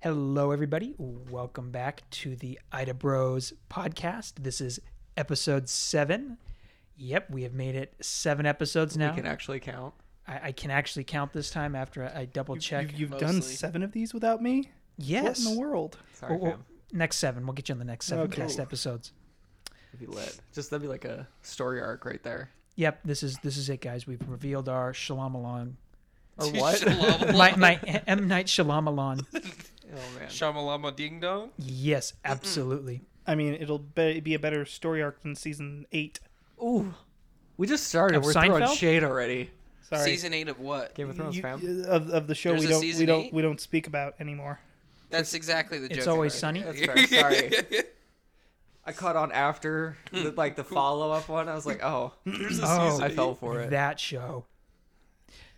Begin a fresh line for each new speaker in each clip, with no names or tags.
Hello, everybody. Welcome back to the Ida Bros podcast. This is episode seven. Yep, we have made it seven episodes now.
We can actually count.
I, I can actually count this time after I, I double check.
You've done
Mostly.
seven of these without me?
yes.
What in the world? Oh,
Sorry,
Well, well,
fam.
next seven. We'll get you on the next seven
Okay.
cast episodes.
It'd be lit. Just that'd be like a story arc right there.
Yep, this is this is it, guys. We've revealed our shalom along.
Or what?
Shamalama,
My, my M Night Shyamalan.
oh man.
Shamalama Ding Dong?
Yes, absolutely.
I mean, it'll be, be a better story arc than season eight.
Ooh. We just started.
Of
We're throwing
Seinfeld?
shade already.
Sorry.
Season 8 of what?
Game of Thrones,
You-
fam.
of, of the show
There's
we
a
don't we
season
don't
eight?
we don't speak about anymore.
That's exactly the joke.
It's always
right?
sunny.
That's fair. Sorry. I caught on after
Hmm.
the, like the follow up one. I was like, oh,
Here's the
Oh,
season
I
eight.
fell for it.
That show.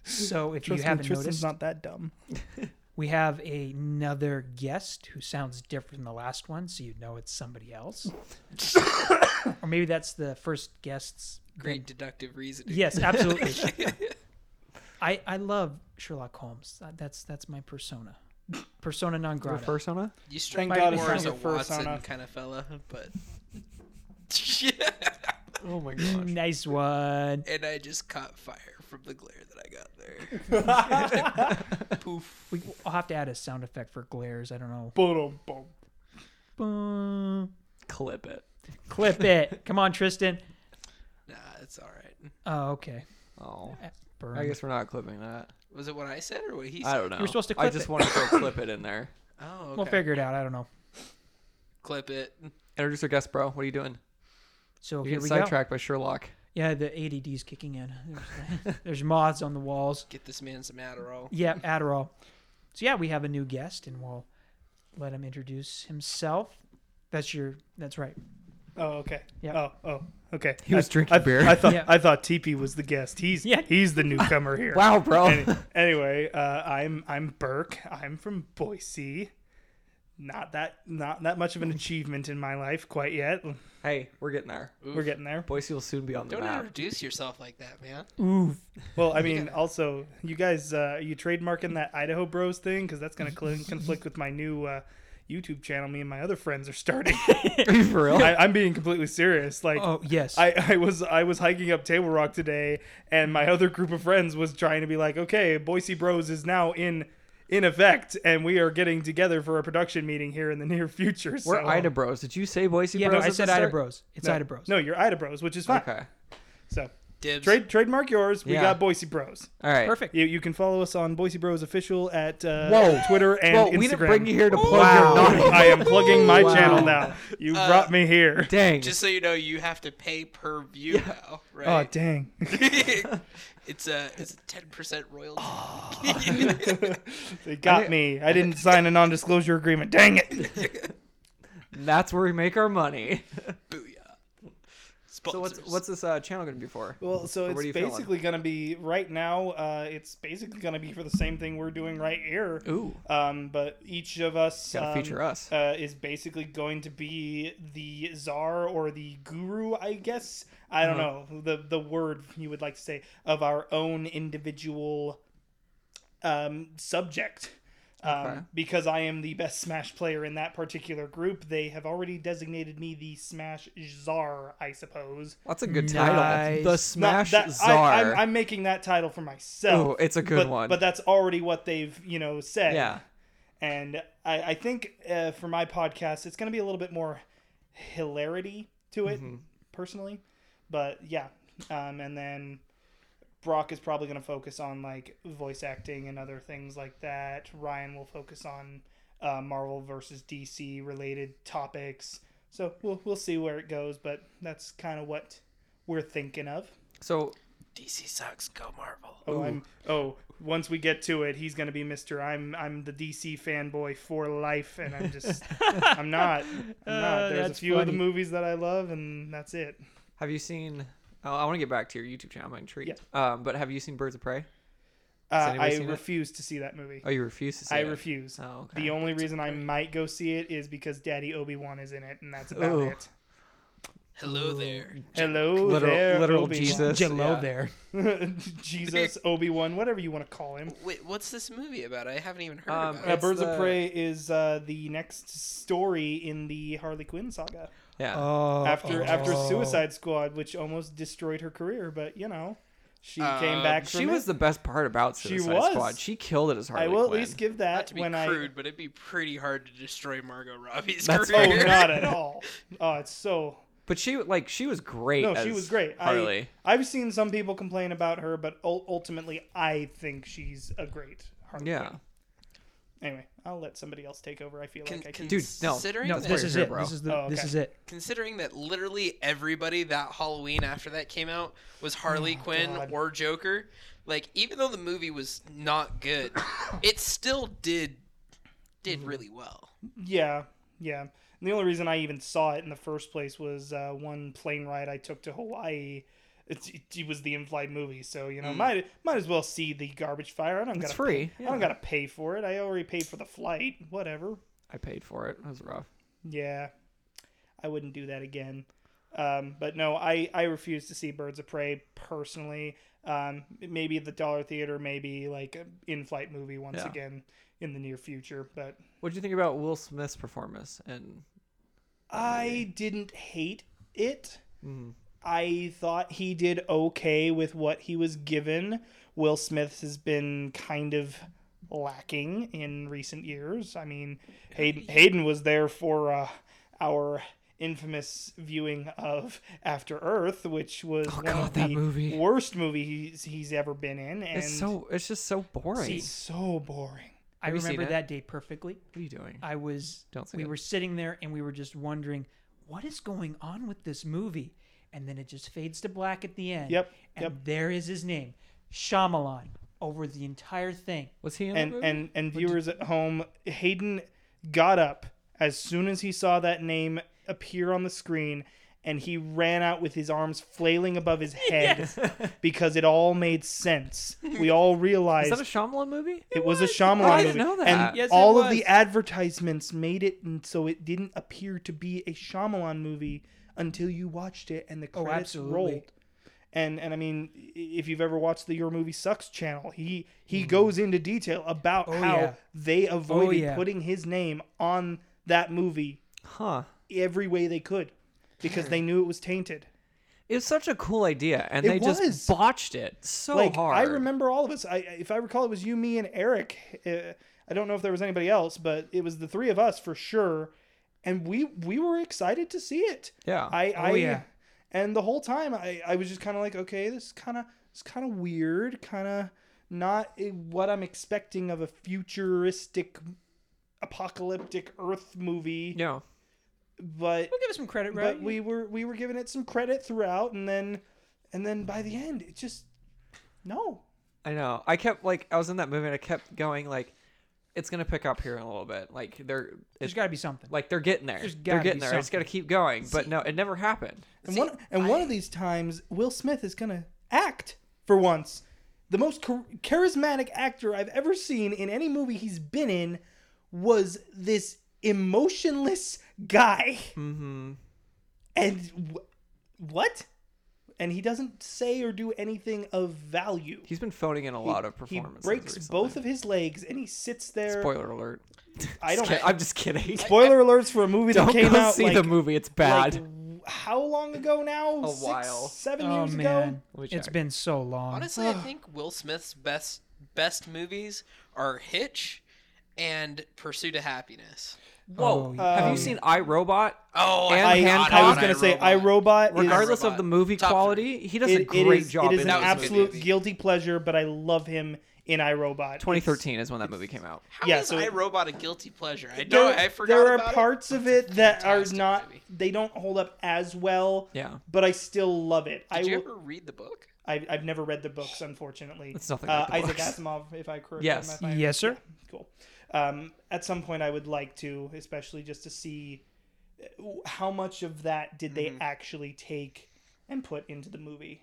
So if you
Tristan,
haven't
Tristan's
noticed,
not that dumb.
We have another guest who sounds different than the last one, so you know it's somebody else. or maybe that's the first guest's
Great deductive reasoning.
Yes, absolutely. I I love Sherlock Holmes. That- That's that's my persona. Persona non
Your
grata.
persona?
You
Thank
strike me
God
it's
more
not
as
your
a
first
Watson
sauna.
kind of fella, but.
Oh my gosh.
Nice one.
and I just caught fire from the glare that I got there. Poof.
We, I'll have to add a sound effect for glares. I don't know.
Ba-dum-bum.
Boom.
Clip it.
Clip it. Come on, Tristan.
Nah, it's all right.
Oh, okay.
Oh.
Burn.
I guess we're not clipping that.
Was it what I said or what he
I
said?
don't know.
You're supposed to
I
clip
just
it.
want to throw clip it in there.
Oh, okay.
We'll figure it out. I don't know.
Clip it.
Introduce our guest, bro. What are you doing?
So
You're
here
getting
we go.
sidetracked by Sherlock.
Yeah, the ADD's kicking in. There's, there's moths on the walls.
Get this man some Adderall.
Yeah, Adderall. So yeah, we have a new guest, and we'll let him introduce himself. That's your. That's right.
Oh, okay.
Yeah.
Oh, oh, okay.
He was
I-
drinking
I,
beer.
I thought
Yeah.
I thought TP was the guest. He's
Yeah.
he's the newcomer here.
Wow, bro.
Any- anyway, uh, I'm I'm Burke. I'm from Boise. Not that not that much of an achievement in my life quite yet.
hey, we're getting there.
We're getting there.
Boise will soon be on the
Don't
map.
introduce yourself like that, man.
Ooh,
Well, I mean, also, you guys, uh, are you trademarking that Idaho Bros thing? Because that's going to cl- conflict with my new uh, YouTube channel me and my other friends are starting.
Are you for real?
I, I'm being completely serious. Like,
Oh yes.
I, I was I was hiking up Table Rock today, and my other group of friends was trying to be like, okay, Boise Bros is now in in effect, and we are getting together for a production meeting here in the near future.
We're
so. uh,
Ida Bros. Did you say Boise
yeah,
Bros?
I
at
said
the
Ida
start?
Bros. It's
No,
Ida Bros.
No, you're Ida Bros, which is fine.
Okay.
So
Dibs.
trade trademark yours. We
Yeah.
got Boise Bros.
All right.
Perfect.
You, you can follow us on Boise Bros official at uh,
Whoa.
Twitter and
Well,
Instagram.
we didn't bring you here to plug
Wow.
your knowledge.
I am plugging my
Wow.
channel now. You brought me here.
Dang.
Just so you know, you have to pay per view now,
Oh
right?
dang!
it's a it's a ten percent royalty.
They got me. I didn't sign a non-disclosure agreement. Dang it!
That's where we make our money.
Booyah!
So what's
Sponsors.
what's this uh, channel going to be for?
Well, so
What are
it's
you feeling?
basically gonna be right now. Uh, it's basically gonna be for the same thing we're doing right here.
Ooh.
Um, but each of us
Gotta
um,
feature us.
Uh, is basically going to be the czar or the guru, I guess. I don't
Uh-huh.
know the the word you would like to say of our own individual um, subject. Um,
Okay.
Because I am the best Smash player in that particular group, they have already designated me the Smash czar, I suppose.
That's a
Nice.
good title. The
Not
Not
Smash
that-
Czar.
I, I'm, I'm making that title for myself.
Ooh, it's a good
but,
one.
But that's already what they've, you know, said.
yeah.
And I, I think uh, for my podcast, it's going to be a little bit more hilarity to it, personally. But yeah. Um, and then Brock is probably going to focus on like voice acting and other things like that. Ryan will focus on uh, Marvel versus DC related topics. So we'll, we'll see where it goes, but that's kind of what we're thinking of.
So
DC sucks. Go Marvel.
Oh, I'm, oh, once we get to it, he's gonna be Mister. I'm I'm the DC fanboy for life, and I'm just I'm not. I'm not.
Uh,
There's a
that's
few of the
funny.
movies that I love, and that's it.
have you seen? Oh, I want to get back to your YouTube channel. I'm intrigued. Um, but have you seen Birds of Prey?
Uh,
anybody
I
seen it?
refuse to see that movie.
Oh, you refuse to see
I
it.
refuse.
Oh, okay.
The only reason I might go see it is because Daddy Obi Wan is in it, and that's about
Ooh.
it.
Hello there.
Hello
Literal-
there,
literal
Obi-Wan.
Jesus.
Jello
yeah.
there.
Jesus, Obi Wan, whatever you want to call him.
Wait, what's this movie about? I haven't even heard
Um,
about
Uh,
it.
It's
Birds
the-
of Prey is uh, the next story in the Harley Quinn saga. uh,
Yeah.
Oh,
after
oh,
after
oh.
Suicide Squad, which almost destroyed her career, but you know, she came
Um,
back. From
she was
it.
the best part about
She
Suicide
was.
Squad. She killed it as Harley
I will at
Quinn.
least give
Not
that
to be
when
crude, but it'd be pretty hard to destroy Margot Robbie's
That's-
I. Oh,
career.
not at all. Oh, it's so.
But she like she was great.
No, she
as
was great.
Harley.
I, I've seen some people complain about her, but ul- ultimately, I think she's a great Harley.
yeah.
Quinn. Anyway, I'll let somebody else take over. I feel
Con-
like I can.
Dude, no.
considering
No,
that,
this is
here,
it.
bro.
This is the.
Oh,
This
okay.
is it.
considering that literally everybody that Halloween after that came out was Harley
Oh,
Quinn
God.
or Joker. Like even though the movie was not good, it still did did really well.
Yeah, yeah. And the only reason I even saw it in the first place was uh, one plane ride I took to Hawaii. It's, it, it was the implied movie, so you know, might might as well see the garbage fire. I don't
Mm. It's
gotta
free.
I don't
Yeah.
gotta pay for it. I already paid for the flight. Whatever.
I paid for it. It was rough.
Yeah, I wouldn't do that again. Um, but no, I I refuse to see Birds of Prey personally. Um, maybe at the dollar theater, maybe like an in-flight movie once
Yeah.
again in the near future. But
What do you think about Will Smith's performance? And
I didn't hate it.
Mm-hmm.
I thought he did okay with what he was given. Will Smith has been kind of lacking in recent years. I mean, Hayden, Hayden was there for uh, our infamous viewing of After Earth, which was one of
Oh, God, that
the
movie.
worst movie he's, he's ever been in. And
it's so it's just so boring.
it's so boring.
I
Have you seen
remember
it?
that day perfectly.
what are you doing?
I was
Don't say
we
it.
were sitting there and we were just wondering what is going on with this movie and then it just fades to black at the end.
Yep,
And
yep.
there is his name, Shyamalan, over the entire thing.
Was he in
and
the movie?
and and viewers at home, Hayden got up as soon as he saw that name appear on the screen, and he ran out with his arms flailing above his head because it all made sense. We all
Is
realized.
that a Shyamalan movie?
it was a
Oh,
Shyamalan
I
movie,
didn't know that.
and
Yes, it
all of the
was.
advertisements made it and so it didn't appear to be a Shyamalan movie until you watched it and the
Oh,
credits
absolutely.
rolled. And and I mean, i- if you've ever watched the Your Movie Sucks channel, he he goes into detail about
Mm-hmm. Oh,
how
yeah.
they avoided
yeah.
putting his name on that movie
Huh.
every way they could because they knew it was tainted.
It was such a cool idea, and
It
they
was.
just botched it so
like
hard.
I remember all of us. I if I recall, it was you, me, and Eric. Uh, I don't know if there was anybody else, but it was the three of us for sure. And we we were excited to see it.
Yeah.
I, I
yeah.
And the whole time, I I was just kind of like, okay, this is kind of it's kind of weird, kind of not eh, what I'm expecting of a futuristic apocalyptic Earth movie.
Yeah.
But
We'll give it some credit, right?
but we were we were giving it some credit throughout, and then and then by the end, it just no.
I know. I kept like I was in that movie and I kept going like it's gonna pick up here in a little bit. Like they're
There's
it's
got to be something.
like they're getting there.
there's
They're
gotta
getting
be
there. It's gotta keep going. But no, it never happened.
And
See,
one and one of these times, Will Smith is gonna act for once. The most char- charismatic actor I've ever seen in any movie he's been in was this emotionless guy. Mm-hmm. And w- what? And he doesn't say or do anything of value.
He's been phoning in a lot of
He
performances.
breaks
recently.
both of his legs and he sits there.
Spoiler alert.
I don't.
Just kid- I'm just kidding.
Spoiler alerts for a movie that
Don't
came
go
out
see
like,
the movie. It's bad.
like, how long ago now?
A
Six,
while.
Seven
oh
years ago.
man,
Let me
it's
check.
been so long.
Honestly, I think Will Smith's best best movies are Hitch and Pursuit of Happiness.
Whoa.
Oh,
Have
um,
you seen iRobot?
Oh,
And
I,
Hancock.
I was
on
gonna say iRobot. is,
Regardless
iRobot.
of the movie
Top three.
quality, he does a
it- it
great
is-
job
It is
in
an
that
that
movie.
absolute
movie.
guilty pleasure, but I love him in iRobot. It's-
2013 is when that movie came out.
How
Yeah,
is
so-
iRobot a guilty pleasure? I
There,
don't. I forgot.
there are
about it.
parts of
That's
it
a
that are
fantastic
not.
movie.
They don't hold up as well.
Yeah.
But I still love it. I
Did you
will-
ever read the book?
I, I've never read the books, unfortunately.
It's nothing
Uh,
like the
Isaac
books.
Asimov, if I correct.
Yes.
if I-
Yes, sir.
Yeah, cool. Um, at some point, I would like to, especially just to see uh, how much of that did
Mm-hmm.
they actually take and put into the movie.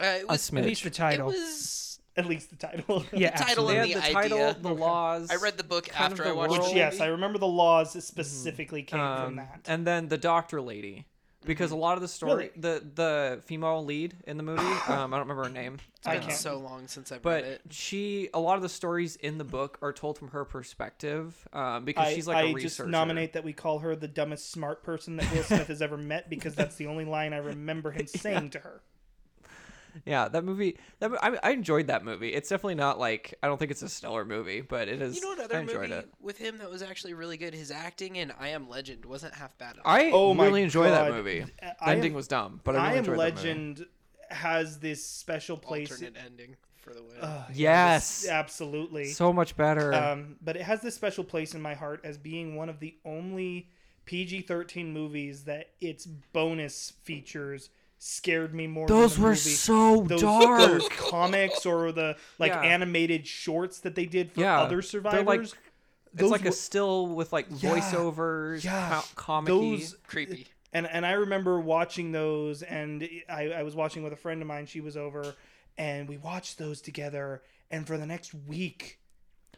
Uh, it
A
was.
at
smidge.
least the
It
title.
was.
At least the title.
yeah,
the title
absolutely.
and
They
the
had the title,
idea.
the laws.
I read the book
Kind of
after
the
I watched.
world.
the
Yes,
Mm-hmm.
movie.
I remember the laws specifically came from
Um,
that.
And then the doctor lady. because
Mm-hmm.
a lot of the story,
Really?
the the female lead in the movie, um, I don't remember her name,
I
It's been
can't.
so long since I've
but
read it.
she, a lot of the stories in the book are told from her perspective, um, because
I,
she's like
I
a
just
researcher.
nominate that we call her the dumbest smart person that Will Smith has ever met because that's the only line I remember him saying to her.
Yeah, that movie. That mo- I, I enjoyed that movie. It's definitely not like I don't think it's a stellar movie, but it is.
You know
I
another
enjoyed
movie
it.
with him that was actually really good? His acting in I Am Legend wasn't half bad.
I
Oh my
really enjoy that
God.
movie.
I
The ending
am-
was dumb, but I really
I Am
enjoyed that movie.
Legend has this special place.
alternate ending for the win.
Ugh,
Yes,
absolutely.
so much better.
um, but it has this special place in my heart as being one of the only PG 13 movies that its bonus features scared me more
Those
than the
were
movie.
so
those,
dark.
those comics or the like
Yeah.
animated shorts that they did for
Yeah, they're
other
like-
survivors
it's
those
like
were-
a still with like
Yeah,
voiceovers,
yeah,
co- comic-y.
those
Creepy.
and and I remember watching those, and I, I was watching with a friend of mine. She was over, and we watched those together. And for the next week,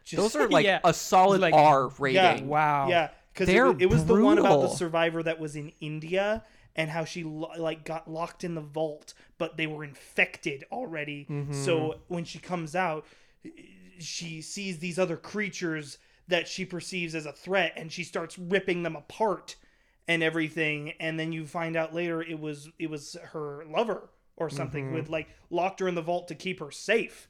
just
Those are like
Yeah.
a solid
Like-
R rating.
Wow.
yeah, because it,
They're
wa- it was the one about the
brutal.
survivor that was in India and how she lo- like got locked in the vault, but they were infected already.
Mm-hmm.
So when she comes out, she sees these other creatures that she perceives as a threat, and she starts ripping them apart and everything. And then you find out later it was it was her lover or something
Mm-hmm.
who had like locked her in the vault to keep her safe.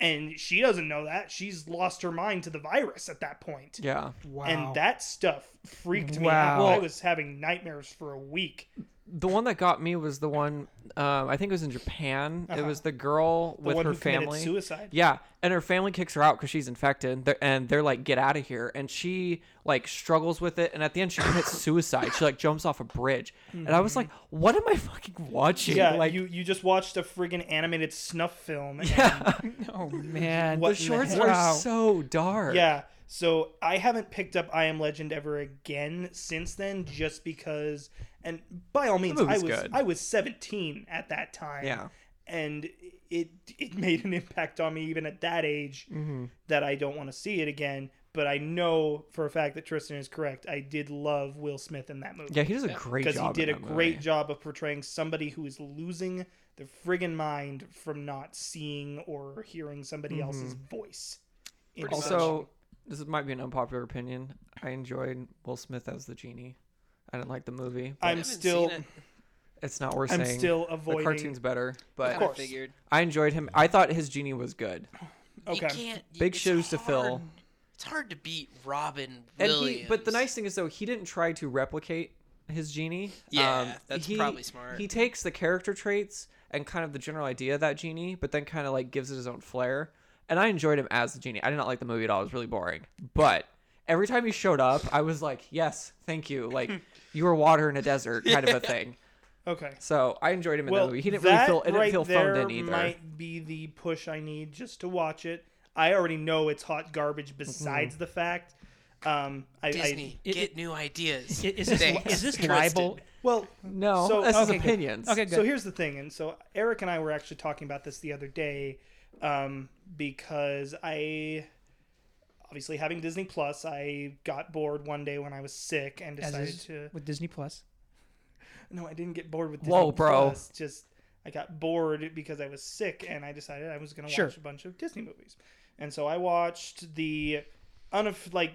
And she doesn't know that. She's lost her mind to the virus at that point
Yeah.
Wow.
and that stuff freaked me
Wow.
out. I was having nightmares for a week.
The one that got me was the one um, I think it was in Japan. It was the girl
Uh-huh. The
with
one
her
who committed
family.
suicide.
Yeah, and her family kicks her out because she's infected, They're- and they're like, "Get out of here!" And she like struggles with it, and at the end, she commits suicide. She like jumps off a bridge, and I was like, "What am I fucking watching?"
Mm-hmm. Yeah,
like
you you just watched a friggin' animated snuff film. and-
Oh man.
What
the
in the
shorts
heck?
are
Wow.
so dark.
yeah. So I haven't picked up I Am Legend ever again since then, just because. And by all means, I was
movie's good.
I was 17 at that time.
Yeah.
and it it made an impact on me even at that age
Mm-hmm.
that I don't want to see it again. But I know for a fact that Tristan is correct. I did love Will Smith in that movie.
yeah, he does a great
because
job.
he did a
in that
great
movie.
job of portraying somebody who is losing their friggin' mind from not seeing or hearing somebody else's voice. in
Pretty
such-
Mm-hmm. Also, this might be an unpopular opinion. I enjoyed Will Smith as the genie. I didn't like the movie. but
I'm
haven't seen
still-
it.
it's not worth
I'm
saying.
still
the
avoiding.
cartoon's better, but
Kinda
course.
figured.
I enjoyed him. I thought his genie was good.
Okay.
You can't, y-
Big
it's
shoes to fill.
hard- It's hard to beat Robin
And
Williams.
he, but the nice thing is though he didn't try to replicate his genie.
Yeah,
Um,
that's
he-
probably smart.
He takes the character traits and kind of the general idea of that genie, but then kind of like gives it his own flair. And I enjoyed him as the genie. I did not like the movie at all. It was really boring. But every time he showed up, I was like, "Yes, thank you." Like you were water in a desert, kind of a thing.
Okay.
So I enjoyed him in
Well,
the movie. He didn't really
that
feel it didn't
right
feel
there
phoned in either.
might be the push I need just to watch it. I already know it's hot garbage.
Mm-hmm.
Besides the fact, um, I,
Disney,
I-
get new ideas.
I- Is this, li-
Thanks,
is this
Tristan.
libel?
I well,
No,
So-
this
okay,
is
good.
opinions.
Okay, good.
So here's the thing, and so Eric and I were actually talking about this the other day, um, because I obviously having Disney Plus, I got bored one day when I was sick and
As
decided
is
to.
with Disney Plus.
No, I didn't get bored with Disney
Whoa, bro.
Plus. Just I got bored because I was sick, and I decided I was going to
Sure.
watch a bunch of Disney movies, and so I watched the, unaf- like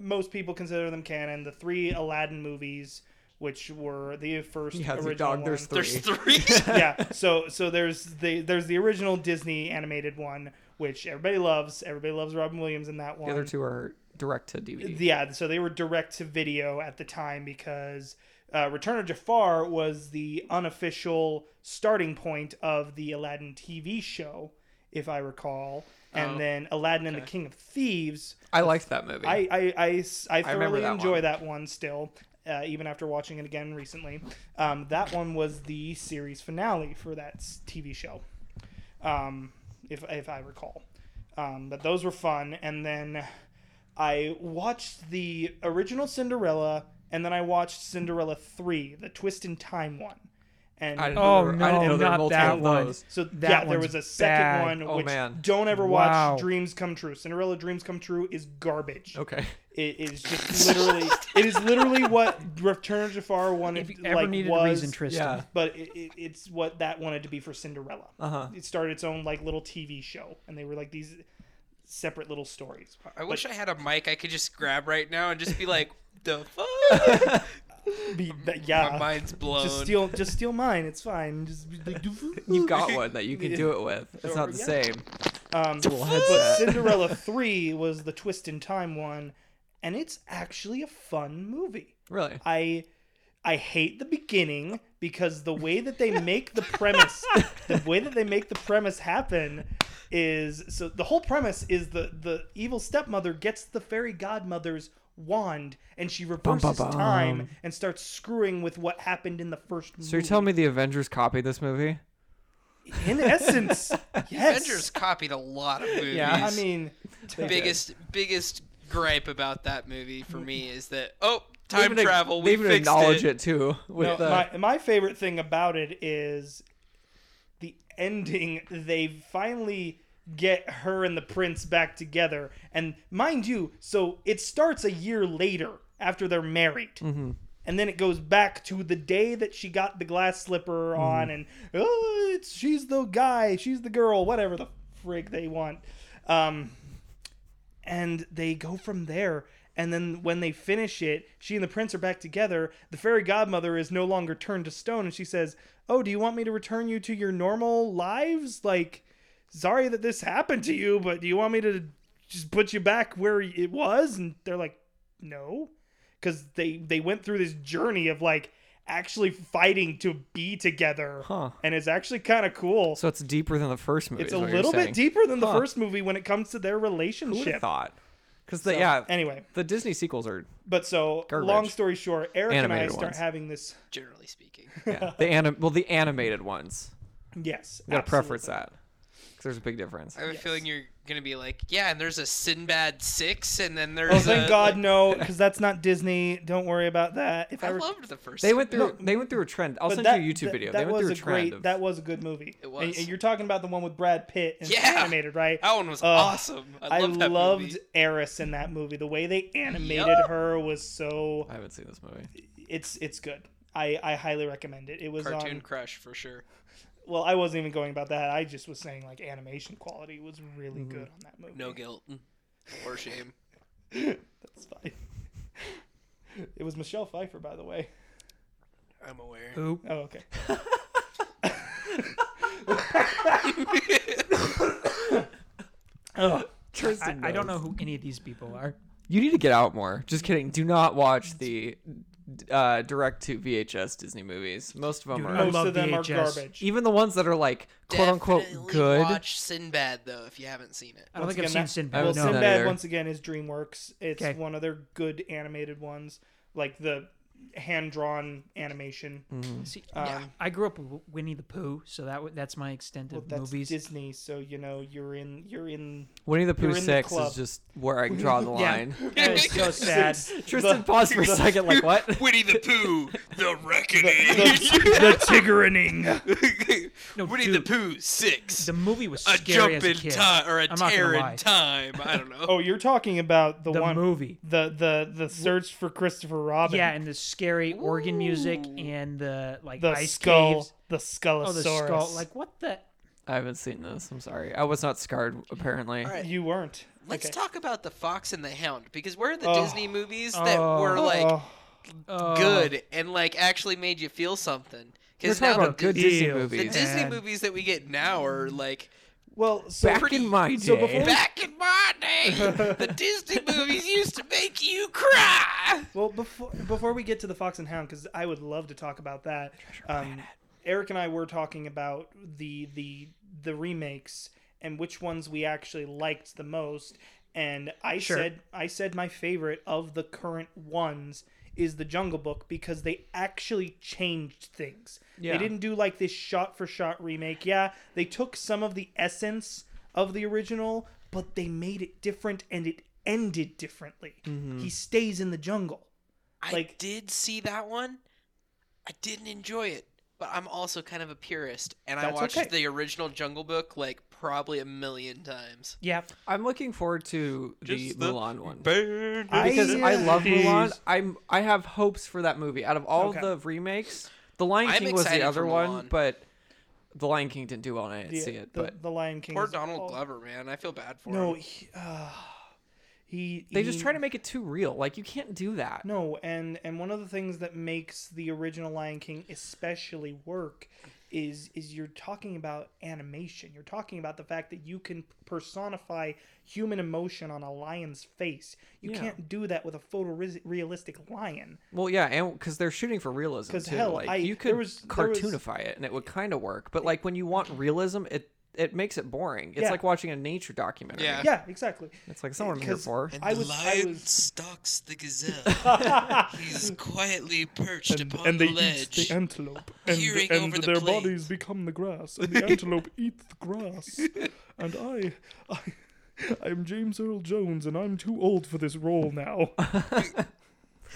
most people consider them canon, the three Aladdin movies. Which were the first
Yeah, the
original
dog.
one.
There's three.
There's three.
yeah. So so there's the there's the original Disney animated one, which everybody loves. Everybody loves Robin Williams in that one.
The other two are direct to DVD.
Yeah. So they were direct to video at the time because uh, Return of Jafar was the unofficial starting point of the Aladdin TV show, if I recall. And
Oh,
then Aladdin and the King of Thieves
I liked that movie.
I I, I s- I
I remember
thoroughly
that
enjoy
one.
that one still, uh, even after watching it again recently. Um, that one was the series finale for that s- TV show, um, if if I recall. Um, but those were fun, and then I watched the original Cinderella, and then I watched Cinderella three, the Twist in Time one. and
I didn't
Oh,
know there were, I didn't
no,
know there were
not
multiple
that
of
one.
those.
So
That
yeah, there
one's
was a second
bad.
one.
Oh,
which
man.
Don't ever
Wow.
watch Dreams Come True. Cinderella Dreams Come True is garbage.
Okay.
It is just literally. it is literally what Return of Jafar wanted.
If you ever
like,
needed
was,
a reason, Tristan.
Yeah.
But it, it, it's what that wanted to be for Cinderella.
Uh-huh.
It started its own like little TV show, and they were like these separate little stories.
I wish I had a mic I could just grab right now and just be like, the fuck?
Uh-huh.
Be- but yeah.
My mind's blown.
just steal, just steal mine. It's fine. Just be like,
You've got one that you can do it with. It's not the
Yeah.
same.
um,
Little
But
headset.
Cinderella 3 was the twist in time one, and it's actually a fun movie.
Really?
I I hate the beginning because the way that they make the premise the way that they make the premise happen is so the whole premise is the the evil stepmother gets the fairy godmother's wand and she reverses
bum.
time and starts screwing with what happened in the first movie.
So you're telling me the Avengers copied this movie?
in essence, yes.
Avengers copied a lot of movies.
Yeah,
I mean,
biggest biggest gripe about that movie for me is that oh time
they even,
travel
They
we
even
fixed
acknowledge
it.
it, too. With uh,
No,
the,
my, my favorite thing about it is the ending. They finally get her and the prince back together. And mind you, so it starts a year later after they're married. And then it goes back to the day that she got the glass slipper on, and oh, it's she's the guy, she's the girl, whatever the frig they want. Um, and they go from there. And then when they finish it, she and the prince are back together. The fairy godmother is no longer turned to stone, and she says, "Oh, do you want me to return you to your normal lives? Like, sorry that this happened to you, but do you want me to just put you back where it was?" And they're like, "No," because they they went through this journey of like actually fighting to be together,
Huh.
and it's actually kind of cool.
So it's deeper than the first movie.
it's
is
a
what you're
little
saying.
bit deeper than the
Huh.
first movie when it comes to their
Who would have
relationship.
thought? Because the yeah,
Anyway.
the Disney sequels are
But so,
Garbage.
long story short, Eric and
Animated
I start
ones.
having this.
Generally speaking,
yeah, the anim well the animated ones.
Yes,
You gotta preference
absolutely.
that because there's a big difference.
I have a
Yes.
feeling you're gonna be like, yeah, and there's a Sinbad six, and then there's.
Oh, thank
a,
God,
like-
no, because that's not Disney. Don't worry about that. If I,
I
were-
loved the first.
They went
one.
through they went through a trend. I'll
but
send
that-
you a YouTube
that-
video.
That
They went
was
through a
a
trend
great.
of
That was a good movie.
It
And-
was.
And, you're talking about the one with Brad Pitt and it's
Yeah.
animated, right?
That one was
Uh,
awesome. I,
I,
loved that
loved
movie.
Eris in that movie. The way they animated
Yup.
her was so.
I haven't seen this movie.
It's it's good. I, I highly recommend it. It was
Cartoon
on.
Crush for sure.
Well, I wasn't even going about that. I just was saying like animation quality was really
Mm-hmm.
good on that movie.
No guilt or shame.
That's fine. It was Michelle Pfeiffer, by the way.
I'm aware.
Oop.
Oh, okay.
Oh, I, I don't know who any of these people are.
You need to get out more. Just kidding. Do not watch the uh, direct to VHS Disney movies. Most of them
Dude,
are
I
Most
love
of them
VHS.
are garbage.
even the ones that are like quote unquote
Definitely
good.
Watch Sinbad though if you haven't seen it.
I don't
Once
think I've
again,
seen Sinbad.
that- Well,
haven't seen
no.
that
Sinbad
either.
once again is DreamWorks. It's
Okay.
one of their good animated ones, like the hand drawn animation.
See,
Um,
Yeah.
I grew up with Winnie the Pooh, so that w- that's my extent
Well,
of
that's
movies.
Disney, so you know you're in you're in.
Winnie the
You're
Pooh
in the
six
club.
is just where I draw the line.
That is so sad.
Tristan paused for a second, like what?
Winnie the Pooh, the reckoning.
the tiggerning.
No,
Winnie
dude,
the Pooh six.
The movie was
a
scary
jump
as
in
a kid.
time or a
I'm not
tear
gonna
in
lie.
time. I don't know.
Oh, you're talking about the,
The
one
movie.
the the the search for Christopher Robin.
Yeah, and the scary organ music and the like
the
ice
skull,
caves.
the
Oh, the
skullosaurus.
skull. Like what the?
I haven't seen this. I'm sorry. I was not scarred apparently.
right.
you weren't.
Let's
Okay.
talk about the Fox and the Hound because where are the
Oh.
Disney movies that
Oh.
were like
Oh.
Oh,
good and like actually made you feel something?
We're
Because
talking
now the,
about good
Dis-
Disney
deal.
the
movies.
Disney
man.
movies that we get now are like
Well, so
Back in my
so
day.
before we-
back in my day, the Disney movies used to make you cry.
Well, before before we get to the Fox and Hound, because I would love to talk about that. Um, Eric and I were talking about the the the remakes and which ones we actually liked the most. And I
Sure.
said I said my favorite of the current ones is the Jungle Book because they actually changed things.
Yeah.
They didn't do like this shot for shot remake. Yeah, they took some of the essence of the original, but they made it different and it ended differently.
Mm-hmm.
He stays in the jungle.
I
Like-
did see that one. I didn't enjoy it. but I'm also kind of a purist, and I
That's
watched
okay.
the original Jungle Book like probably a million times.
Yeah.
I'm looking forward to the
Just the
Mulan one.
I- uh,
because I love
Jeez.
Mulan. I'm I have hopes for that movie. Out of all
Okay.
the remakes, The Lion
I'm
King was the
excited
other
for
one,
Mulan.
but The Lion King didn't do well, and I didn't
The,
see it.
the,
but
the Lion King.
Poor
is-
Donald
oh,
Glover, man. I feel bad for
No,
him.
he, uh, he.
they just
he-
try to make it too real. Like you can't do that.
E No, and and one of the things that makes the original Lion King especially work is is you're talking about animation. You're talking about the fact that you can personify human emotion on a lion's face. You
Yeah.
can't do that with a photorealistic lion.
Well, yeah, and because they're shooting for realism
'Cause
too.
hell,
like
I-
you
there
could
was- there was-
cartoonify it, and it would kind of work. But like when you want realism, it it makes it boring. It's
Yeah.
like watching a nature documentary.
Yeah.
Yeah, exactly.
It's like someone here
'Cause-
for.
I was- I was-
stalks the gazelle. He's quietly perched
antelope,
and- Peering and over the their plate. bodies
become the grass, and the antelope eats the grass. And I, I, I'm James Earl Jones, and I'm too old for this role now.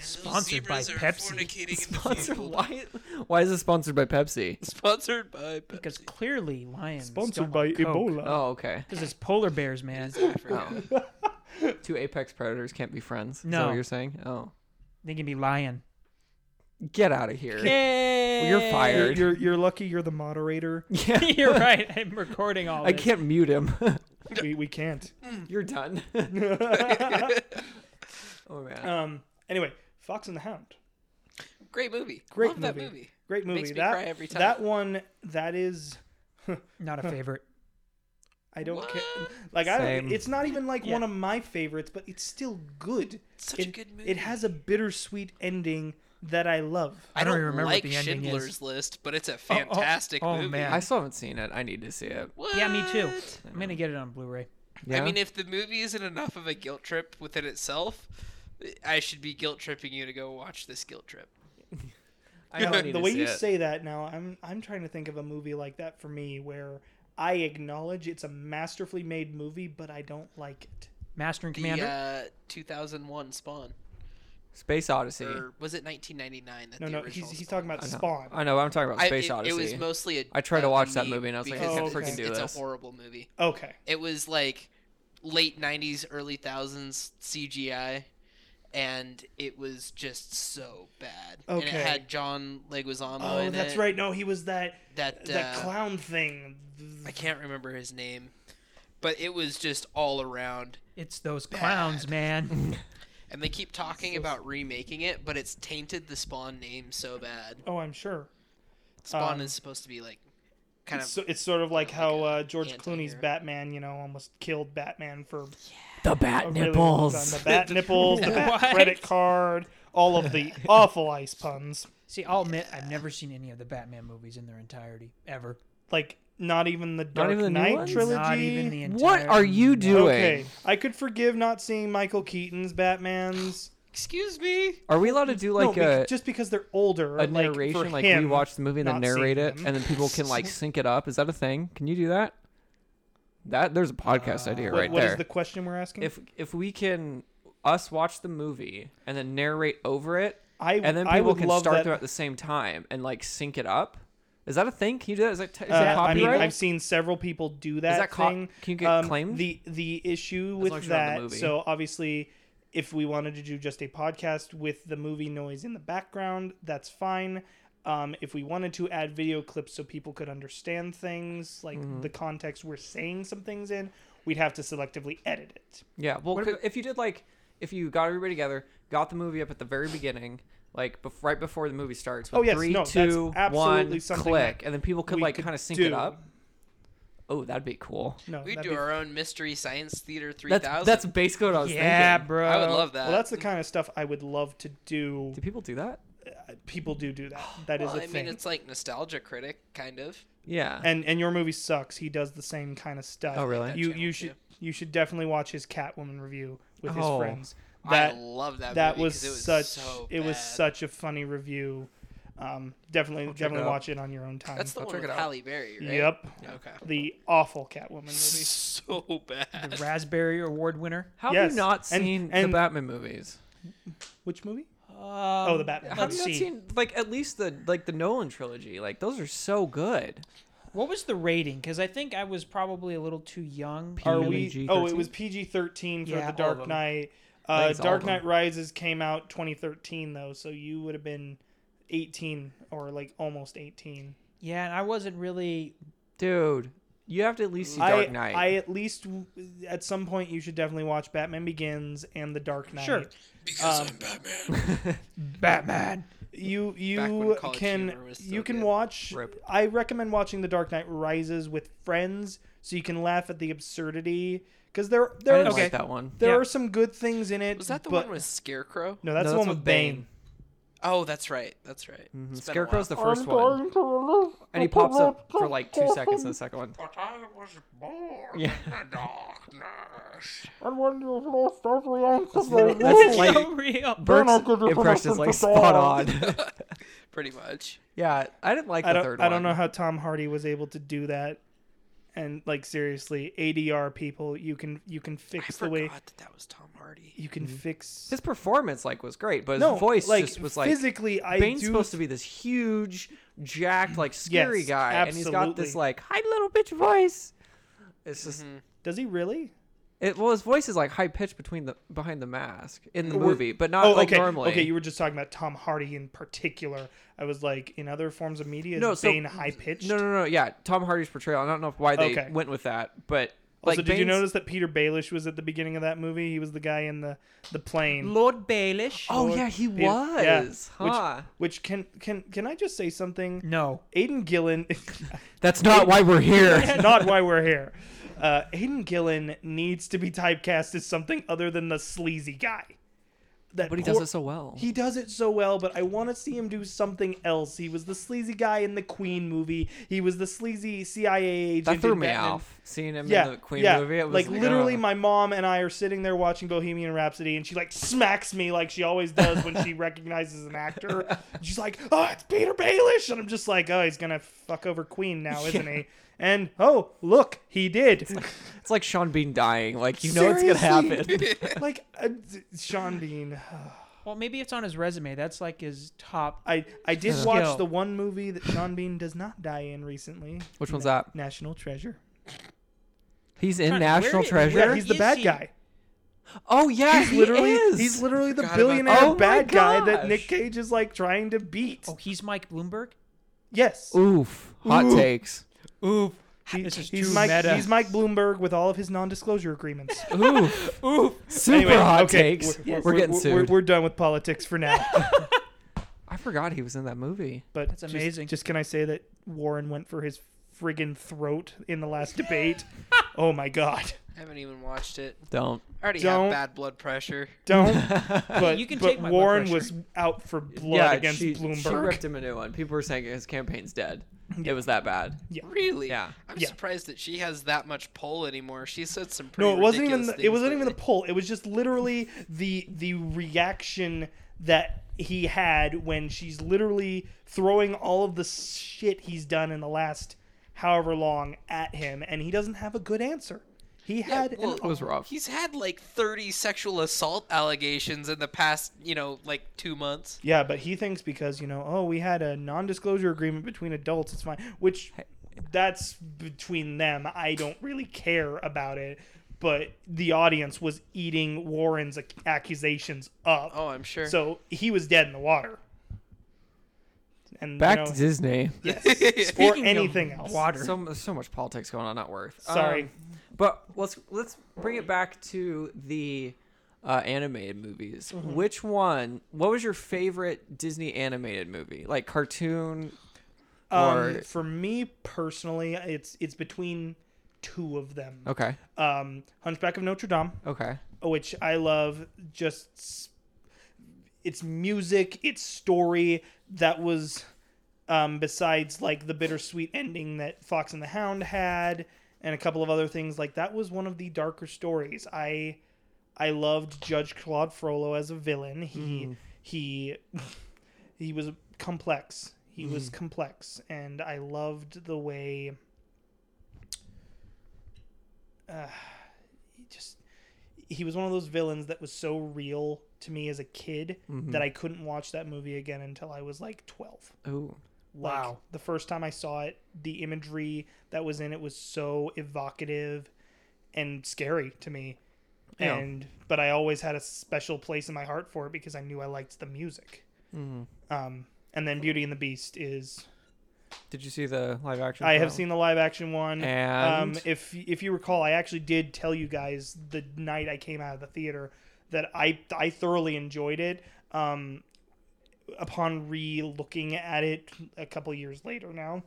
Sponsored by Pepsi.
Sponsored why? Why is it sponsored by Pepsi?
Sponsored by
Because
Pepsi.
clearly lions.
Sponsored
don't
by
like Coke.
Ebola.
Oh, okay.
Because it's polar bears, man.
Africa.
Two apex predators can't be friends. Is that
No.
what you're saying? Oh,
They can be lion.
get out of here.
Yay!
You're
You're,
fired.
you're you're lucky you're the moderator.
yeah.
You're right. I'm recording all
I
this.
can't mute him.
we, we can't.
you're done. oh man.
Um. Anyway, Fox and the Hound.
Great movie.
Great
Love
movie.
that movie.
Great movie.
Makes me
that
cry every time.
that one that is
Not a favorite.
I don't care.
What?
Like I
Same.
don't. It's not even like
Yeah.
one of my favorites, but it's still good.
Such a
it,
good movie.
It has a bittersweet ending that I love.
I don't, even remember
like
what the ending
Schindler's
is.
List, but it's a fantastic
oh,
movie.
man.
I still haven't seen it. I need to see it.
What?
Yeah, me too. I'm gonna get it on Blu-ray.
Yeah?
I mean, if the movie isn't enough of a guilt trip within itself, I should be guilt tripping you to go watch this guilt trip.
I know I need to
the way
see
you
it.
say that now, I'm I'm trying to think of a movie like that for me where I acknowledge it's a masterfully made movie, but I don't like it.
Master and
The
Commander.
uh, 2001 Spawn,
Space Odyssey.
or was it 1999? That
No,
the
no,
original
he's he's
Spawn-
talking about
I know.
Spawn.
I know. I'm talking about
I-
Space
it,
Odyssey.
It was mostly a.
I tried to
a
watch that
meme
movie and I was like, I
because
can't
it's-
freaking do
It's
this.
a horrible movie.
Okay.
It was like late 90s, early 1000s CGI, and it was just so bad. And
Okay.
it had John Leguizamo
Oh,
in
that's
it,
right. No, he was that
That,
that
uh,
clown thing.
I can't remember his name, but it was just all around.
it's those clowns, man.
And they keep talking about remaking it, but it's tainted the Spawn name so bad.
Oh, I'm sure.
Spawn
Um,
is supposed to be like kind of
So it's sort of like how uh, George
anti-hero.
Clooney's Batman, you know, almost killed Batman for
the Bat
a Oh, really long time.
Nipples.
The bat nipples, the bat
What?
credit card, all of the awful ice puns.
See, I'll admit I've never seen any of the Batman movies in their entirety ever.
Like not even the Dark
even the new
Knight
ones?
trilogy.
Not even the entire.
What are you doing?
Okay, I could forgive not seeing Michael Keaton's Batman's.
Excuse me.
Are we allowed to do like
no,
a
bec- just because they're older.
a
like, for
narration? Like we
him,
watch the movie and then
not seeing
narrate it,
him.
and then people can like sync it up. Is that a thing? Can you do that? That there's a podcast idea
Uh, What-
right
what
there.
is the question we're asking?
if if we can us watch the movie and then narrate over it
I
and then
I
people
would
can
love
start
that.
them at the same time and like sync it up is that a thing can you do that is that, t- is that
Uh, I mean,
copyright
I've seen several people do that,
that co-
thing.
can you get
um,
claimed?
The the issue
long
with
as you're on the
that.
movie.
So obviously, if we wanted to do just a podcast with the movie noise in the background, that's fine. Um, if we wanted to add video clips so people could understand things, like
Mm-hmm.
the context we're saying some things in, we'd have to selectively edit it.
yeah well could- if you did like if you got everybody together got the movie up at the very beginning like bef- right before the movie starts with
Oh, yes,
three,
no, that's
two,
absolutely
one,
something
click
that
and then people could
we
like
could
kind of sync
do.
it up oh that'd be cool
No,
We'd
that'd
do
be-
our own mystery science theater
that's
3000.
that's basically what i was
Yeah,
thinking
bro.
I would love that.
Well, that's the kind of stuff I would love to do. Uh,
do people do that
People do do that. That is
Well,
a
I
thing.
mean, it's like nostalgia critic kind of.
yeah
and and your movie sucks. He does the same kind of stuff.
Oh, really?
You
Channel
you
two.
should you should definitely watch his Catwoman review with his
Oh.
friends. That
I love that.
that
movie
was
'cause it was
such
so
it was
bad.
such a funny review. Um, definitely
check
definitely
it out.
watch it on your own time.
That's the
I'll
one
check
with
it out.
Halle Berry, right?
Yep,
Okay.
the awful Catwoman movie.
So bad.
Raspberry Award winner.
how have
Yes,
you not
and-
seen
and-
the batman movies
Which movie?
oh,
Um,
the Batman.
Have you not
Let's see.
seen like at least the like the Nolan trilogy? Like those are so good.
What was the rating? Because I think I was probably a little too young.
Are
Are
Really?
we?
PG-13?
Oh, it was PG thirteen for
Yeah, all
the
of
Dark
them.
Knight.
think
Uh,
it's all
Dark
of them.
Knight Rises came out 2013 though, so you would have been 18 or like almost 18.
Yeah, and I wasn't really.
Dude, you have to at least see
I,
Dark Knight.
I at least w- at some point you should definitely watch Batman Begins and the Dark Knight.
Sure.
Because
Um,
I'm Batman.
Batman.
You you
when College
can
Humor was still
you can
good.
watch.
Rip.
I recommend watching The Dark Knight Rises with friends so you can laugh at the absurdity because there
I
there
didn't
are-
Okay.
like that one.
there
Yeah.
are some good things in it.
Was that the
but-
one with Scarecrow?
No, that's
No,
the
that's
one with
with
Bane.
Bane.
Oh, that's right. That's right.
Mhm.
It's been a
Scarecrow's the
while.
1st one, and he pops up for like two seconds in the second one.
But I was born
Yeah.
in the darkness.
And when you've lost every ounce of your
That's that's
Like,
like
real.
I'll
Burke's
give you
impression is
permission
like
to
spot on.
Pretty much.
yeah, I didn't like
I
the
don't
third
I
one.
don't know how Tom Hardy was able to do that. And like seriously, ADR people, you can you can
I
fix the
forgot
way
that that was Tom Hardy.
you can fix
His performance like was great, but Mm-hmm. his
no
voice
like
just was like
physically. I
Bane's
do
supposed to be this huge, jacked, like scary
Yes,
guy, and he's got this
absolutely.
like high little bitch voice. It's just
Mm-hmm.
does he really?
it. Well, his voice is like high pitched between the behind the mask in the
Or-
movie, but not
oh,
like
okay.
normally.
Okay, you were just talking about Tom Hardy in particular. I was like, in other forms of media,
No,
is
so-
Bane high pitched.
No, no, no. Yeah, Tom Hardy's portrayal. I don't know why they
Okay.
went with that, but like,
Also, did you
Bane's-
notice that Peter Baelish was at the beginning of that movie? He was the guy in the the plane.
Lord Baelish.
Oh yeah, he
Peter- yeah,
was. Huh.
Which, which can can can I just say something?
No.
Aiden Gillen
That's not why we're here.
That's not why we're here. Uh, Aiden Gillen needs to be typecast as something other than the sleazy guy. That
but he
poor-
does it so well.
He does it so well, but I want to see him do something else. He was the sleazy guy in the Queen movie. He was the sleazy CIA agent.
that threw
in
me
Batman.
off. Seeing him
Yeah,
in the Queen
yeah.
movie, it was
like, literally,
oh.
my mom and I are sitting there watching Bohemian Rhapsody, and she like smacks me like she always does when she recognizes an actor. She's like, "Oh, it's Peter Baelish," and I'm just like, "Oh, he's gonna fuck over Queen now, isn't he?" And oh, look, he did.
It's like Sean Bean dying. Like you know it's gonna happen.
Seriously. like uh, d- Sean Bean. oh,
Well, maybe it's on his resume. That's like his top.
I I did watch
Skill.
the one movie that Sean Bean does not die in recently.
Which one's
Na-
that?
National Treasure.
He's in
Trying-
National
where-
Treasure.
where
Yeah, he's the
is
bad
he?
guy.
oh yeah,
He's
he
literally
is.
he's literally the
Forgot about
billionaire
that. Oh my
bad guy that
gosh.
Nick Cage is like trying to beat.
Oh, he's Mike Bloomberg.
Yes.
Oof. Hot
Ooh.
takes.
Oof.
He-
This is
he's
too
Mike
meta.
he's Mike Bloomberg with all of his non-disclosure agreements.
Oof. Oof. Super
Anyway,
hot
okay,
takes. We're,
We're,
getting sued.
We're, done with politics for now.
I forgot he was in that movie.
But
That's
just-
amazing.
Just, can I say that Warren went for his friggin' throat in the last debate? oh my god.
I haven't even watched it.
Don't.
I already
Don't.
have bad blood pressure.
Don't. But,
you can
but
take my blood
Warren
pressure.
was out for blood
yeah,
against
she, she
Bloomberg.
ripped him a new one. People were saying his campaign's dead. It was that bad.
Really?
Yeah.
I'm
Yeah.
surprised that she has that much pull anymore. She said some pretty
no, it wasn't even
ridiculous
the, it
things
wasn't even the
lately.
pull. It was just literally the the reaction that he had when she's literally throwing all of the shit he's done in the last however long at him and he doesn't have a good answer. He had
well,
an,
It was rough.
He's had like 30 sexual assault allegations in the past, you know, like two months.
Yeah, but he thinks because, you know, oh, we had a non-disclosure agreement between adults, it's fine, which that's between them. I don't really care about it. But the audience was eating Warren's ac- accusations up.
Oh, I'm sure.
So he was dead in the water. And
Back
you know,
to Disney.
yes, or
Speaking of
anything else.
Water.
So there's so much politics going on. Not worth.
Sorry.
Um, but let's let's bring it back to the uh, animated movies.
Mm-hmm.
Which one? What was your favorite Disney animated movie? Like cartoon
Um,
or
for me personally, it's it's between two of them.
okay,
Um, Hunchback of Notre Dame,
okay,
which I love, just s- its music, its story. That was um, besides like the bittersweet ending that Fox and the Hound had, and a couple of other things like that was one of the darker stories. I I loved Judge Claude Frollo as a villain. He he he was complex. He was complex, and I loved the way. Uh, he just he was one of those villains that was so real to me as a kid that I couldn't watch that movie again until I was like 12.
Ooh.
Like,
Wow.
the first time I saw it, the imagery that was in it was so evocative and scary to me.
Yeah.
And but I always had a special place in my heart for it because I knew I liked the music. Um, and then Beauty and the Beast is
Did you see the live action?
I have
film?
seen the live action one.
And?
um, if if you recall, I actually did tell you guys the night I came out of the theater that I I thoroughly enjoyed it. Um, upon re-looking at it a couple years later now,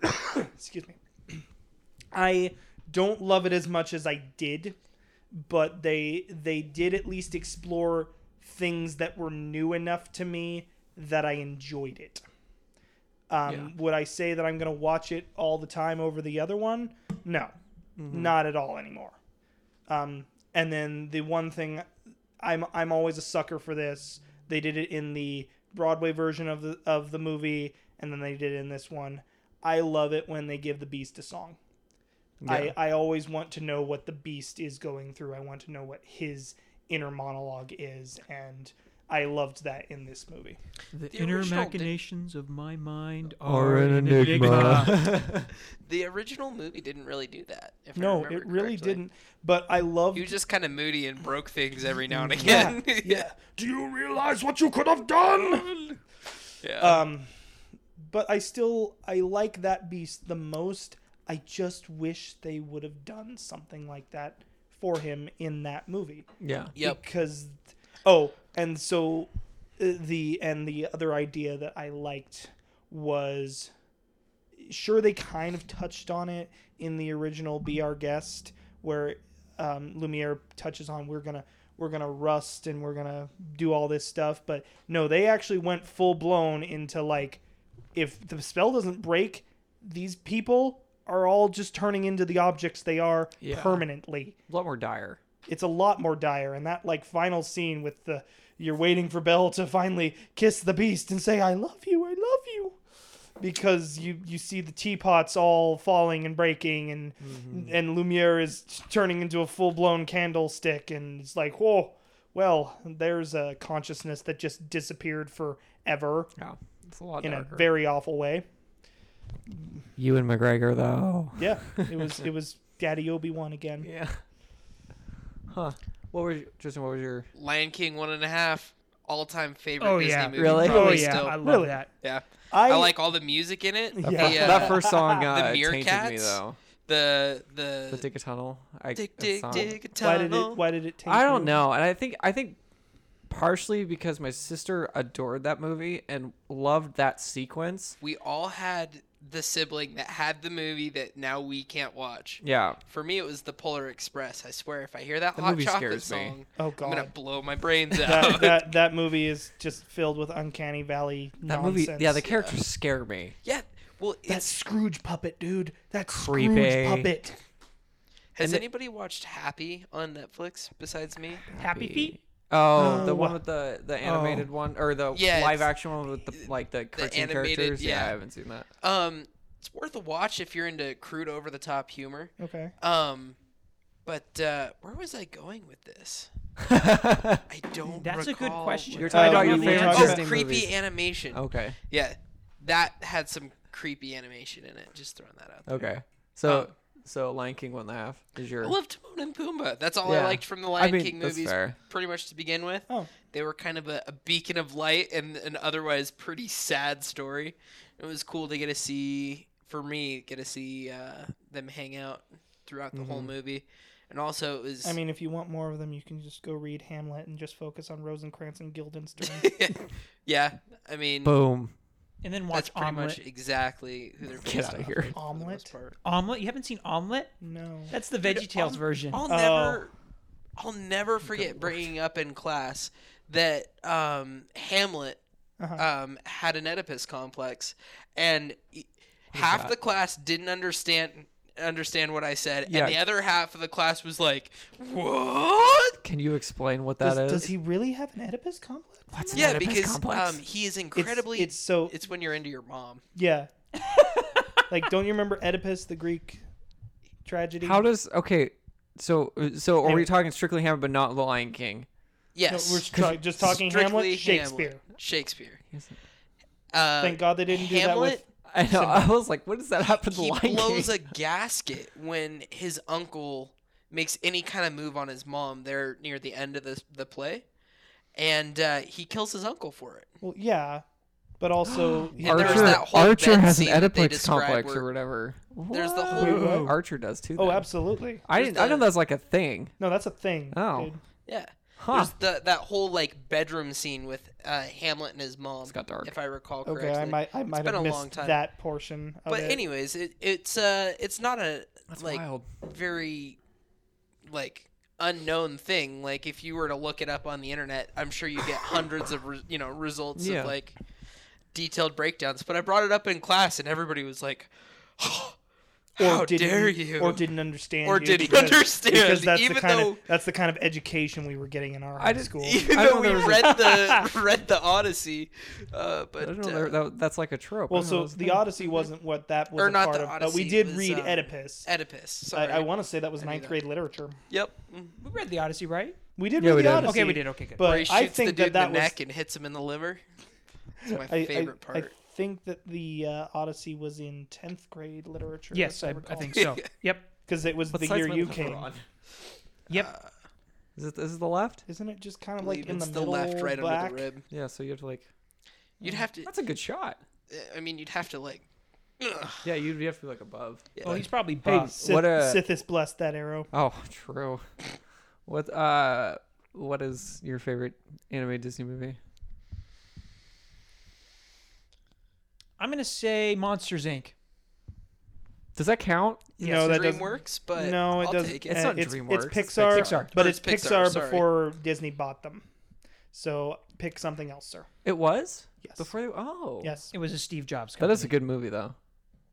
excuse me, I don't love it as much as I did, but they they did at least explore things that were new enough to me that I enjoyed it. Um,
Yeah.
Would I say that I'm going to watch it all the time over the other one? No, not at all anymore. Um, and then the one thing I'm I'm always a sucker for this. They did it in the Broadway version of the of the movie, and then they did it in this one. I love it when they give the Beast a song.
Yeah.
I, I always want to know what the Beast is going through. I want to know what his inner monologue is, and I loved that in this movie.
The,
The
inner
original did-
machinations of my mind
Or
are Oh,
an enigma.
The original movie didn't really do that. If I
No,
remember
it really
correctly.
didn't. But I loved
He was just kind of moody and broke things every now and
yeah,
again.
yeah.
Do you realize what you could have done?
Yeah.
Um, but I still I like that beast the most. I just wish they would have done something like that for him in that movie.
yeah.
Yep.
Because oh, and so uh, the and the other idea that I liked was sure they kind of touched on it in the original Be Our Guest where um, Lumiere touches on we're gonna we're gonna rust and we're gonna do all this stuff, but no, they actually went full blown into like if the spell doesn't break, these people are all just turning into the objects they are
Yeah.
permanently
A lot more dire.
it's a lot more dire and that like final scene with the you're waiting for Belle to finally kiss the beast and say I love you I love you because you you see the teapots all falling and breaking and and Lumiere is t- turning into a full-blown candlestick and it's like whoa well there's a consciousness that just disappeared forever
Yeah. It's a lot
in
darker.
a very awful way
you and McGregor though.
yeah it was it was daddy Obi-Wan again
Yeah. Huh. What was Tristan? What was your?
Lion King one and a half, all time favorite
Oh
Disney
yeah,
movie.
Really?
Oh
probably
yeah,
still.
I love
Really?
that.
yeah.
I,
I like all the music in it.
That
That,
Yeah.
The,
fir-
uh,
that first song uh, tainted me
meerkats?
though.
the the
The dig a tunnel. I,
dig
that
dig
song.
dig a
why did
tunnel.
it why did it take
I don't
you-
know, and I think I think partially because my sister adored that movie and loved that sequence.
We all had the sibling that had the movie that now we can't watch.
Yeah.
For me, it was the Polar Express. I swear, if I hear that
That
hot
movie
chocolate
scares me.
song,
Oh,
I'm gonna
God.
blow my brains out.
that, that that movie is just filled with uncanny valley
That
nonsense.
movie, yeah, the characters scare me.
yeah, well,
that
it's,
Scrooge puppet, dude. That
Creepy.
Scrooge puppet.
has
and the-
anybody watched Happy on Netflix besides me?
Happy feet.
Oh, the
No.
one with the the animated one or the
Yeah,
live
it's-
action one with the like the cartoon
animated,
characters. Yeah. I
yeah.
haven't seen that.
Um, it's worth a watch if you're into crude, over the top humor.
Okay.
Um, but uh, where was I going with this? I don't.
That's a good
recall
question.
where-
You're
Uh,
talking about
we
your
were
favorite
talking
Oh,
Disney
creepy
movies. Oh.
animation.
okay.
Yeah, that had some creepy animation in it. Just throwing that out. There.
Okay. So so Lion King one and a half is your
I love Timon and Pumbaa. That's all
Yeah.
I liked from the
I
Lion
mean,
King
that's
movies,
fair.
pretty much to begin with.
Oh.
They were kind of a, a beacon of light and an otherwise pretty sad story. It was cool to get to see, for me, get to see uh, them hang out throughout the whole movie. And also, it was.
I mean, if you want more of them, you can just go read Hamlet and just focus on Rosencrantz and Guildenstern.
yeah, I mean,
boom.
And then
that's
watch
pretty
Omelet.
much exactly who they're
Get
based
out of
off
here.
of, for the most
Omelet?
part.
Omelet. You haven't seen Omelet?
no.
That's the VeggieTales version.
I'll
Oh.
never, I'll never forget bringing up in class that um, Hamlet
Uh-huh.
um, had an Oedipus complex, and y- half the class didn't understand understand what I said,
Yeah.
and the other half of the class was like, "What?"
Can you explain what that is?
Does, does he really have an Oedipus complex?
What's an
Yeah,
Oedipus
because
complex?
um, he is incredibly.
it's so-
It's when you're into your mom.
Yeah. like, don't you remember Oedipus, the Greek tragedy?
How does okay? So, so are we talking strictly Hamlet, but not The Lion King?
No,
Yes.
we're try- just talking
Strictly
Hamlet, Shakespeare.
Hamlet. Shakespeare. Uh,
Thank God they didn't do that with.
Hamlet,
I know. I was like, what does that happen to The
he
Lion
blows
King?
a gasket when his uncle makes any kind of move on his mom there near the end of the, the play and uh, he kills his uncle for it
Well, yeah, but also he-
And there was
Archer,
that whole
Archer
bed
has an
scene that they
Oedipus
describe
complex
where-
or whatever.
there's the
What?
whole-
Wait, what?
Archer does too.
oh,
then.
absolutely.
I
There's
didn't. I
the-
know that's like a thing.
No, that's a thing.
Oh.
dude.
yeah
Huh.
there's the, that whole like bedroom scene with uh, hamlet and his mom
got dark.
if i recall correctly
okay, I might, I might
been
have
a
missed
long time.
that portion. Of
but
it.
anyways it, it's uh it's not a
That's
like
wild.
very like unknown thing like if you were to look it up on the internet i'm sure you get hundreds of re- you know results
Yeah.
of like detailed breakdowns but i brought it up in class and everybody was like how
didn't-
dare you
Or didn't understand.
Or
you
didn't
because-
understand,
Because that's
even
the kind
though-
of that's the kind of education we were getting in our
I
high
didn't-
school.
even
I
though
know
we
there was a-
read the read the odyssey uh
I
but
don't know.
uh,
there- that, that's like a trope. I
Well,
don't know,
so
that's a
the
thing.
Odyssey wasn't what that was
Or
a
not
part
the
of, but we
Odyssey,
did
it was,
read
um,
Oedipus.
oedipus sorry.
I, I want to say that was
knew
ninth
that.
grade literature.
yep Mm.
We read the Odyssey, right?
We did
Yeah,
read
we
the
did.
Odyssey.
Okay, we did. Okay, good.
where he
But I
shoots the
think
dude
that that
in the
was
neck and hits him in the liver it's my
I- I-
favorite
I,
part
think that the uh, Odyssey was in tenth grade literature.
Yes, I, I think so. Yep.
because it was
What
the
side's
year
my
you
left
came.
on?
Yep.
Uh, Is it, is it the left?
Isn't it just kind of
Believe
like in
it's
the,
the
middle,
left right
back?
under the rib
Yeah. So you have to like.
you'd have to
That's a good shot.
I mean, you'd have to like.
Yeah, you'd have to be like above.
Well, Oh, he's probably
Hey,
buff.
Sith,
what a
Sithis blessed that arrow.
Oh, true. What uh what is your favorite anime Disney movie?
I'm gonna say Monsters Inc.
Does that count?
Yes,
no, that doesn't.
DreamWorks, but
no, it
I'll
doesn't.
Take
It's
it.
uh,
not
it's,
DreamWorks,
It's
it's like
Pixar,
Pixar.
but
Or
it's
it's
Pixar,
Pixar, sorry.
before Disney bought them. So pick something else, sir.
It was?
Yes.
Before they, oh.
Yes.
It was a Steve Jobs.
That
Company.
is a good movie though.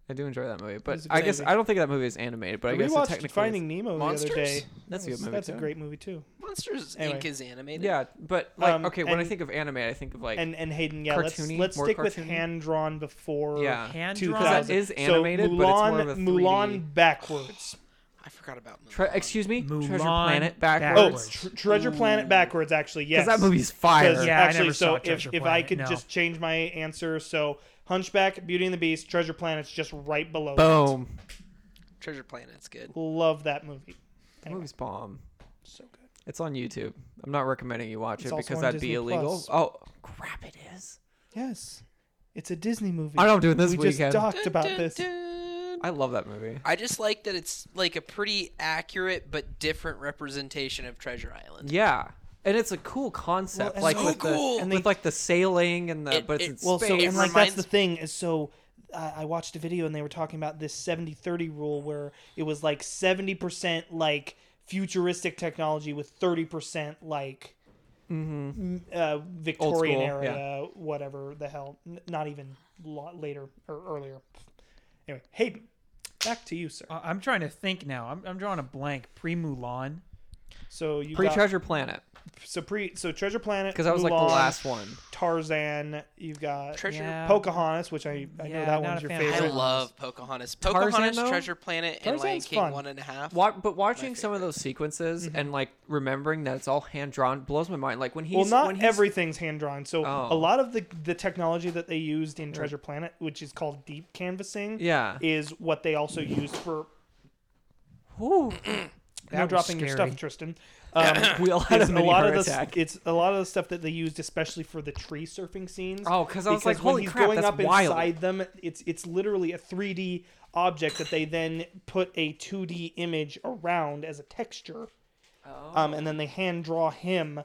I do enjoy that movie, but
is a good
I guess
movie.
I don't think that movie is animated, but I,
I
guess it
rewatched
technically
Finding
is.
Nemo the other
Monsters?
day.
That's a
That
good
was-
movie,
That's a
too.
great movie too.
Monsters
Anyway.
Inc. is animated.
Yeah, but like
Um,
okay, when I
and-
think of anime, I think of like
And and Hayden, yeah, let's
Cartoony,
let's
more
stick with
cartoony.
hand drawn before
Yeah.
Hand-drawn?
2000.
That is
So
animated,
Mulan,
but it's more of a 3D.
Mulan backwards.
I forgot about.
tre-
Mulan.
excuse me, Treasure
Mulan
Planet
Oh,
backwards.
backwards.
tr- Treasure Planet backwards actually. Yes.
Because that movie's fire.
Because
Yeah, I
actually,
never
so
saw
if,
Treasure
if I
Planet,
could
no.
just change my answer, so Hunchback, Beauty and the Beast, Treasure Planet's just right below.
Boom.
Treasure Planet's good.
It. Love that movie.
That movie's bomb.
So good.
It's on YouTube. I'm not recommending you watch
It's
it
also
because
on
that'd
Disney
be illegal.
Plus.
Oh, crap! It is.
Yes, it's a Disney movie.
I know I'm doing this
we
weekend.
just talked about this.
I love that movie.
I just like that it's like a pretty accurate but different representation of Treasure Island.
Yeah, and it's a cool concept,
and
like
so
with,
cool.
the,
And
they-
with like the sailing and the
It-
but it's
it-
in
Well,
space.
so
It
and like that's
reminds-
the thing is so I I watched a video and they were talking about this 70-30 rule where it was like 70% like futuristic technology with 30% like m- uh, Victorian
Mm-hmm. school,
era whatever the hell N- not even lo- later or earlier. Anyway, Hayden, back to you, sir.
Uh, I'm trying to think now. I'm, I'm drawing a blank. Pre Mulan.
So you
Pre
got-
Treasure Planet
so pre so Treasure Planet
because that was like
Mulan,
the last one.
Tarzan. You've got
Treasure.
Yeah.
Pocahontas, which I, I know
Yeah,
that
not
one's
a
your
fan of
favorite.
I
Pocahontas.
love Pocahontas.
Tarzan,
Pocahontas,
though?
Treasure Planet, and Lion
Tarzan's
King
fun.
one and a half.
Wa- but watching some of those sequences
Mm-hmm.
and like remembering that it's all hand drawn blows my mind. Like when he's
Well,
when
not
he's,
everything's hand drawn. So
Oh.
a lot of the the technology that they used in Treasure Planet, which is called deep canvassing,
Yeah.
is what they also used for
Ooh,
That
no
was
dropping your
scary.
stuff, Tristan. Um,
we all had
is
a,
a
mini
lot
heart
of the
attack.
it's a lot of the stuff that they used, especially for the tree surfing scenes.
Oh, 'cause I was like,
because
"Holy
when he's
crap,
going
that's
up
wild."
inside them, it's it's literally a 3D object that they then put a 2D image around as a texture, um, and then they hand draw him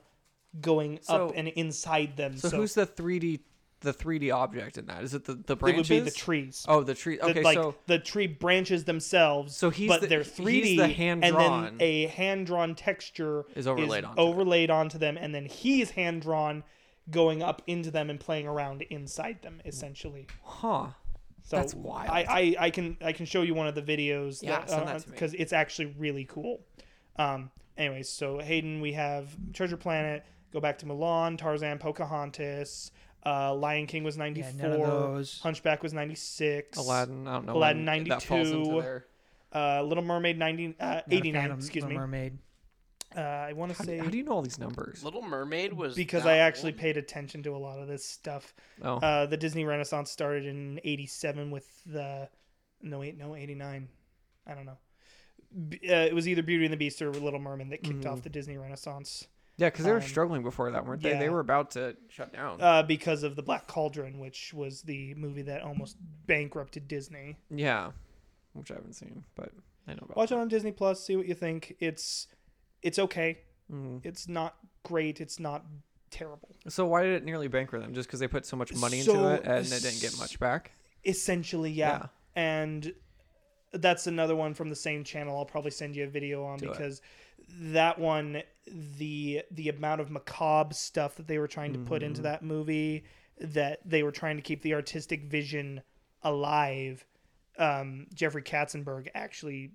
going
Oh. So-
up and inside them.
so, who's the 3D the 3D object in that? Is it the the
it would
branches?
be the trees.
Oh, the tree.
The-
Okay,
like
so
the tree branches themselves.
So he's
but
the-
they're
he's the
3D
hand-drawn.
and then a hand drawn texture
Is overlaid onto it.
overlaid onto them, and then he's hand drawn going up into them and playing around inside them essentially.
huh?
So
That's wild.
I, I, I can I can show you one of the videos
Yeah,
that
send that to me.
because it's actually really cool. Um anyways, so Hayden we have Treasure Planet, go back to Milan, Tarzan, Pocahontas, uh, Lion King was 94,
none of those.
Hunchback was 96.
Aladdin. I don't know.
Aladdin
when That falls into
92.
there.
uh, Little Mermaid 90, uh,
Not a
89,
fan of
excuse
Little
me.
Mermaid.
Uh, I want to say
How do you know all these numbers?
Little Mermaid was
because
that
I actually
old?
paid attention to a lot of this stuff.
Oh,
Uh, the Disney Renaissance started in '87 with the no wait no '89, I don't know. B- uh, it was either Beauty and the Beast or Little Mermaid that kicked off the Disney Renaissance
yeah, because they were
um,
struggling before that, weren't they? They
yeah.
were about to shut down.
uh, because of the Black Cauldron, which was the movie that almost bankrupted Disney.
yeah, which I haven't seen, but I know about.
Watch it on Disney Plus. See what you think. It's it's okay.
Mhm.
It's not great. It's not terrible.
So why did it nearly bankrupt them? Just because they put so much money
So-
into it and they didn't get much back?
Essentially, yeah. And that's another one from the same channel. I'll probably send you a video on
it.
because that one, the the amount of macabre stuff that they were trying to put into that movie, that they were trying to keep the artistic vision alive. Um, Jeffrey Katzenberg actually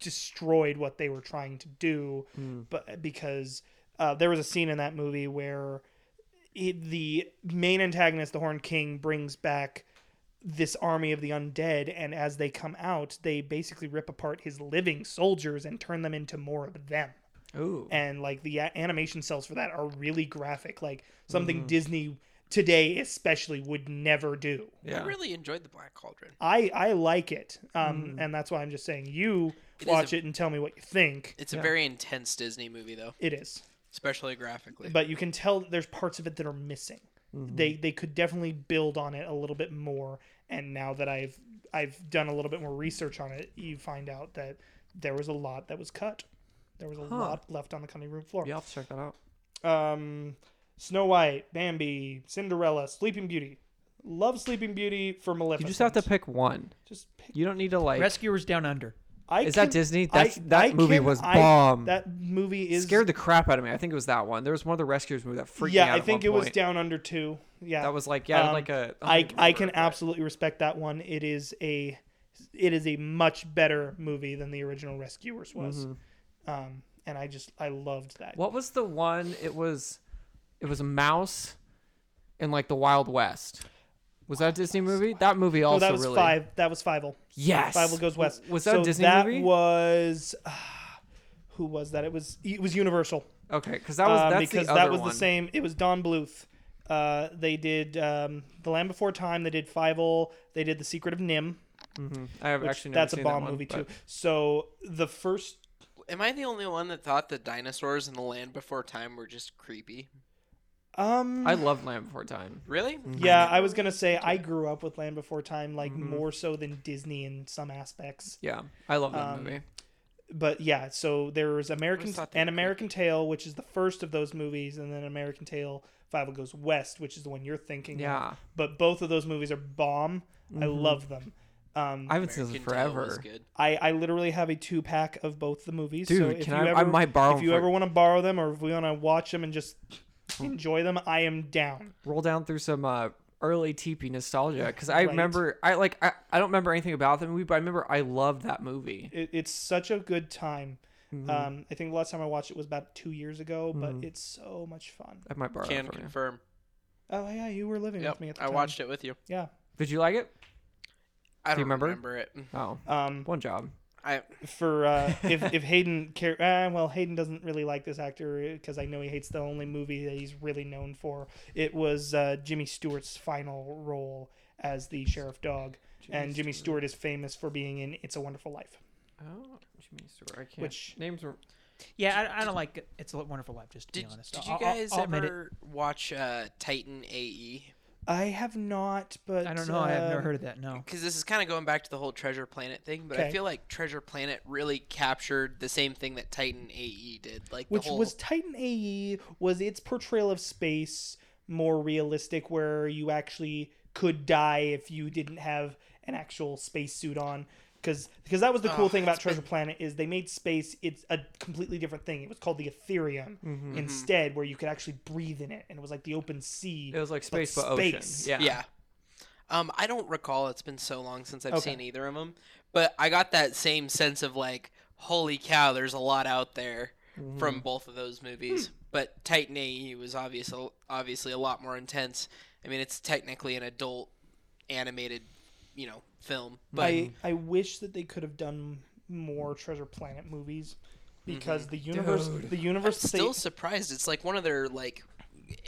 destroyed what they were trying to do, but because uh, there was a scene in that movie where it, the main antagonist, the Horn King, brings back this army of the undead, and as they come out, they basically rip apart his living soldiers and turn them into more of them.
Ooh.
And like the a- animation cells for that are really graphic, like something
Mm.
Disney today especially would never do.
yeah.
I really enjoyed the Black Cauldron.
I I like it, um, and that's why I'm just saying you
Mm. It is
watch
a-
it and tell me what you think.
It's a very intense Disney movie though,
It is.
especially graphically.
but you can tell that there's parts of it that are missing.
Mm-hmm.
They they could definitely build on it a little bit more. And now that I've I've done a little bit more research on it, you find out that there was a lot that was cut. There was a lot left on the cutting room floor.
yeah, I'll have to check that out.
Um, Snow White, Bambi, Cinderella, Sleeping Beauty. Love Sleeping Beauty for Maleficent.
You just have to pick one.
just pick.
You don't need to like.
Rescuers Down Under.
I
Is that
can-
Disney?
I-
That's- that
I
movie
can-
was
I-
bomb.
That movie
It
is
scared the crap out of me. I think it was that one. There was one of the rescuers movie that freaked me
Yeah,
out.
I
at
think
one
it was
point.
Down Under too. Yeah,
That was like yeah,
Um,
like a. oh I
I
don't
I
remember,
can
but-
absolutely respect that one. It is a it is a much better movie than the original Rescuers was. Um and I just I loved that.
Mm-hmm. What was the one? It was, it was a mouse, in like the Wild West. Was that a Disney movie? That movie
Oh,
also
that was
really.
five. That was Fievel.
Yes.
Fievel goes west.
Was that a
so
Disney
that
movie?
was ah, who was that? It was it was Universal
okay, because that was
um,
that's
because
the
that
other
was
one.
the same. It was Don Bluth. Uh, they did um, the Land Before Time. They did Fievel. They did The Secret of Nim.
I have
Which
actually never
that's a
seen
bomb
that one,
movie
but-
too. So the first
Am I the only one that thought the dinosaurs in the Land Before Time were just creepy?
um
I love Land Before Time.
Really?
Yeah, I was gonna say I grew up with Land Before Time, like
Mm-hmm.
more so than Disney in some aspects.
Yeah, I love that
Um,
movie.
But yeah, so there was American
thought they
and
were
American Tale, which is the first of those movies, and then American Tale Five Goes West, which is the one you're thinking. of.
Yeah. Mm-hmm.
But both of those movies are bomb. I love them. Um,
I
I,
haven't seen this in
American Tail was
forever.
good.
I literally have a two pack of both the movies. so
Dude,
if
can
you
I- I
Ever,
might borrow
If
them
you
for- Mm.
ever want to borrow them, or if we want to watch them and just enjoy them, I am down.
roll down through some uh, early TP nostalgia because I
Right.
remember I like I, I don't remember anything about the movie, but I remember I loved that movie.
it, it's such a good time. Um, I think the last time I watched it was about two years ago, but it's so much fun.
I might borrow
Can
it from you.
confirm.
Oh yeah, you were living with
Yep,
me at the
I
time.
watched it with you.
Yeah.
Did you like it?
I don't
Do you remember?
remember? it.
Oh,
Um,
one job.
I
for uh, if if Hayden care, uh, well, Hayden doesn't really like this actor because I know he hates the only movie that he's really known for. It was uh, Jimmy Stewart's final role as the sheriff dog, and Jimmy Stewart is famous for being in It's a Wonderful Life.
Oh, Jimmy Stewart. I can't.
Which-
names? Were...
Yeah, I, I don't like it. It's a Wonderful Life. Just to
did,
be honest.
did
I'll-
you
I'll-
guys
I'll admit it.
ever watch uh, Titan E? AE?
I have not, but
I don't know. I have never
um,
heard of that. No.
Because this is kind of going back to the whole Treasure Planet thing, but I
Okay.
feel like Treasure Planet really captured the same thing that Titan AE did. Like
which
the whole,
was Titan AE was its portrayal of space more realistic where you actually could die if you didn't have an actual spacesuit on because because that was the
Ah,
cool thing about Treasure Planet is they made space it's a completely different thing. It was called the Ethereum
Mm-hmm.
Mm-hmm.
instead where you could actually breathe in it and it was like the open sea.
It was like space but, ocean.
space.
Yeah.
yeah. Um, I don't recall. It's been so long since I've
Okay.
seen either of them, but I got that same sense of like, holy cow, there's a lot out there
Mm-hmm.
from both of those movies. But Titan AE was obviously obviously a lot more intense. I mean, it's technically an adult animated, you know, film, but
I I wish that they could have done more Treasure Planet movies because the universe the
Mm-hmm. I'm
universe they-
still surprised. It's like one of their like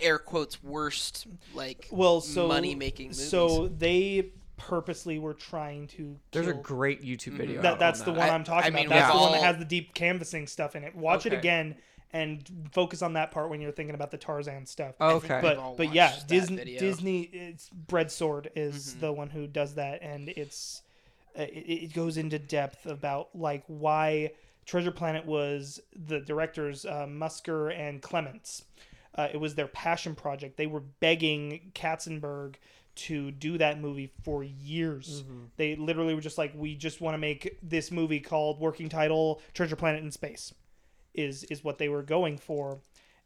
air quotes worst like
well so
money making movies.
So they purposely were trying to
There's a
kill- Mm-hmm.
great YouTube video. out
that that's
on
the
that.
one
I-
I'm talking
I mean,
about. That's
we've
the one that
all-
has the deep canvassing stuff in it. Watch
Okay.
it again and focus on that part when you're thinking about the Tarzan stuff.
Oh,
think
okay.
we've
but
all
but yeah,
watched that
Disney
video. Mm-hmm.
Disney it's Bread Sword is the one who does that, and it's uh, it, it goes into depth about like why Treasure Planet was the directors uh, Musker and Clements. Uh, it was their passion project. They were begging Katzenberg to do that movie for years. They literally were just like, "We just want to make this movie called Working Title Treasure Planet in Space," is is what they were going for,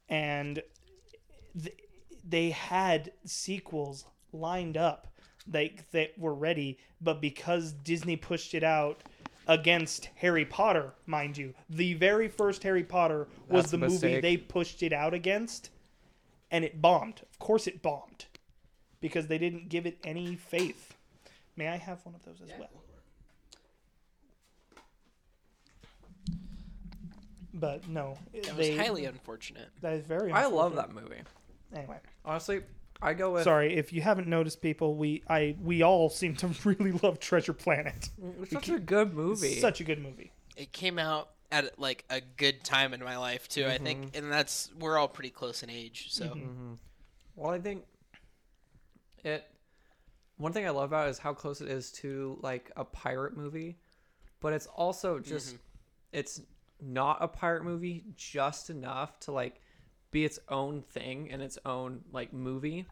and th- they had sequels lined up like that were ready but because disney pushed it out against harry potter mind you the very first harry potter was
That's a
the movie
mistake.
they pushed it out against and it bombed of course it bombed because they didn't give it any faith may i have one of those as well but no
it was
they,
highly unfortunate.
that is very
I love
unfortunate.
that movie.
anyway
Honestly, I go with.
Sorry, if you haven't noticed, people, we I we all seem to really love Treasure Planet.
It's such a good movie.
Such a good movie.
It came out at like a good time in my life too, I
Mm-hmm.
think, and that's we're all pretty close in age, so
Well, I think it. One thing I love about it is how close it is to like a pirate movie, but it's also just it's not a pirate movie just enough to like be its own thing and its own like movie.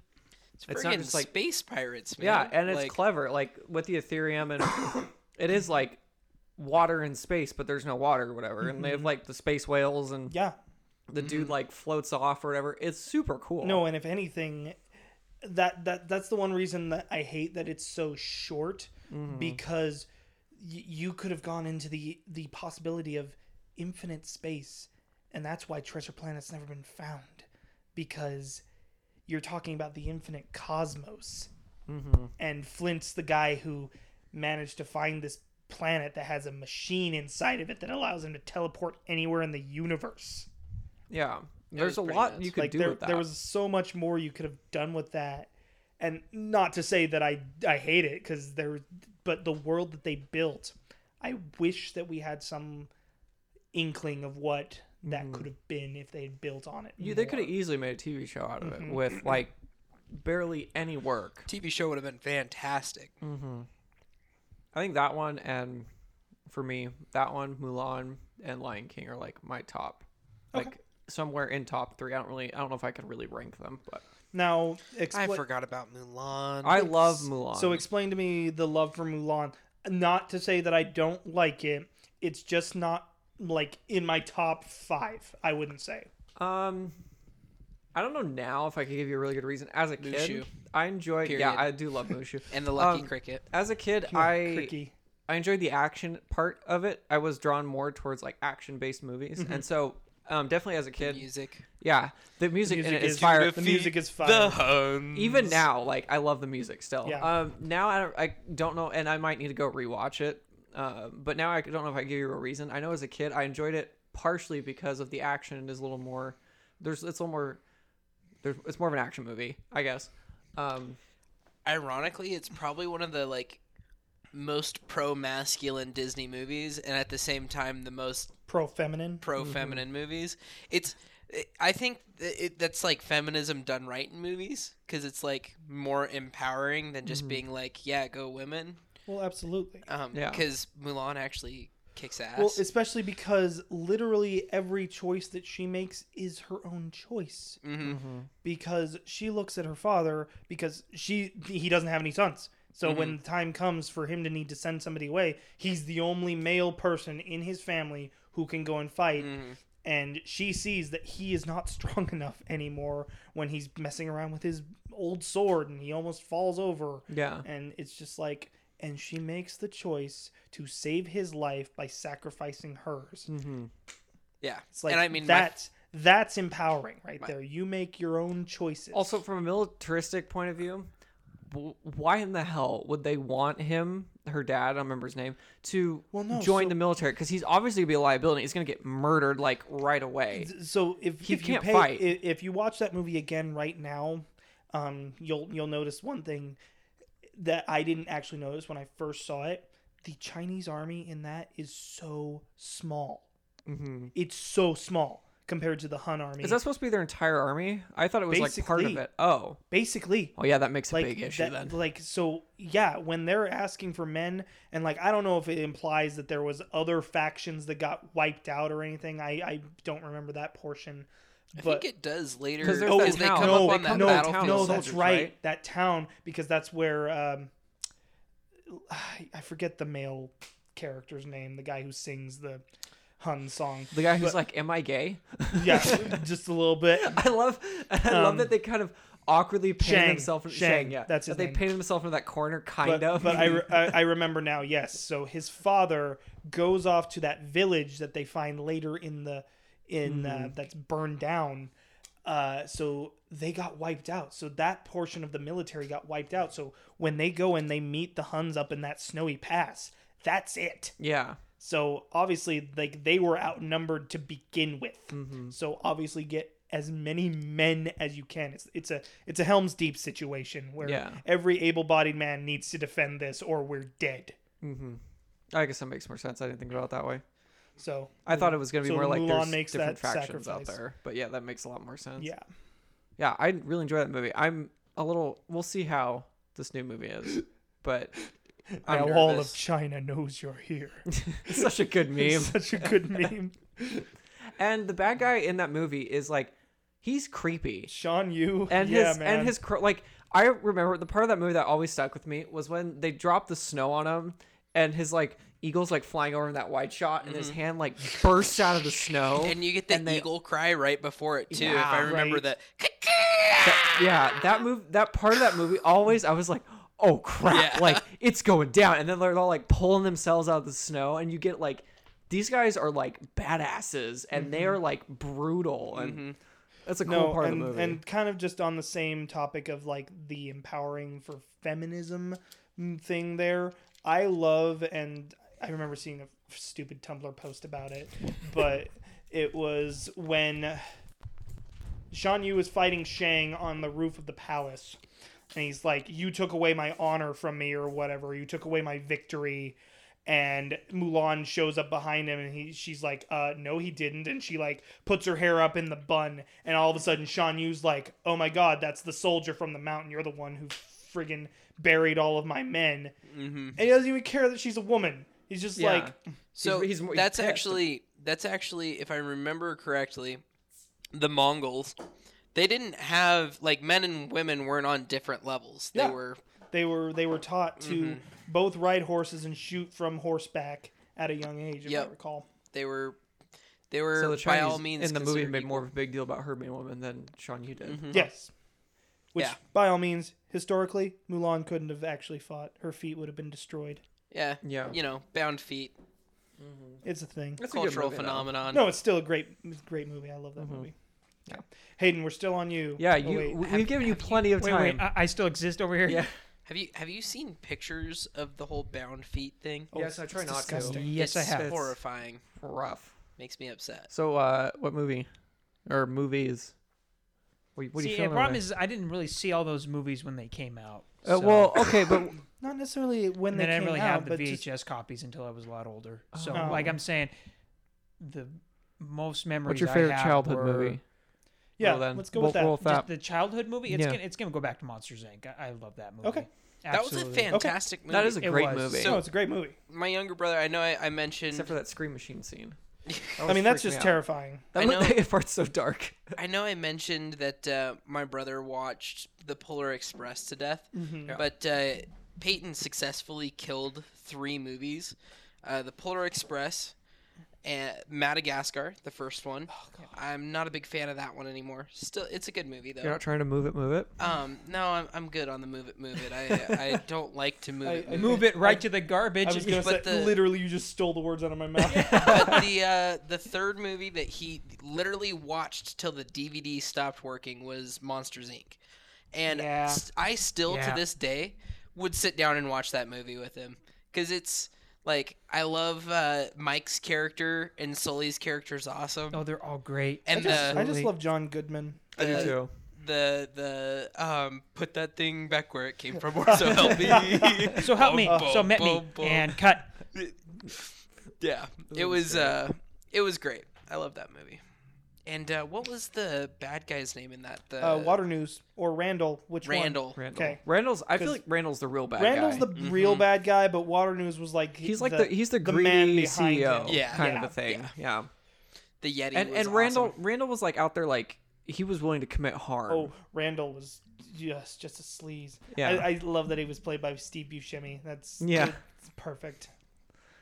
it's,
It's not
friggin'
just, like-
space pirates, man.
Yeah, and it's
like,
clever. Like with the Ethereum, and it is like water in space, but there's no water or whatever. And they have like the space whales, and
Yeah.
the dude like floats off or whatever. It's super cool.
No, and if anything, that that that's the one reason that I hate that it's so short because y- you could have gone into the the possibility of infinite space, and that's why Treasure Planet's never been found because you're talking about the infinite cosmos. and Flint's the guy who managed to find this planet that has a machine inside of it that allows him to teleport anywhere in the universe.
yeah, there's
was
a
pretty
lot
nuts.
you could
like
do
there,
with that.
there was so much more you could have done with that, and not to say that I I hate it because there, but the world that they built, I wish that we had some inkling of what that could have been if they had built on it.
Mm-hmm. You, they
more.
could have easily made a TV show out of it with like barely any work.
TV Mm-hmm. show would have been fantastic.
Mm-hmm. I think that one and for me, that one, Mulan and Lion King are like my top, like somewhere in top three. I don't really, I don't know if I can really rank them, but
now.
I
expla-
forgot about Mulan.
I love Mulan.
So explain to me the love for Mulan. Not to say that I don't like it. It's just not like in my top five. I wouldn't say.
um, I don't know now if I could give you a really good reason. As a kid,
Mushu.
I enjoyed.
Period.
Yeah, I do love Mushu
and the Lucky
Um,
Cricket.
As a kid, I
Cricky.
I enjoyed the action part of it. I was drawn more towards like action based movies,
Mm-hmm.
and so um, definitely as a kid,
Music.
yeah, the music,
music
in it is
is
fire.
The music is fire.
Huns.
Even now, like I love the music still.
Yeah.
Um, now I don't, I don't know, and I might need to go rewatch it. Uh, but now I don't know if I give you a reason. I know as a kid I enjoyed it partially because of the action is a little more. There's it's a little more. There's it's more of an action movie, I guess. Um,
ironically, it's probably one of the like most pro masculine Disney movies, and at the same time, the most
Pro feminine.
pro
Mm-hmm.
feminine movies. It's it, I think th- it, that's like feminism done right in movies because it's like more empowering than
Mm-hmm.
just being like, yeah, go women.
Well, absolutely.
Um,
Yeah.
because Mulan actually kicks ass.
Well, especially because literally every choice that she makes is her own choice.
Mhm.
Because she looks at her father because she he doesn't have any sons. So
Mm-hmm.
when the time comes for him to need to send somebody away, he's the only male person in his family who can go and fight.
Mm-hmm.
And she sees that he is not strong enough anymore when he's messing around with his old sword and he almost falls over
yeah.
and it's just like and she makes the choice to save his life by sacrificing hers
yeah,
it's like
Mm. and I mean my-
that's that's empowering right there you make your own choices
Also, from a militaristic point of view, w- why in the hell would they want him, her dad, I don't remember his name, to
Well, no,
join
so-
the military? Because he's obviously gonna be a liability. He's gonna get murdered like right away.
So if,
He
if you
can't
pay,
fight.
i- if you watch that movie again right now, um, you'll you'll notice one thing that I didn't actually notice when I first saw it. The Chinese army in that is so small.
Mm-hmm.
It's so small compared to the Hun army.
Is that supposed to be their entire army? I thought it was like part of
Basically.
it. Oh,
Basically,
well, yeah, that makes a
like
big issue
that-
then.
Like so, yeah. When they're asking for men, and like I don't know if it implies that there was other factions that got wiped out or anything. I I don't remember that portion.
I
But
think it does later
'Cause there's
Oh,
that
as they
town.
come
no,
up on that
no,
battlefield.
no,
soldiers,
that's right.
right?
That town, because that's where um, I I forget the male character's name, the guy who sings the Hun song.
the guy who's like, "Am I gay?"
yeah, just a little bit.
I love, I love
Um,
that they kind of awkwardly paint
Shang.
themselves.
Shang,
Shang, yeah,
that's
that
his
they
name.
paint himself in that corner, kind
But,
of.
but I, re- I I remember now. Yes, so his father goes off to that village that they find later in the in uh,
Mm.
that's burned down. Uh, so they got wiped out. So that portion of the military got wiped out. So when they go and they meet the Huns up in that snowy pass, that's it.
yeah,
So obviously, like they were outnumbered to begin with.
Mm-hmm.
So obviously, get as many men as you can. It's it's a it's a Helm's Deep situation where
Yeah.
every able-bodied man needs to defend this, or we're dead.
I guess that makes more sense. I didn't think about it that way.
So
I thought it was going to be
So
more like
Mulan
there's
makes
different
that
factions out
sacrifice.
there, but yeah, that makes a lot more sense.
yeah,
yeah, I really enjoy that movie. I'm a little. We'll see how this new movie is, but I'm
now
nervous.
all of China knows you're here.
It's such a good meme.
Such a good meme,
and the bad guy in that movie is like, he's creepy.
Sean. You
and
yeah,
his
man.
and his cro- like I remember the part of that movie that always stuck with me was when they dropped the snow on him and his like eagle's like flying over in that wide shot and
Mm-hmm.
his hand like bursts out of the snow
and you get the
and they-
eagle cry right before it too. if
Yeah,
I remember
right.
that.
yeah that move that part of that movie always I was like oh crap
Yeah.
like it's going down and then they're all like pulling themselves out of the snow and you get like these guys are like badasses and they are like brutal and that's a cool
no,
part
and,
of the movie
and kind of just on the same topic of like the empowering for feminism mm, thing there. I love and I remember seeing a stupid Tumblr post about it, but it was when Shan Yu was fighting Shang on the roof of the palace. And he's like, You took away my honor from me, or whatever. You took away my victory. And Mulan shows up behind him, and he, she's like, uh, No, he didn't. And she, like, puts her hair up in the bun. And all of a sudden, Shan Yu's like, Oh my God, that's the soldier from the mountain. You're the one who friggin' buried all of my men. Mm-hmm. And he doesn't even care that she's a woman. He's just
Yeah.
like,
So
he's more- he's
that's
pissed.
actually that's actually if I remember correctly, the Mongols, they didn't have like men and women weren't on different levels. They
Yeah.
were
They were they were taught to both ride horses and shoot from horseback at a young age, if I
Yep.
recall.
they were they were
so the
by
Chinese
all means
in the movie
considered
made
equal.
more of a big deal about her being a woman than Sean you did.
Yes. Which,
Yeah.
by all means, historically, Mulan couldn't have actually fought. Her feet would have been destroyed.
yeah
Yeah.
you know bound feet
It's a thing.
That's a good
cultural
movie, though.
phenomenon.
No, it's still a great, great movie. I love that movie. Yeah. Hayden, we're still on you.
Mm-hmm. Yeah,
Oh,
you.
wait.
we, have given you plenty of
Wait,
time.
wait, I, I still exist over here.
Yeah.
Have you have you seen pictures of the whole bound feet thing?
Oh,
yes, I try
it's
not
disgusting.
Yes, I
It's
have.
Horrifying.
to. Rough.
Makes me upset.
So, uh, what movie or movies? What, what are
See,
you
the
feeling?
problem
over?
is I didn't really see all those movies when they came out.
Uh,
so-
well, okay, but
Not necessarily when
and
they
then I
came
didn't really
out,
have the
but
VHS
just
copies until I was a lot older. So,
Oh.
like I'm saying, the most memories.
what's your
I
favorite
have
childhood
were
movie?
yeah.
Well, then,
let's go
we'll-
with that.
we'll with
Just
that.
the childhood movie. It's
Yeah.
gonna, it's gonna go back to Monsters Inc. I, I love that movie.
Okay.
That was
Absolutely.
a fantastic movie.
That is a
It
great
was.
movie,
no, it's a great movie.
My younger brother, I know I, I mentioned
except for that scream machine scene. That
I
was
mean, that's
freaked me
just
out.
terrifying.
That,
I
looked-
know.
that part's so dark.
I know I mentioned that uh, my brother watched the Polar Express to death,
Mm-hmm.
but uh, Peyton successfully killed three movies: uh, the Polar Express, and Madagascar, the first one.
Oh,
I'm not a big fan of that one anymore. Still, it's a good movie though.
You're not trying to move it, move it.
Um, no, I'm, I'm good on the move it, move it. I I don't like to move
I-
it.
I-
Move it.
Move it right to the garbage.
I was gonna say,
But the-
literally, you just stole the words out of my mouth.
But the uh, the third movie that he literally watched till the DVD stopped working was Monsters Inc. and
Yeah.
s- I still
Yeah.
to this day would sit down and watch that movie with him because it's like I love uh, Mike's character and Sully's character is awesome.
Oh, they're all great.
And
I just,
the,
I just
Absolutely.
love John Goodman.
I do
the-
too.
the the um put that thing back where it came from, or so help me.
so help me.
Boom,
so met me
boom, boom.
and cut.
yeah, it was uh it was great. I love that movie. And uh, what was the bad guy's name in that? The
Uh, Water News or Randall, which one?
Randall.
Randall.
Okay.
Randall's. I feel
'Cause
like Randall's the real bad
Randall's
guy.
the real bad guy, but Water News was like
He's like the, he's the, greedy E
man behind
CEO
him.
Yeah.
kind
Yeah.
of a thing. Yeah.
The Yeti.
And
was
and Randall
awesome.
Randall was like out there like he was willing to commit harm.
Oh, Randall was just just a sleaze.
Yeah.
I, I love that he was played by Steve Buscemi. That's
Yeah.
it's perfect.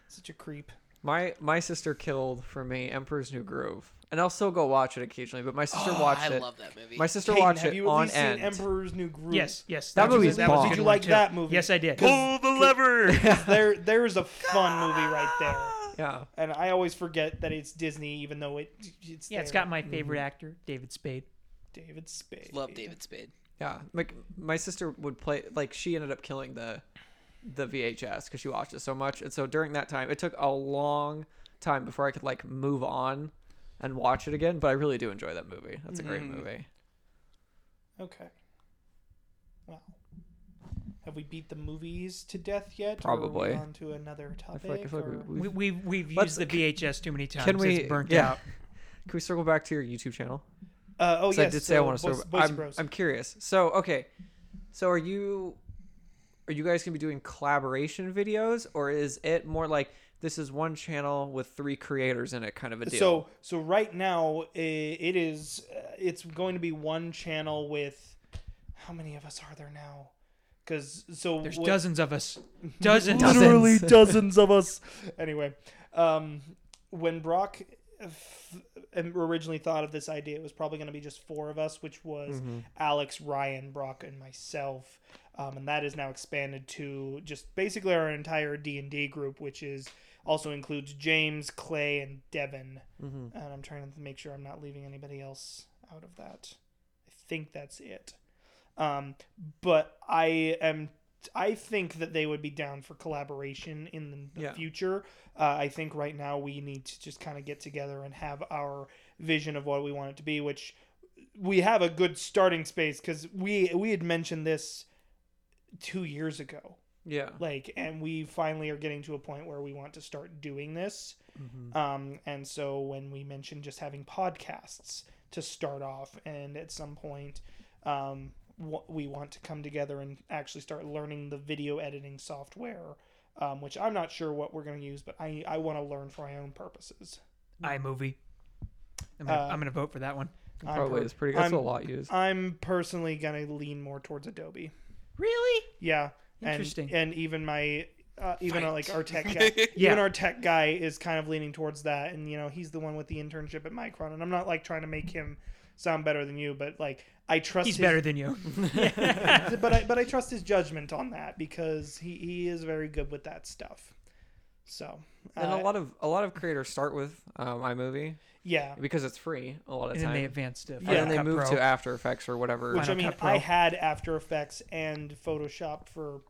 Such a creep.
My my sister killed for me Emperor's New Groove. And I'll still go watch it occasionally, but my sister
Oh,
watched
I
it.
love that movie.
My sister
Peyton,
watched
have
it
you at
on
least seen
end.
Emperor's New Groove?
Yes, yes.
That
was a-
movie's
was a
bomb.
good
Did you
one,
like
too.
that movie?
Yes, I did.
Pull the lever.
There there's a fun movie right there.
yeah.
And I always forget that it's Disney even though it it's
Yeah, it's
there.
got my favorite
Mm-hmm.
actor, David Spade.
David Spade.
Love David Spade.
Yeah. Like my sister would play like she ended up killing the the VHS because she watched it so much. And so during that time, it took a long time before I could like move on and watch it again. But I really do enjoy that movie. That's a
Mm-hmm.
great movie.
Okay. Wow. Have we beat the movies to death yet? Or are
Probably.
we on to another
I
topic.
feel like, I feel like
or-
we,
We,
we,
we, we've
Let's-
used the VHS too many times.
can we
It's burnt
yeah.
out.
Can we circle back to your YouTube channel?
Uh, oh
'Cause
yes.
I did say I
so
want to
Boys-
circle.
Boys
I'm,
Bros.
I'm curious. So okay, so are you are you guys gonna be doing collaboration videos, or is it more like this is one channel with three creators in it, kind of a deal?
So so right now i- it is uh, it's going to be one channel with how many of us are there now? Because so
There's
what- Mm-hmm.
dozens of us. Dozens.
literally dozens of us. Anyway, um, when Brock f- originally thought of this idea, it was probably going to be just four of us, which was
Mm-hmm.
Alex, Ryan, Brock, and myself. Um, and that is now expanded to just basically our entire D and D group, which is also includes James, Clay, and Devin.
Mm-hmm.
And I'm trying to make sure I'm not leaving anybody else out of that. I think that's it. Um, but I am. I think that they would be down for collaboration in the, the
Yeah.
future. Uh, I think right now we need to just kind of get together and have our vision of what we want it to be, which we have a good starting space because we we had mentioned this two years ago
yeah,
like and we finally are getting to a point where we want to start doing this
Mm-hmm.
um and so when we mentioned just having podcasts to start off and at some point um wh- we want to come together and actually start learning the video editing software um, which i'm not sure what we're going to use but i i want to learn for my own purposes
iMovie. I'm
Uh,
gonna, I'm gonna vote for that one.
I'm
probably
per-
is pretty. That's
I'm-
a lot used.
i'm personally going to lean more towards adobe
Really?
Yeah. and-
Interesting.
And, even my uh, even uh, like our tech guy, even our tech guy is kind of leaning towards that, and you know he's the one with the internship at Micron, and I'm not like trying to make him sound better than you, but like I trust
He's
his,
better than you.
but I but I trust his judgment on that because he he is very good with that stuff. So
and
uh,
a lot of a lot of creators start with um, iMovie
yeah,
because it's free a lot of
And then they
time,
advanced to
and then
Final
they
Cut
move
Pro. Uh,
to After Effects or whatever.
which I
Final
mean
Cut Pro.
I had After Effects and Photoshop for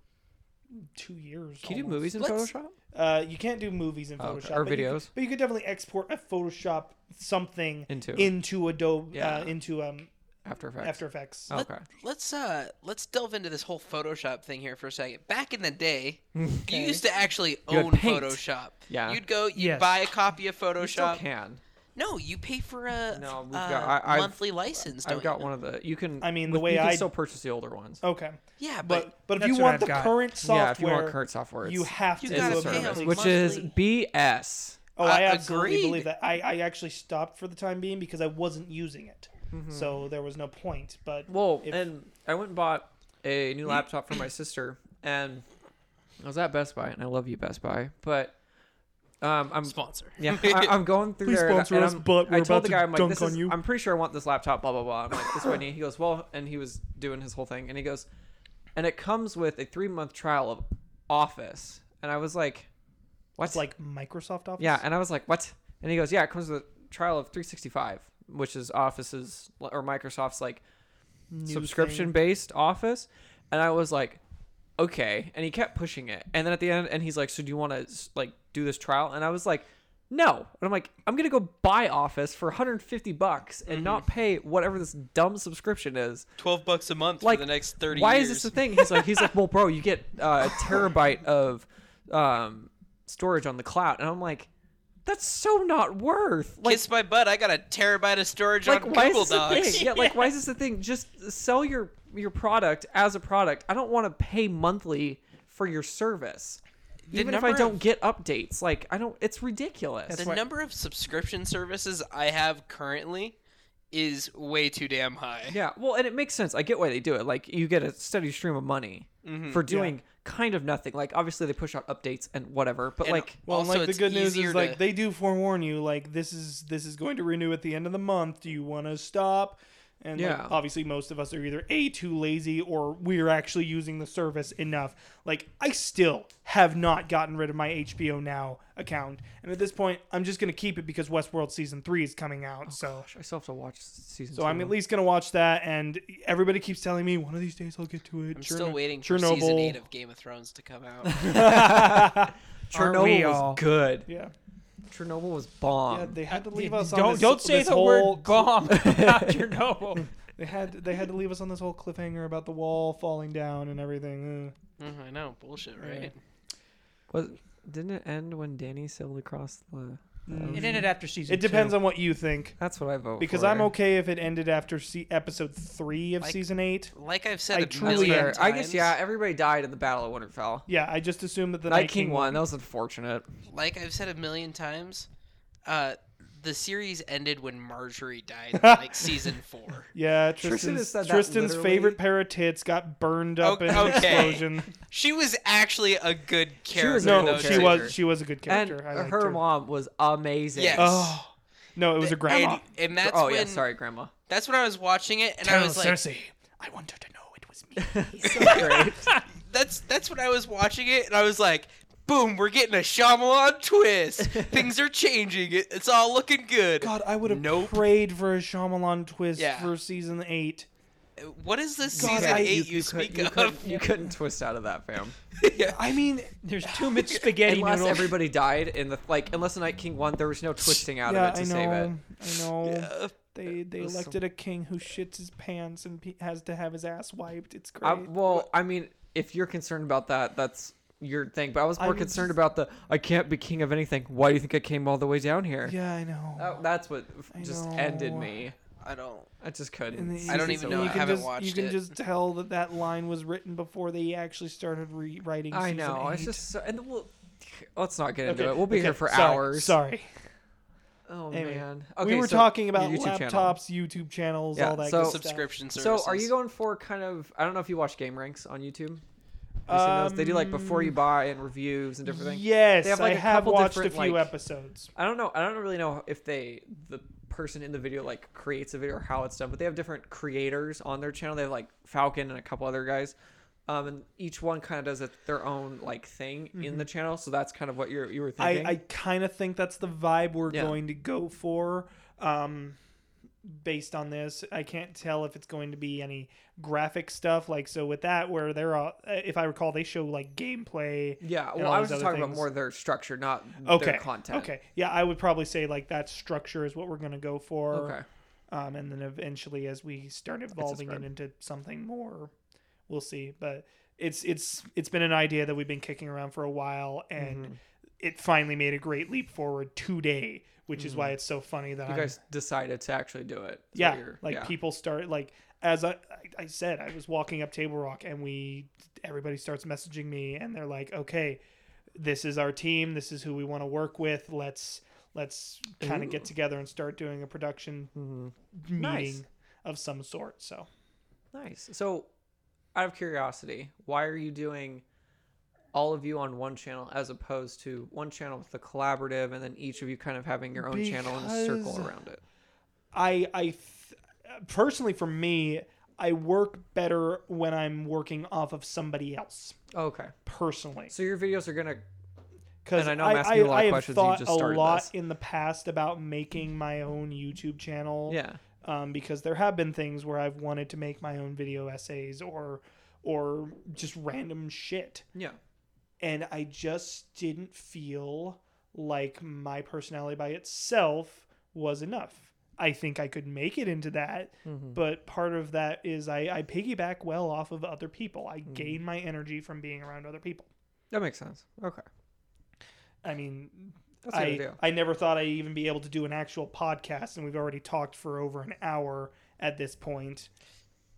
two years.
Can you do
almost.
movies in
Let's-
Photoshop?
Uh, you can't do movies in
Oh, okay.
Photoshop
Or
but you could-
videos.
but you could definitely export a Photoshop something
Into.
into Adobe
Yeah.
uh, into um
After Effects.
After Effects.
Oh, okay.
Let's uh let's delve into this whole Photoshop thing here for a second. Back in the day, you used to actually
had
own
paint.
Photoshop.
Yeah.
You'd go, you'd
Yes.
buy a copy of
You still
Photoshop.
can.
no, you pay for a,
No, we've
a
got- I- I've-
monthly license. Don't
I've got
you?
one of the. You can.
I mean, the
with-
way
you can
I-
still purchase the older ones.
Okay,
Yeah, but
but but if
That's
you
what
want
I've
the
got.
current software,
yeah, if you want current software, it's,
you have to
You
do
it's
gotta
a
a
pay
service,
monthly-
them
which is
monthly.
BS.
Oh,
I
I, absolutely
agreed.
believe that. I, I actually stopped for the time being because I wasn't using it, so there was no point. But
Mm-hmm. Well,
if-
and I went and bought a new laptop for my sister, and I was at Best Buy, and I love you, Best Buy, but um, I'm
sponsor.
yeah, I, I'm going through
Please
there. and I-
sponsor
and
us,
I'm,
but
I told
we're about
the
to
guy, I'm like,
dunk
this
on
is,
you.
I'm pretty sure I want this laptop. Blah blah blah. I'm like, this is what I need. He goes, well, and he was doing his whole thing, and he goes, and it comes with a three month trial of Office, and I was like,
it's like Microsoft Office.
Yeah, and I was like, "What?" And he goes, "Yeah, it comes with a trial of 365, which is Office's or Microsoft's like
new
subscription
thing.
based office and i was like okay and he kept pushing it and then at the end and he's like so do you want to like do this trial and i was like no and i'm like i'm gonna go buy office for 150 bucks and
Mm-hmm.
not pay whatever this dumb subscription is
Twelve bucks a month
like
for the next thirty.
why
years.
is this a thing he's like he's like well bro you get uh, a terabyte of um storage on the cloud and i'm like that's so not worth like
Kiss my butt. I got a terabyte of storage
like
on
why
Google
is this a
Docs.
thing? Yeah, like why is this a thing? Just sell your your product as a product. I don't want to pay monthly for your service, even if I
number
don't
of-
get updates. Like I don't. It's ridiculous.
The number of subscription services I have currently is way too damn high.
yeah, well, and it makes sense. I get why they do it. Like you get a steady stream of money
Mm-hmm.
for doing kind of nothing. Like obviously they push out updates and whatever, but
And
like
Well, and,
also,
like the
it's
good news
easier
is like
to-
they do forewarn you like this is this is going to renew at the end of the month. Do you want to stop? And like,
Yeah.
obviously, most of us are either a too lazy or we're actually using the service enough. Like I still have not gotten rid of my HBO Now account, and at this point, I'm just gonna keep it because Westworld season three is coming
Oh,
out. so.
gosh, I still have to watch season.
So
two.
I'm at least gonna watch that, and everybody keeps telling me one of these days I'll get to it.
I'm still waiting for season eight of Game of Thrones to come out.
Aren't we
Chernobyl
all?
was good.
yeah,
Chernobyl was bomb.
Um,
yeah. They had to leave
Uh,
us.
don't
on this,
don't say
this
the
whole- Mm.
word bomb about Chernobyl.
They had they had to leave us on this whole cliffhanger about the wall falling down and everything. eh. Ugh.
Mm, I know, bullshit, right?
Was didn't it end when Danny sailed across the?
It ended after season.
It depends on what you think,
That's what I vote
because
for.
I'm okay if it ended after se- episode three of
Like-
season eight.
Like I've said
I
a
truly
million
am-
times.
I guess yeah. Everybody died in the Battle of Winterfell.
Yeah, I just assumed that the
Night, King, won. That was unfortunate.
Like I've said a million times, uh, the series ended when Marjorie died, in, like season four.
Yeah,
Tristan
Tristan's,
has said that
Tristan's
literally.
favorite pair of tits got burned up
O-
in an
okay.
explosion.
She was actually a good
She
character.
was a
no,
cool
though,
she
too.
character.
was she was a good character. I
and
liked
her,
her
mom was amazing.
Yes.
Oh no, it was her grandma.
And, and that's
oh
when
yeah. Sorry, Grandma.
that's when I was watching it, and I was like,
I want her to know it was me.
So great.
that's that's when I was watching it, and I was like, boom, we're getting a Shyamalan twist. Things are changing. It, it's all looking good.
God, I would have
Nope.
prayed for a Shyamalan twist
Yeah.
for season eight.
What is this
God,
season
I-
eight you,
you
speak
couldn't- you
of?
couldn't- you couldn't twist out of that, fam.
I mean,
There's too much spaghetti
Unless
noodles.
everybody died in the like, unless the Night King won, there was no twisting out
yeah,
of it
I
to save it.
know, I know.
Yeah.
They they
was some-
elected a king who shits his pants and pe- has to have his ass wiped. It's great.
I, well, I mean, if you're concerned about that, that's your thing. But I was more
I'm
concerned
just-
about the I can't be king of anything. Why do you think I came all the way down here?
yeah, I know.
That, that's what f-
I
just
know.
ended me.
I don't.
I just couldn't.
And the-
I don't
you
even
can-
know,
You
I
can
haven't
just, You
watched
can
it.
just tell that that line was written before they actually started rewriting.
I
season
know. It's
eight.
just so, and we'll, let's not get into
Okay,
it. We'll be
okay,
here for
sorry,
hours.
Sorry,
Oh
Anyway,
man. Okay,
we were
so
talking
your
about
YouTube
laptops,
channel.
YouTube channels,
Yeah,
all that.
so-
good stuff.
Subscription
Oh, So,
services.
are you going for kind of? I don't know if you watch Game Ranks on YouTube. Have you seen those? They do like before you
Um,
buy and reviews and different things.
Yes,
They have, like,
I
a
have
couple
watched a
different,
few
like-
episodes.
I don't know. I don't really know if they the person in the video like creates a video or how it's done, but they have different creators on their channel. They have like Falcon and a couple other guys. Um, and each one kind of does it their own like thing in the channel, so that's kind of what you you were
Mm-hmm. I,
thinking.
I kind of think that's the vibe we're
Yeah.
going to go for um, based on this. I can't tell if it's going to be any graphic stuff. Like, so with that, where they're all, uh, if I recall, they show like gameplay.
yeah,
and
well,
all
I
those
was just
other
talking about
things.
more their structure, not
Okay.
their content.
Okay. Yeah, I would probably say like that structure is what we're going to go for.
Okay.
Um, and then eventually, as we start evolving
subscribe.
it into something more, we'll see. But it's it's it's been an idea that we've been kicking around for a while, and
Mm-hmm.
it finally made a great leap forward today, which is why it's so funny that
Mm-hmm. You
I'm,
guys decided to actually do it. It's
yeah,
weird.
like
Yeah.
people start like as I, I I said, I was walking up Table Rock, and we everybody starts messaging me, and they're like, okay, this is our team, this is who we want to work with, let's let's kind of get together and start doing a production meeting
Mm-hmm. Nice.
of some sort. So
Nice. So, out of curiosity, why are you doing all of you on one channel as opposed to one channel with the collaborative and then each of you kind of having your own channel and a circle
Because-
around it?
I I th- personally for me, I work better when I'm working off of somebody else
Okay.
personally.
So, your videos are going to.
Because
And I know I'm asking you a lot of
I have
questions, you
thought
just
a
started
lot
this.
in the past about making my own YouTube channel.
Yeah.
um, because there have been things where I've wanted to make my own video essays or or just random shit,
Yeah.
and I just didn't feel like my personality by itself was enough. I think I could make it into that,
Hmm.
but part of that is I, I piggyback well off of other people. I
Hmm.
gain my energy from being around other people.
That makes sense. Okay.
I mean,
That's the
I,
idea.
I never thought I'd even be able to do an actual podcast, and we've already talked for over an hour at this point.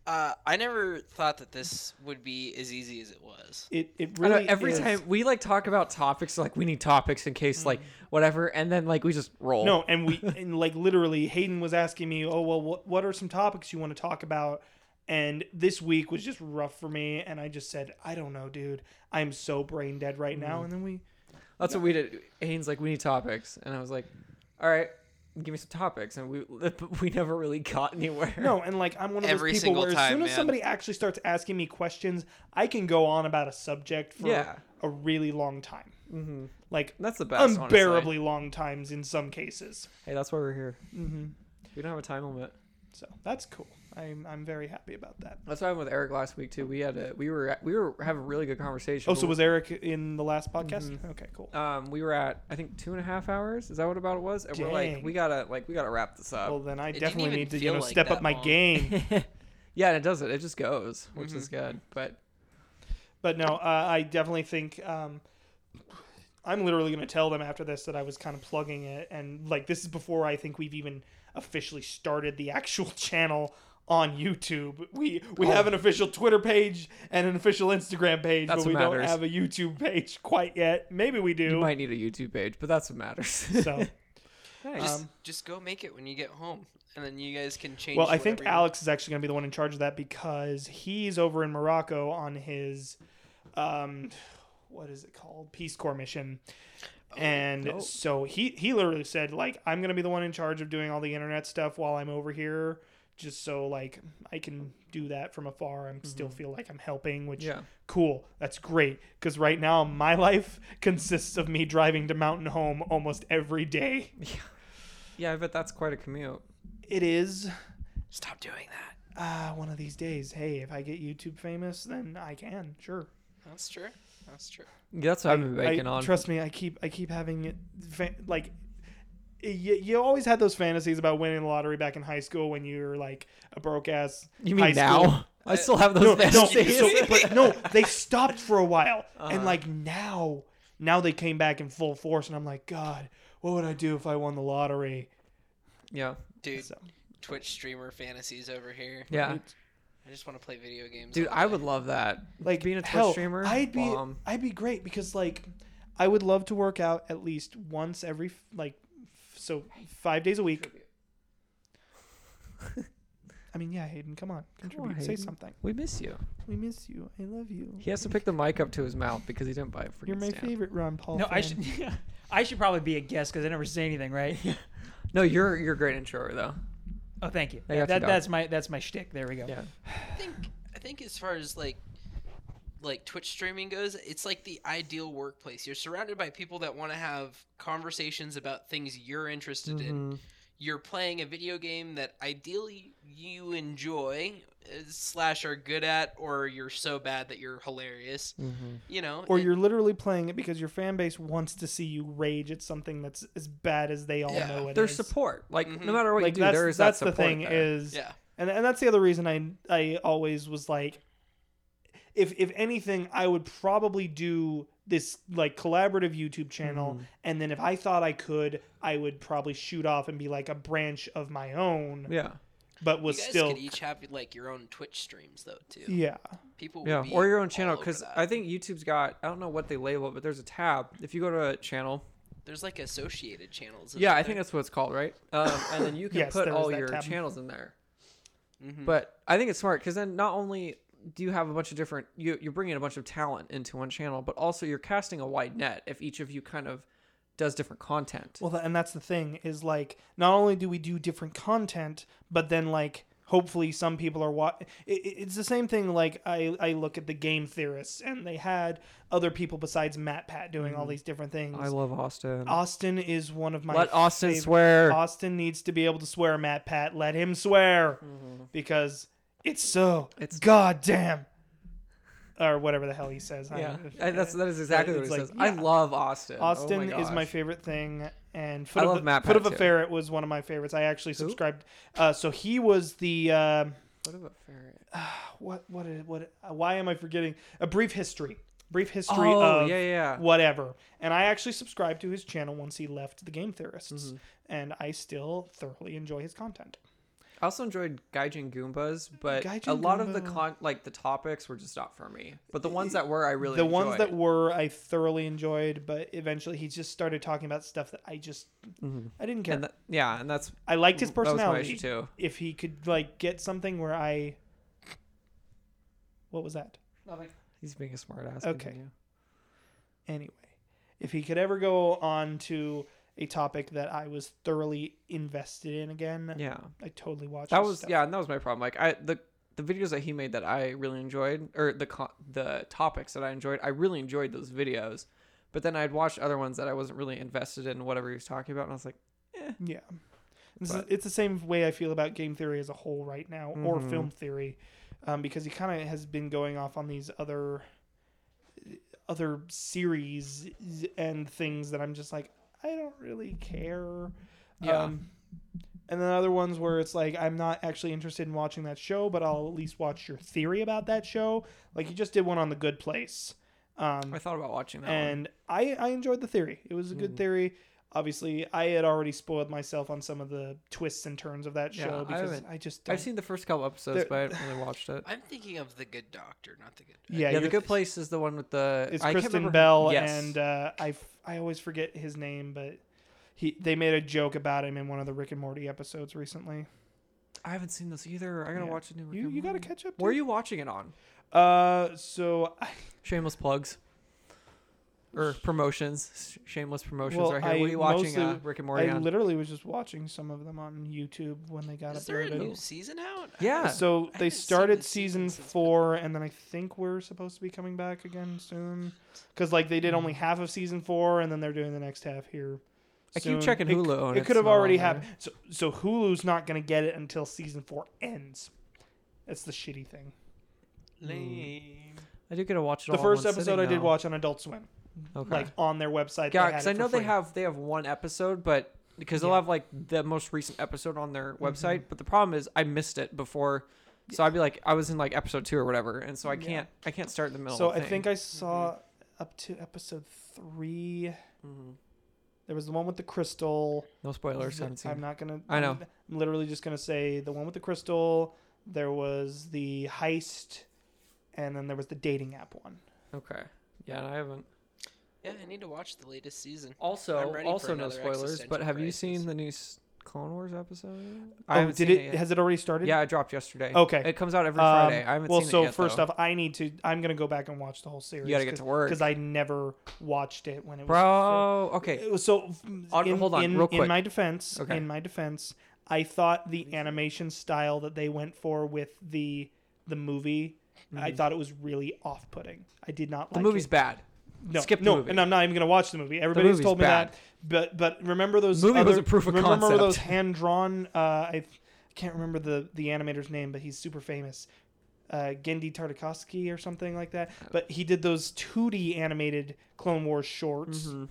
Uh, I never thought that this would be as easy as it was.
It it
I know,
really
every
is-
time we like talk about topics, like we need topics in case like whatever, and then like we just roll.
Mm. No, and we and like literally Hayden was asking me, "Oh well, what what are some topics you want to talk about?" And this week was just rough for me, and I just said, "I don't know, dude. I'm so brain dead right now."
Mm.
And then we
That's what we did. Haynes like we need topics, and I was like, all right, give me some topics, and we we never really got anywhere.
No, and like I'm one of
Every
those people
single
where as
time,
soon as
man.
somebody actually starts asking me questions, I can go on about a subject for
Yeah.
a really long time. Mm-hmm. Like
That's the best, honestly.
unbearably long times in some cases.
Hey, that's why we're here. Mm-hmm. We don't have a time limit.
So that's cool. I'm I'm very happy about that.
That's what happened with Eric last week too. We had a we were we were having a really good conversation.
Oh, so
but
was Eric in the last
Mm-hmm.
podcast? Okay, cool.
um we were at I think two and a half hours. Is that what about it was? And we're
Dang.
like we gotta like we gotta wrap this up.
Well, then I
Uh, didn't
definitely
even
need to you
feel
know
like
step up
that
my
long.
game.
yeah, and it does it. It just goes, which is
Mm-hmm.
good. But
But no, uh, I definitely think um, I'm literally going to tell them after this that I was kind of plugging it, and like this is before I think we've even officially started the actual channel on YouTube. We
Oh.
we have an official Twitter page and an official Instagram page,
That's
but we
what
don't
matters.
have a YouTube page quite yet. Maybe we
you
do.
might need a YouTube page, but that's what matters.
So, um,
Nice.
Just, just go make it when you get home, and then you guys can change.
well, I think
whatever you want.
Alex is actually going to be the one in charge of that because he's over in Morocco on his um what is it called peace corps mission
Oh,
and so he he literally said like i'm gonna be the one in charge of doing all the internet stuff while i'm over here just so like i can do that from afar i am still
Mm-hmm.
feel like i'm helping which
Yeah.
cool that's great because right now my life consists of me driving to mountain home almost every day
yeah, I bet that's quite a commute.
it is
stop doing that.
uh, one of these days hey if i get youtube famous then i can sure
That's true. That's true.
Yeah, that's what I've been
I-
banking on.
Trust me, I keep I keep having it fa- like you, you always had those fantasies about winning the lottery back in high school when you were like a broke ass.
you
high
mean now?
school-
I still have
No,
those
no,
fantasies. Uh-huh.
so, but no, they stopped for a while, and like now, now they came back in full force, and I'm like, God, what would I do if I won the lottery?
yeah,
Dude,
So-
Twitch streamer fantasies over here.
yeah,
I just want to play video games.
dude,
all
I
day.
would love that.
Like
being a Twitch
hell,
streamer,
I'd be
bomb.
I'd be great because like I would love to work out at least once every f- like f- so five days a week. I mean, yeah, Hayden, come on, contribute,
on,
say
Hayden.
something.
We miss you.
We miss you. I love you.
He has to pick the mic up to his mouth because he didn't buy a freaking
You're my
stand.
favorite Ron Paul.
No, I
fan.
should. I should probably be a guest because I never say anything, right?
No, you're you're a great intro though.
oh, thank you.
I got you,
That,
dog.
that's my that's my shtick. There we go.
Yeah.
I think I think as far as like like Twitch streaming goes, it's like the ideal workplace. You're surrounded by people that want to have conversations about things you're interested
Mm-hmm.
in. You're playing a video game that ideally you enjoy uh, slash are good at, or you're so bad that you're hilarious.
mm-hmm.
You know,
Or
it-
you're literally playing it because your fan base wants to see you rage at something that's as bad as they all
Yeah,
know it is.
There's support. Like no matter what
Mm-hmm. Like
you do,
that's
there is
that's
that
the
support
thing
there.
is.
yeah.
and and that's the other reason I I always was like, if if anything, I would probably do this like collaborative YouTube channel,
Mm-hmm.
and then if I thought I could, I would probably shoot off and be like a branch of my own,
yeah.
but
You
was
guys
still
could e- each have like your own Twitch streams though too.
yeah.
People would
Yeah,
be
or your
all
own channel
over
because
that.
I think YouTube's got I don't know what they label, it, but there's a tab. If you go to a channel,
there's like associated channels.
yeah, I
isn't
think
there?
that's what it's called, right? Um, and then you can
Yes,
put
there is
all
that
your
tab. Mm-hmm.
channels in there. But I think it's smart because then not only do you have a bunch of different you you're bringing a bunch of talent into one channel, but also you're casting a wide net if each of you kind of does different content.
Well, tha- and that's the thing is like not only do we do different content, but then like hopefully some people are wa- it, it- it's the same thing like I, I look at the game theorists and they had other people besides matt pat doing all these different things
Mm-hmm. I love Austin.
austin is one of my
Let Austin
favorite-
swear.
austin needs to be able to swear matt pat let him swear
Mm-hmm.
because it's so it's goddamn or whatever the hell he says I-
yeah, I- that's that is exactly what
it's
he
like,
says. I
yeah.
love Austin. Oh
Austin is my
gosh.
favorite thing, and
I
Foot,
love
of, the,
Matt
Foot of
Pat,
a
too.
Ferret was one of my favorites. I actually subscribed. Uh, so he was the uh,
What about Ferret?
what what is- what? uh, Why am I forgetting? A brief history, brief history
Oh,
of
yeah, yeah.
whatever. And I actually subscribed to his channel once he left the Game Theorists,
Mm-hmm.
and I still thoroughly enjoy his content.
I also enjoyed Gaijin Goombas, but a
Gaijin
lot of the
Goomba.
con like the topics were just not for me. But the ones that were, I really
the ones that
enjoyed.
were I thoroughly enjoyed, but eventually he just started talking about stuff that I just I didn't
Mm-hmm.
care.
and that- yeah, and that's
I liked his
that was my
personality
issue, too.
If he could like get something where I, what was that?
he's being a smart ass.
Okay. Anyway, if he could ever go on to a topic that I was thoroughly invested in again,
Yeah,
I totally watched.
that
his
was
stuff.
yeah, and that was my problem. Like I the the videos that he made that I really enjoyed, or the co- the topics that I enjoyed, I really enjoyed those videos. But then I'd watched other ones that I wasn't really invested in whatever he was talking about, and I was like,
yeah. This is, it's the same way I feel about game theory as a whole right now, or film theory, um, because he kind of has been going off on these other other series and things that I'm just like, I don't really care.
Yeah.
Um, and then other ones where it's like I'm not actually interested in watching that show, but I'll at least watch your theory about that show. Like you just did one on The Good Place. Um,
I thought about watching that. one. Mm.
and I, I enjoyed the theory. It was a good theory. Obviously, I had already spoiled myself on some of the twists and turns of that
Yeah,
show
I
because
haven't-
I, just don't.
I've seen the first couple episodes,
There-
but I haven't really watched it.
I'm thinking of the Good Doctor, not the Good.
yeah,
Yeah, the
you're-
good place is the one with the.
It's
I can't
Kristen
remember-
Bell
Yes.
and uh, I f- I always forget his name, but he they made a joke about him in one of the Rick and Morty episodes recently.
I haven't seen this either. I gotta
Yeah.
watch a new. Rick
You
and
you got to
Morty.
catch up.
Where are
dude.
you watching it on?
Uh, so I,
Shameless plugs. Or promotions, Sh- shameless promotions
Well,
right here.
I
what are you watching,
mostly-
uh, Rick and Morty?
I
on?
literally was just watching some of them on YouTube when they got
Is there a
uploaded.
new season out?
yeah,
So
I
they
haven't seen
started
the
season
season since-
four, and then I think we're supposed to be coming back again soon. Because like they did only half of season four, and then they're doing the next half here.
Hmm. I keep
soon.
checking
It-
Hulu, and
It,
it's
could have
not
already
on there.
happened. So so Hulu's not gonna get it until season four ends. That's the shitty thing.
Hmm.
Lame.
I do get to watch it. all
The
in
first
one
episode
sitting
I did
now.
watch on Adult Swim,
Okay.
like on their website.
yeah,
they had
because I
it
know
for
they
free.
have they have one episode, but because they'll
Yeah. Mm-hmm.
have like the most recent episode on their website. But the problem is, I missed it before, so I'd be like, I was in like episode two or whatever, and so I can't I can't start in the middle.
So
of the
I
thing. Mm-hmm.
think I saw up to episode 3 There was the one with the crystal.
no spoilers. I haven't seen.
I'm not gonna.
I know.
I'm, I'm literally just gonna say the one with the crystal. There was the heist, and then there was the dating app one.
Okay. Yeah, and I haven't.
Yeah, I need to watch the latest season. I'm
Also,
ready for
also no
another
spoilers. But
existential
have you
crisis.
seen the new s- Clone Wars episode?
Oh,
I haven't
did
seen
it?
yet.
Has it already started?
yeah, it dropped yesterday.
Okay.
It comes out every
Um,
Friday. I haven't
well,
seen
so
it yet.
first
though.
off, I need to. I'm gonna go back and watch the whole series.
gotta get
'cause-
to work.
because I never watched it when it was.
bro.
fir-
Okay.
It was so.
Aud-
in,
hold on,
in,
real
In
quick.
my defense,
Okay.
in my defense, I thought the animation style that they went for with the the movie, I thought it was really off-putting. I did not.
Mm. The
like
movie's
it.
bad.
No,
Skip the
no,
movie.
and I'm not even gonna watch the movie. Everybody's
movie's
told me
bad.
that. But but remember those
Movie was
other-
a proof of
remember
concept.
those hand drawn. Uh, I can't remember the the animator's name, but he's super famous. Uh, Gendy Tartakovsky or something like that.
Uh.
But he did those 2D animated Clone Wars shorts.
Mm-hmm.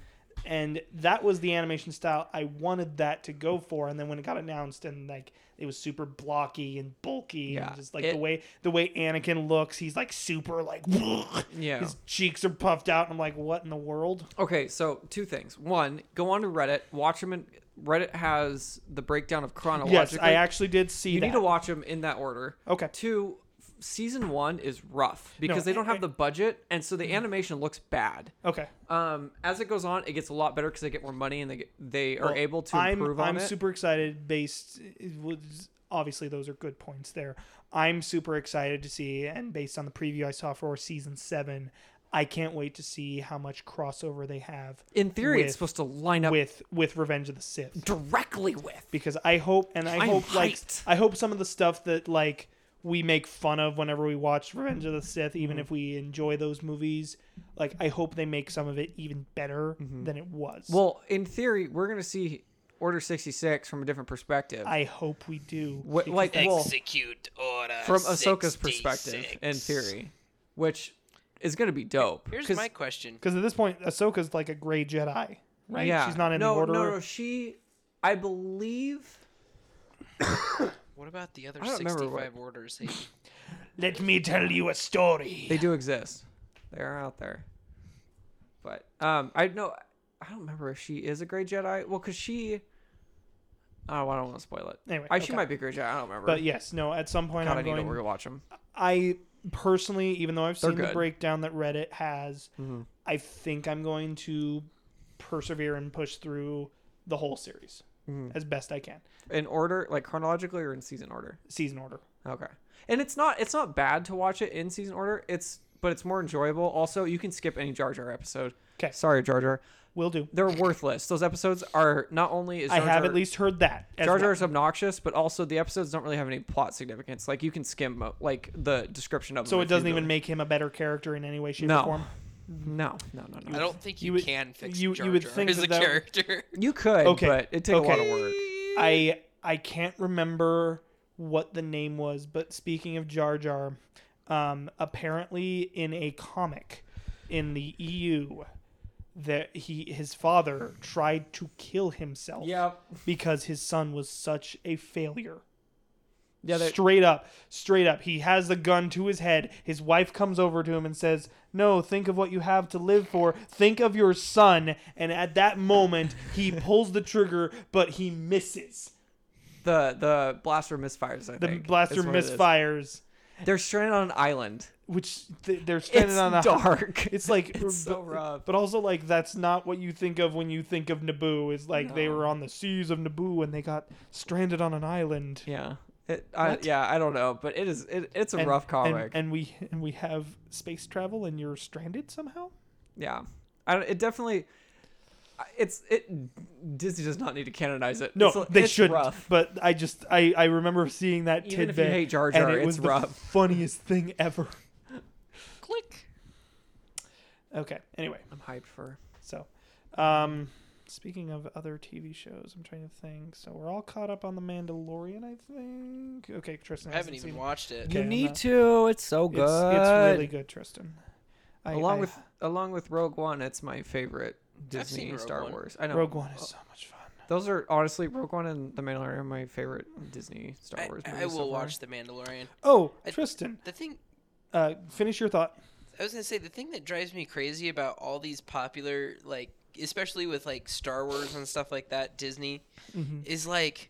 And that was the animation style I wanted that to go for, and then when it got announced and like it was super blocky and bulky,
Yeah,
and just like
it-
the way the way Anakin looks, he's like super like
Yeah.
his cheeks are puffed out, and I'm like, what in the world?
Okay, so two things. One, go on to Reddit. Watch them. In, Reddit has the breakdown of
Yes,
chronologically.
I actually did see
You
that.
need to watch them in that order.
Okay.
Two, f- season one is rough because they don't have the budget, and so
Mm-hmm.
the animation looks bad.
Okay,
Um, as it goes on, it gets a lot better because they get more money and they get, they are
Well,
able to
I'm,
improve on
I'm
it.
super excited. Based, it was, obviously, those are good points there. I'm super excited to see, and based on the preview I saw for season seven, I can't wait to see how much crossover they have
In theory, it's
With-
supposed to line up
with with Revenge of the Sith.
directly with.
because I hope and I
I'm
hope like
hyped.
I hope some of the stuff that like we make fun of whenever we watch Revenge of the Sith,
Mm-hmm.
even if we enjoy those movies, like I hope they make some of it even better than it was.
Mm-hmm. Well, in theory, we're gonna see Order sixty six from a different perspective.
I hope we do.
What-
because
like,
that's-
well,
Execute order
from Ahsoka's perspective,
66.
in theory, which is gonna be dope.
Here's
'cause-
my question.
because at this point, Ahsoka's like a gray Jedi, right?
Yeah,
She's not in
no,
the order.
No, no, she. I believe
What about the other
I don't remember what-
65 orders? Hey,
Let me tell you a story.
they do exist. They are out there. But um, I know I don't remember if she is a Grey Jedi. Well, cause she. Oh, I don't want to spoil it.
Anyway,
I, she
okay.
might be a Grey Jedi. I don't remember.
But yes, no. At some point,
God, I
I'm
need
going.
to rewatch them.
I personally, even though I've
They're
seen the
good. Mm-hmm.
breakdown that Reddit has, I think I'm going to persevere and push through the whole series
Mm-hmm.
as best I can.
In order, like chronologically or in season order.
Season order.
Okay. And it's not it's not bad to watch it in season order. It's but it's more enjoyable. Also, you can skip any Jar Jar episode.
'Kay.
Sorry, Jar Jar.
Will do.
They're worthless. Those episodes are not only is
I
Jar
have
Jar-
at least heard that. as
Jar Jar
well.
is obnoxious, but also the episodes don't really have any plot significance. Like you can skim uh, like the description of
So
them
it
if you
doesn't even
really-
make him a better character in any way, shape, or
No.
form.
No, no, no, no.
I don't think you,
would-
can fix
you-
Jar
you would
Jar
think
as
that
a
that would-
character.
You could,
Okay.
but it takes a lot of
Okay.
work.
I I can't remember what the name was, but speaking of Jar Jar, um, apparently in a comic in the EU, that he his father tried to kill himself because his son was such a failure.
Yeah, they,
Straight up, straight up. He has the gun to his head. His wife comes over to him and says, No, think of what you have to live for. Think of your son. And at that moment, he pulls the trigger, but he misses.
the the blaster misfires. I
The
think,
blaster
is what it is.
misfires,
They're stranded on an island.
which th- they're standing
It's
on a.
dark.
It's like
It's so
but-
rough.
but also like that's not what you think of when you think of Naboo. It's like they
No.
were on the seas of Naboo and they got stranded on an island.
Yeah. It, I, yeah, I don't know, but it is it, it's a
And-
rough
and-
comic.
and we and we have space travel, and you're stranded somehow.
yeah, I don't, it definitely it's it Disney does not need to canonize it.
No,
It's-
they
it's
shouldn't.
rough.
But I just I I remember seeing that
Even if
tidbit.
you hate Jar
and
Jar,
it was
it's
the
rough.
funniest thing ever.
Click.
Okay. Anyway,
I'm hyped for.
so um speaking of other TV shows, I'm trying to think. So we're all caught up on The Mandalorian, I think. Okay, Tristan.
I haven't
hasn't
even
seen it.
watched it.
Okay, I'm not-
to. It's so
It's, it's really good, Tristan. I,
Oh, along
I-
with along with Rogue One, it's my favorite
seen
Disney
Rogue
Star
One.
Wars. I know
Rogue One
Oh.
is so much fun.
those are honestly Rogue One and The Mandalorian are my favorite Disney Star
I,
Wars.
I
movies so
will
far.
watch The Mandalorian.
Oh,
I-
Tristan,
The thing
uh, finish your thought.
I was gonna say the thing that drives me crazy about all these popular like especially with like Star Wars and stuff like that, Disney is like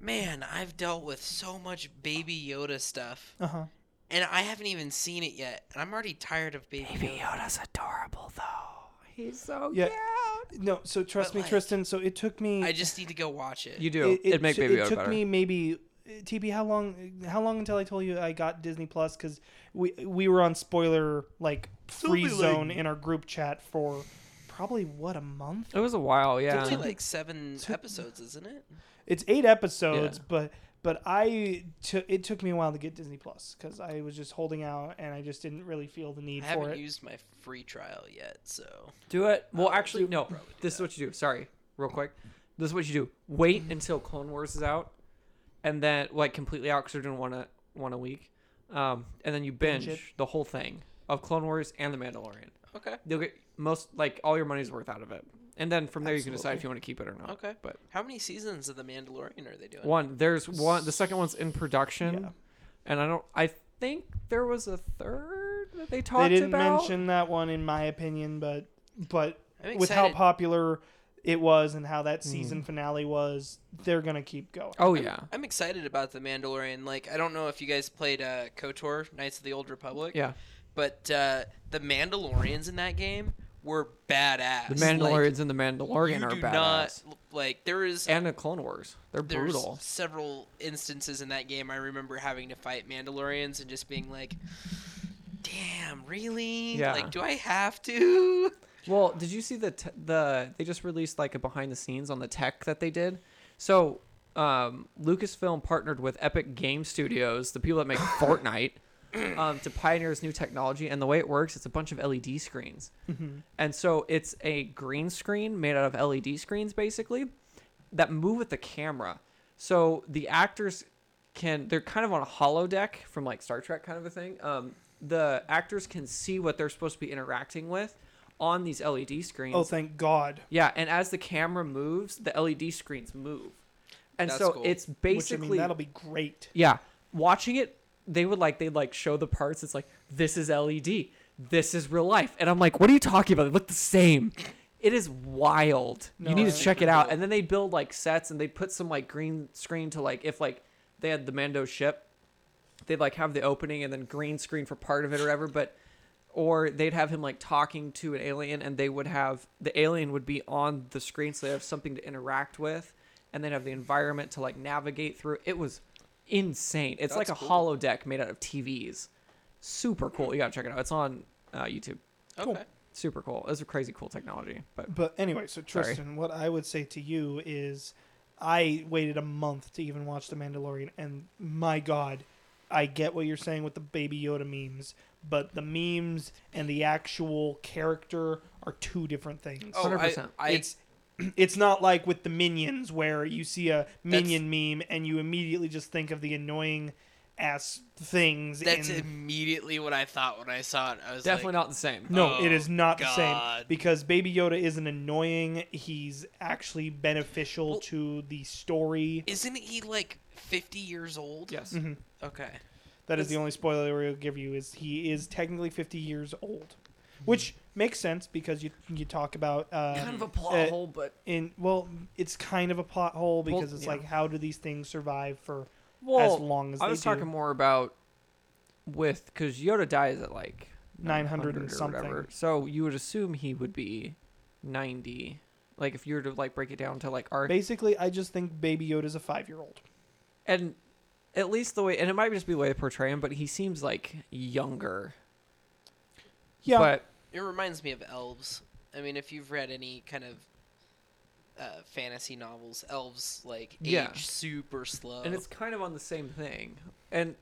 man, I've dealt with so much baby Yoda stuff
Uh
Uh-huh.
huh.
and I haven't even seen it yet. And I'm already tired of baby, Yoda.
Yoda's adorable though. He's so
Yeah.
cute.
No, so trust
But,
me,
like,
Tristan. So it took me.
I just need to go watch it.
You do. It, would make
t-
Baby
it
Yoda
took
better.
me maybe TP. How long? How long until I told you I got Disney Plus? Because we we were on spoiler like free zone in our group chat for probably what a month.
it was a while,
It's
yeah.
only like seven episodes, isn't it?
It's eight episodes,
Yeah.
but but I took it took me a while to get Disney Plus because I was just holding out and I just didn't really feel the need
I
for it.
haven't used my free trial yet, so
Do it. Well, actually, no. This is what you do. Sorry, real quick. This is what you do. Wait until Clone Wars is out, and then like completely out because they're doing one a one a week, um, and then you binge,
it.
the whole thing of Clone Wars and The Mandalorian.
okay.
You'll get most like all your money's worth out of it, and then from there you can decide if you want to keep it or not.
Okay.
but
How many seasons of The Mandalorian are they doing?
one there's one. The second one's in production,
Yeah.
and I don't. I think there was a third that they talked
They didn't
about.
mention that one in my opinion, but but
I'm
with how
excited.
popular it was and how that season finale was, they're gonna keep going.
Hmm. oh yeah,
I'm excited about The Mandalorian. Like, I don't know if you guys played uh, KOTOR, Knights of the Old Republic.
yeah.
But uh, the Mandalorians in that game were badass.
The
Like,
Mandalorians and the Mandalorian
you
are
do
badass.
not like there is
and the Clone Wars. They're
there's
brutal.
several instances in that game I remember having to fight Mandalorians and just being like, damn, really?
Yeah.
Like, do I have to?
Well, did you see the t- the they just released like a behind the scenes on the tech that they did? So, um, Lucasfilm partnered with Epic Game Studios, the people that make Fortnite, um, to pioneer this new technology. And the way it works, it's a bunch of LED screens,
Mm-hmm.
and so it's a green screen made out of LED screens, basically, that move with the camera. So the actors can they're kind of on a hollow deck from like Star Trek kind of a thing. Um, the actors can see what they're supposed to be interacting with on these LED screens.
Oh, thank God.
yeah, and as the camera moves, the LED screens move, and
That's
so
cool.
it's
Which I
basically
mean, that'll be great.
yeah. Watching it, they would like they'd like show the parts. It's like this is LED, this is real life, and I'm like, what are you talking about? They look the same. It is wild. you need to
that's
check it out. And then they build like sets and they put some like green screen to like if like they had the Mando ship, they'd like have the opening and then green screen for part of it or whatever. But or they'd have him like talking to an alien and they would have the alien would be on the screen so they have something to interact with and they'd have the environment to like navigate through it was insane it's like a hollow deck made out of tvs super cool you gotta check it out it's on uh, youtube
Cool.
Okay.
super cool it's a crazy cool technology but
But anyway, so Tristan, what I would say to you is, I waited a month to even watch The Mandalorian, and my God, I get what you're saying with the Baby Yoda memes, but the memes and the actual character are two different things.
Oh, I,
100%.
I,
it's it's not like with the minions where you see a minion meme and you immediately just think of the annoying ass things.
that's
in-
immediately what I thought when I saw it. I was
definitely
like,
not the same
No,
Oh,
it is not the same
God.
because Baby Yoda isn't annoying. He's actually beneficial to the story.
Isn't he like 50 years old?
yes
Mm-hmm.
Okay.
That is the only spoiler we'll give you is he is technically 50 years old, which makes sense because you you talk about uh,
kind of a plot
uh,
hole but
in well, it's kind of a plot hole because it's
yeah.
like how do these things survive for
well
as long as
i
they
was
do.
talking more about with because yoda dies at like
900 and
or
something.
So you would assume he would be 90. Like if you were to like break it down to like our
Basically, I just think Baby Yoda's a five year old.
and at least the way and it might just be the way they portray him, but he seems like younger.
Yeah,
But
It reminds me of elves. I mean, if you've read any kind of uh, fantasy novels, elves like
Yeah.
age super slow.
and
Oh.
it's kind of on the same thing. And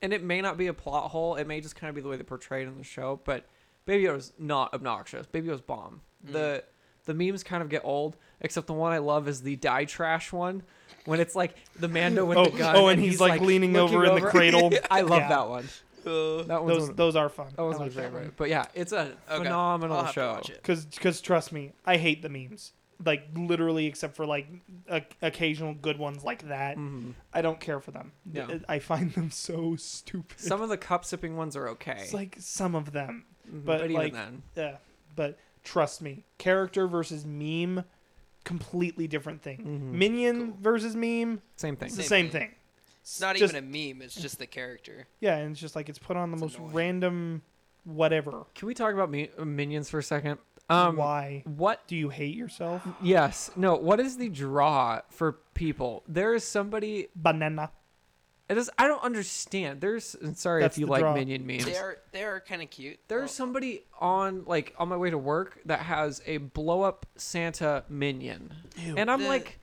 and it may not be a plot hole. It may just kind of be the way they portray it in the show. But Baby Yoda's not obnoxious. Baby Yoda's bomb.
Mm.
The the memes kind of get old, except the one I love is the die trash one. When it's like the Mando with
Oh,
the gun.
oh, and he's, like, leaning
looking
over in the cradle.
I love
Yeah.
that one. that one's
those
one,
those are fun.
that one's my favorite. But yeah, it's a
Okay,
phenomenal
I'll have to
show.
watch it.
Cause, cause trust me, I hate the memes. Like literally, except for like o- occasional good ones like that.
Mm-hmm.
I don't care for them.
No.
I I find them so stupid.
Some of the cup sipping ones are okay, Mm-hmm.
it's like some of them,
but,
but,
even
like,
then,
yeah. But trust me, character versus meme, completely different thing. Minion versus meme,
Mm, same thing.
it's the
Same
same
thing.
thing.
It's not
just-
even a meme. It's just the character.
Yeah, and it's just like it's put on the most
annoying.
random, whatever.
Can we talk about mi- minions for a second? Um,
Why
What
do you hate yourself?
Yes. No. What is the draw for people? There is somebody.
Banana.
It is. I don't understand. There's. And sorry
That's
if you
the
like
draw.
minion memes.
They are they are kind of cute.
There's somebody on like on my way to work that has a blow up Santa minion, and I'm
The-
like,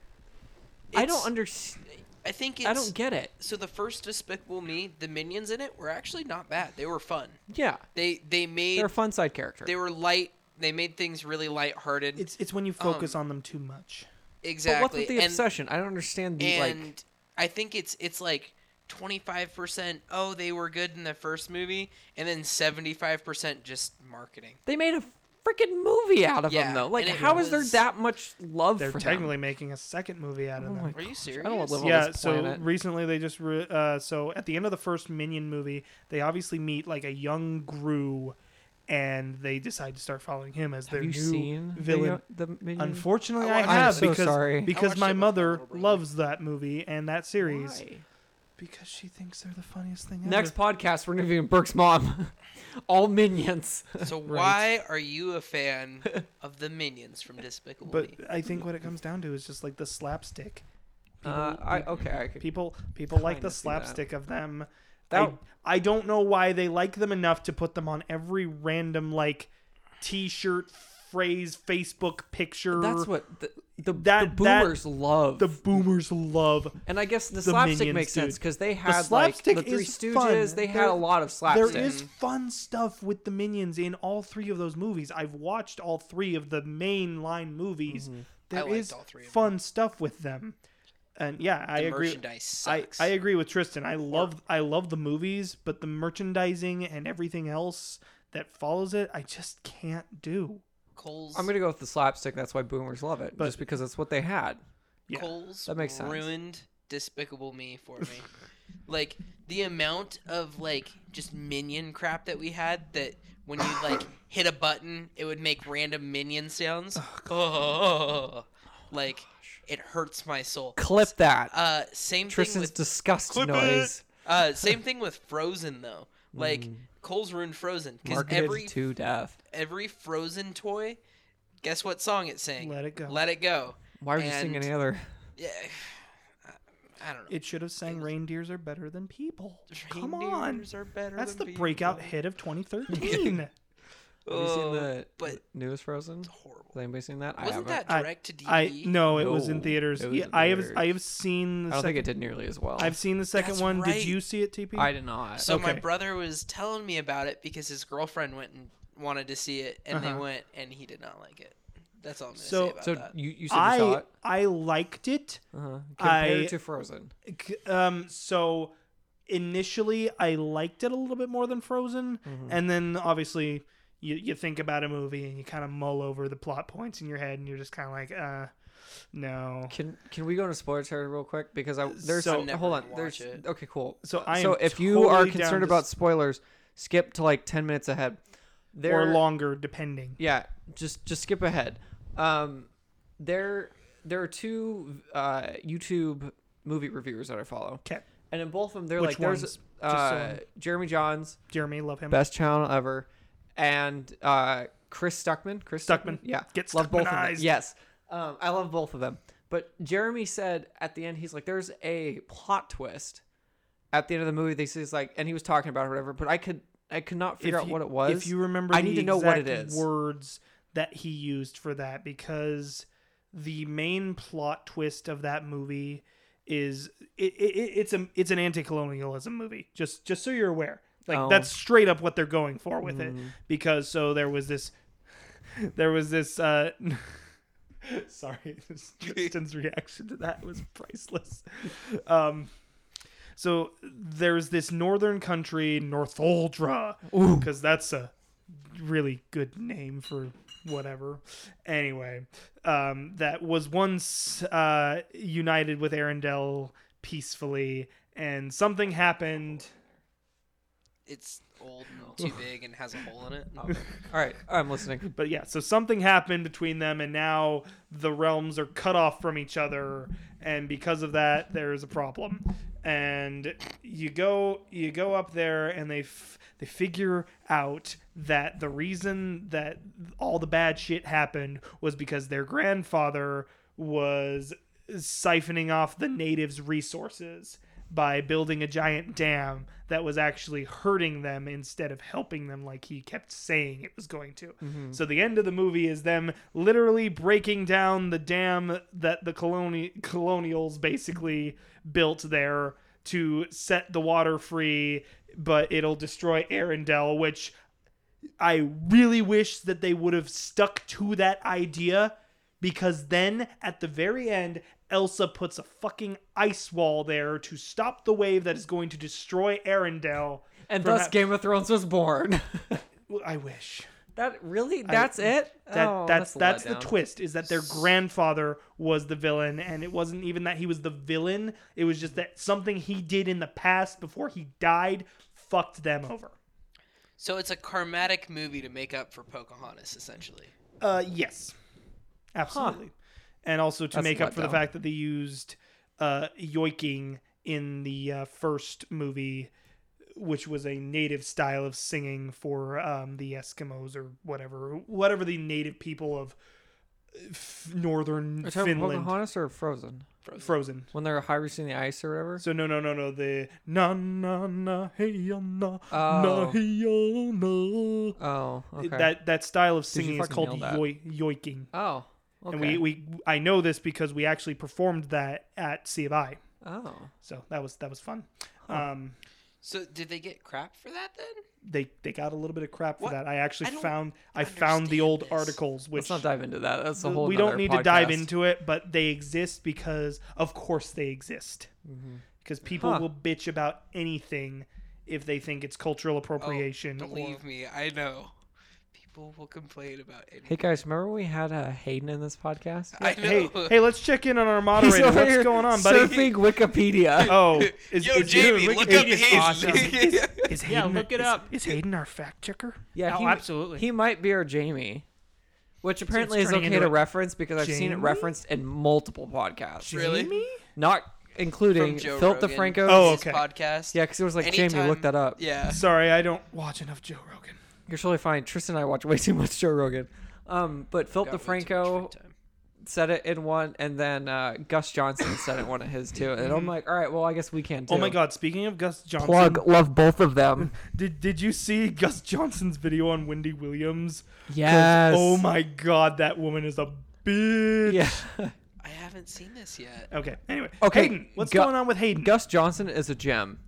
I don't
it's-
understand.
I think it's
I don't get it.
so the first Despicable Me, the minions in it were actually not bad. They were fun.
Yeah,
They they made
they're a fun side character.
they were light. They made things really lighthearted.
It's it's when you focus
um,
on them too much.
But
exactly.
what's with the
and
obsession? I don't understand the
and
like.
I think it's it's like 25% oh they were good in the first movie and then 75% just marketing.
They made a freaking movie out of
Yeah,
them though. Like,
and it
how is
was-
there that much love
They're
Oh, for
technically
them?
making a second movie out of them.
Oh my
Are you serious?
I don't wanna live on
yeah,
this
so
planet.
recently they just re- uh, so at the end of the first Minion movie, they obviously meet like a young Gru, and they decide to start following him as their
Have you
new
seen the-
villain.
The, minion?
Unfortunately,
I
I,
watched
have
it. I'm so
because
sorry. I
because
watched
my
it with my
mother
little brother.
loves that movie and that series
Why?
because she thinks they're the funniest thing
Next
ever.
podcast, we're interviewing Burke's mom. All minions.
So why are you a fan of the minions from Despicable
But
Me?
I think what it comes down to is just like the slapstick.
Uh, I, okay, I could,
People people like
Kinda
the
see that.
slapstick of them
That
I don't know why they like them enough to put them on every random like T-shirt, phrase, Facebook picture.
that's what the, the, the
That- that-
boomers love.
the boomers love.
and I guess the, slapstick
Minions,
makes sense
dude.
because they had like
slapstick
the Three
is
Stooges.
fun.
They
There-
had a lot of slapstick.
There is fun stuff with the minions in all three of those movies. I've watched all three of the main line movies. There
Mm-hmm. liked
is
all three of them.
fun stuff with them, and yeah, I
The
agree.
merchandise sucks.
I, I agree with Tristan. I love I love the movies, but the merchandising and everything else that follows it, I just can't do.
Coles,
I'm gonna go with the slapstick. That's why boomers love it,
But-
just because that's what they had.
Yeah.
Coles
that makes sense.
ruined Despicable Me for me. like the amount of like just minion crap that we had that when you like hit a button, it would make random minion sounds. Oh, like it hurts my soul.
Clip that.
Uh, same thing
Tristan's
with
disgust noise.
uh, same thing with Frozen though. Like Cole's ruined Frozen because
Mm. Marketed
every
to death.
every Frozen toy, guess what song it sang?
Let It Go.
Let it go.
Why would you sing
And-
any other?
Yeah, I don't know.
It should have sang "Reindeers are better than people." Come on,
Reindeers are better
that's the
than
breakout hit of 2013.
people.
Have you seen
Oh,
the
but
newest Frozen?
horrible.
Has anybody seen that? I
Wasn't
haven't.
that
I-
direct to DVD?
I no, it was in
No,
theaters.
it was
Yeah,
in
I have
theaters.
I have seen
I don't
the
think
second.
it did nearly as well.
I've seen the second
That's
one.
right.
Did you see it, TP?
I did not.
So my
okay.
brother was telling me about it because his girlfriend went and wanted to see it, and they
Uh-huh.
went, and he did not like it. That's all I'm gonna
So-
say about
so
that.
you you said you saw
uh, I
it
I liked it.
uh-huh. compared
I-
to Frozen.
C- Um, so initially I liked it a little bit more than Frozen,
Mm-hmm.
and then obviously you you think about a movie and you kind of mull over the plot points in your head, and you're just kind of like, uh, no.
Can can we go into spoiler territory real quick because I there's
So- I'm
never
hold on
gonna
there's
watch it.
okay cool
So I
so
am
if you are
totally down
concerned
to
about
s-
spoilers skip to like ten minutes ahead there
or longer depending.
yeah just just skip ahead um there there are two uh YouTube movie reviewers that I follow
Okay,
and in both of them they're
Which
like
ones?
there's
so
uh
I'm-
Jeremy Johns
Jeremy, love him.
best channel ever and uh Chris Stuckman Chris
Stuckman.
yeah
Get
love both of them
Stuckmanized.
yes um, I love both of them but Jeremy said at the end he's like there's a plot twist at the end of the movie they he's like and he was talking about it or whatever but I could I could not figure out
you-
what it was
If you remember,
I
the
need to know what it
exact
is
Words that he used for that because the main plot twist of that movie is it, it, it- it's a it's an anti-colonialism movie. Just just so you're aware, like
Oh.
that's straight up what they're going for with it. Because so there was this there was this. uh Sorry, Tristan's reaction to that was priceless. Um, so there's this northern country, Northoldra, because that's a really good name for whatever. Anyway, um, that was once uh, united with Arendelle peacefully, and something happened.
It's old and too big and has a hole in it.
all right I'm listening
But yeah, so something happened between them, and now the realms are cut off from each other, and because of that, there is a problem. And you go, you go up there, and they f- they figure out that the reason that all the bad shit happened was because their grandfather was siphoning off the natives' resources by building a giant dam that was actually hurting them instead of helping them like he kept saying it was going to. So the end of the movie is them literally breaking down the dam that the coloni- colonials basically built there to set the water free, but it'll destroy Arendelle, which I really wish that they would have stuck to that idea because then at the very end, Elsa puts a fucking ice wall there to stop the wave that is going to destroy Arendelle.
and
from
thus
ha-
Game of Thrones was born
Well, I wish
that really that's it
that
Oh,
that's
a
that's the
letdown.
twist is that their grandfather was the villain, and it wasn't even that he was the villain. It was just that something he did in the past before he died fucked them over.
So it's a karmatic movie to make up for Pocahontas, essentially.
Uh, yes, absolutely, and also to
That's a
make up for the
letdown.
fact that they used uh, yoiking in the uh, first movie, which was a native style of singing for um, the Eskimos or whatever, whatever the native people of uh, f- northern
Are you talking about
Finland.
Pocahontas or Frozen?
Frozen.
when they're high receiving the ice or whatever.
So no, no, no, no. The na na na hey ya, na na
Oh.
hey ya, na.
oh, okay.
That that style of
you
singing is
fucking
called
nail that?
yoi- yoiking.
oh, okay.
And we, we I know this because we actually performed that at C of I.
oh,
So that was that was fun. Um,
So did they get crap for that then?
they they got a little bit of crap for
What?
that. I actually
I don't
found I found the old
understand this.
articles which
let's not dive into that. That's a whole.
we don't
nother
need to dive
podcast.
into it, but they exist because of course they exist. Because people
Mm-hmm. Huh.
will bitch about anything if they think it's
Oh,
cultural appropriation or
Believe me, I know. People will complain about it.
Hey guys, remember we had uh, Hayden in this podcast?
I know.
hey, hey, let's check in on our
He's
moderator.
over
What's
here
going on, buddy?
Surfing Wikipedia.
Oh, is,
Yo,
is,
Jamie,
dude,
look up
Wikipedia's
Hayden.
awesome. Is, is
Yeah,
Hayden-
look it
is-
up.
Is, Hayden our fact checker?
yeah,
Oh,
he,
absolutely.
He might be our Jamie, which apparently is
turning
okay
into
to
a-
reference because I've seen it
Jamie?
referenced in multiple podcasts,
Really?
Jamie?
not including
From Joe
Philip
Rogan.
DeFranco.
Oh,
His
okay.
podcast.
Yeah, because it was like Jamie, look
Anytime-
that up.
Yeah.
Sorry, I don't watch enough Joe Rogan.
You're totally fine. Tristan and I watch way too much Joe Rogan. Um, but Philip
Got way too much free
DeFranco
time.
said it in one, and then uh, Gus Johnson said it in one of his too. And I'm like, all right, well, I guess we can too.
Mm-hmm. Oh my God! Speaking of Gus Johnson,
Plug, love both of them.
did did you see Gus Johnson's video on Wendy Williams? 'Cause,
Yes.
Oh my God, that woman is a bitch.
Yeah.
I haven't seen this yet.
Okay. Anyway.
Okay,
Hayden, what's
Gu-
going on with Hayden?
Gus Johnson is a gem.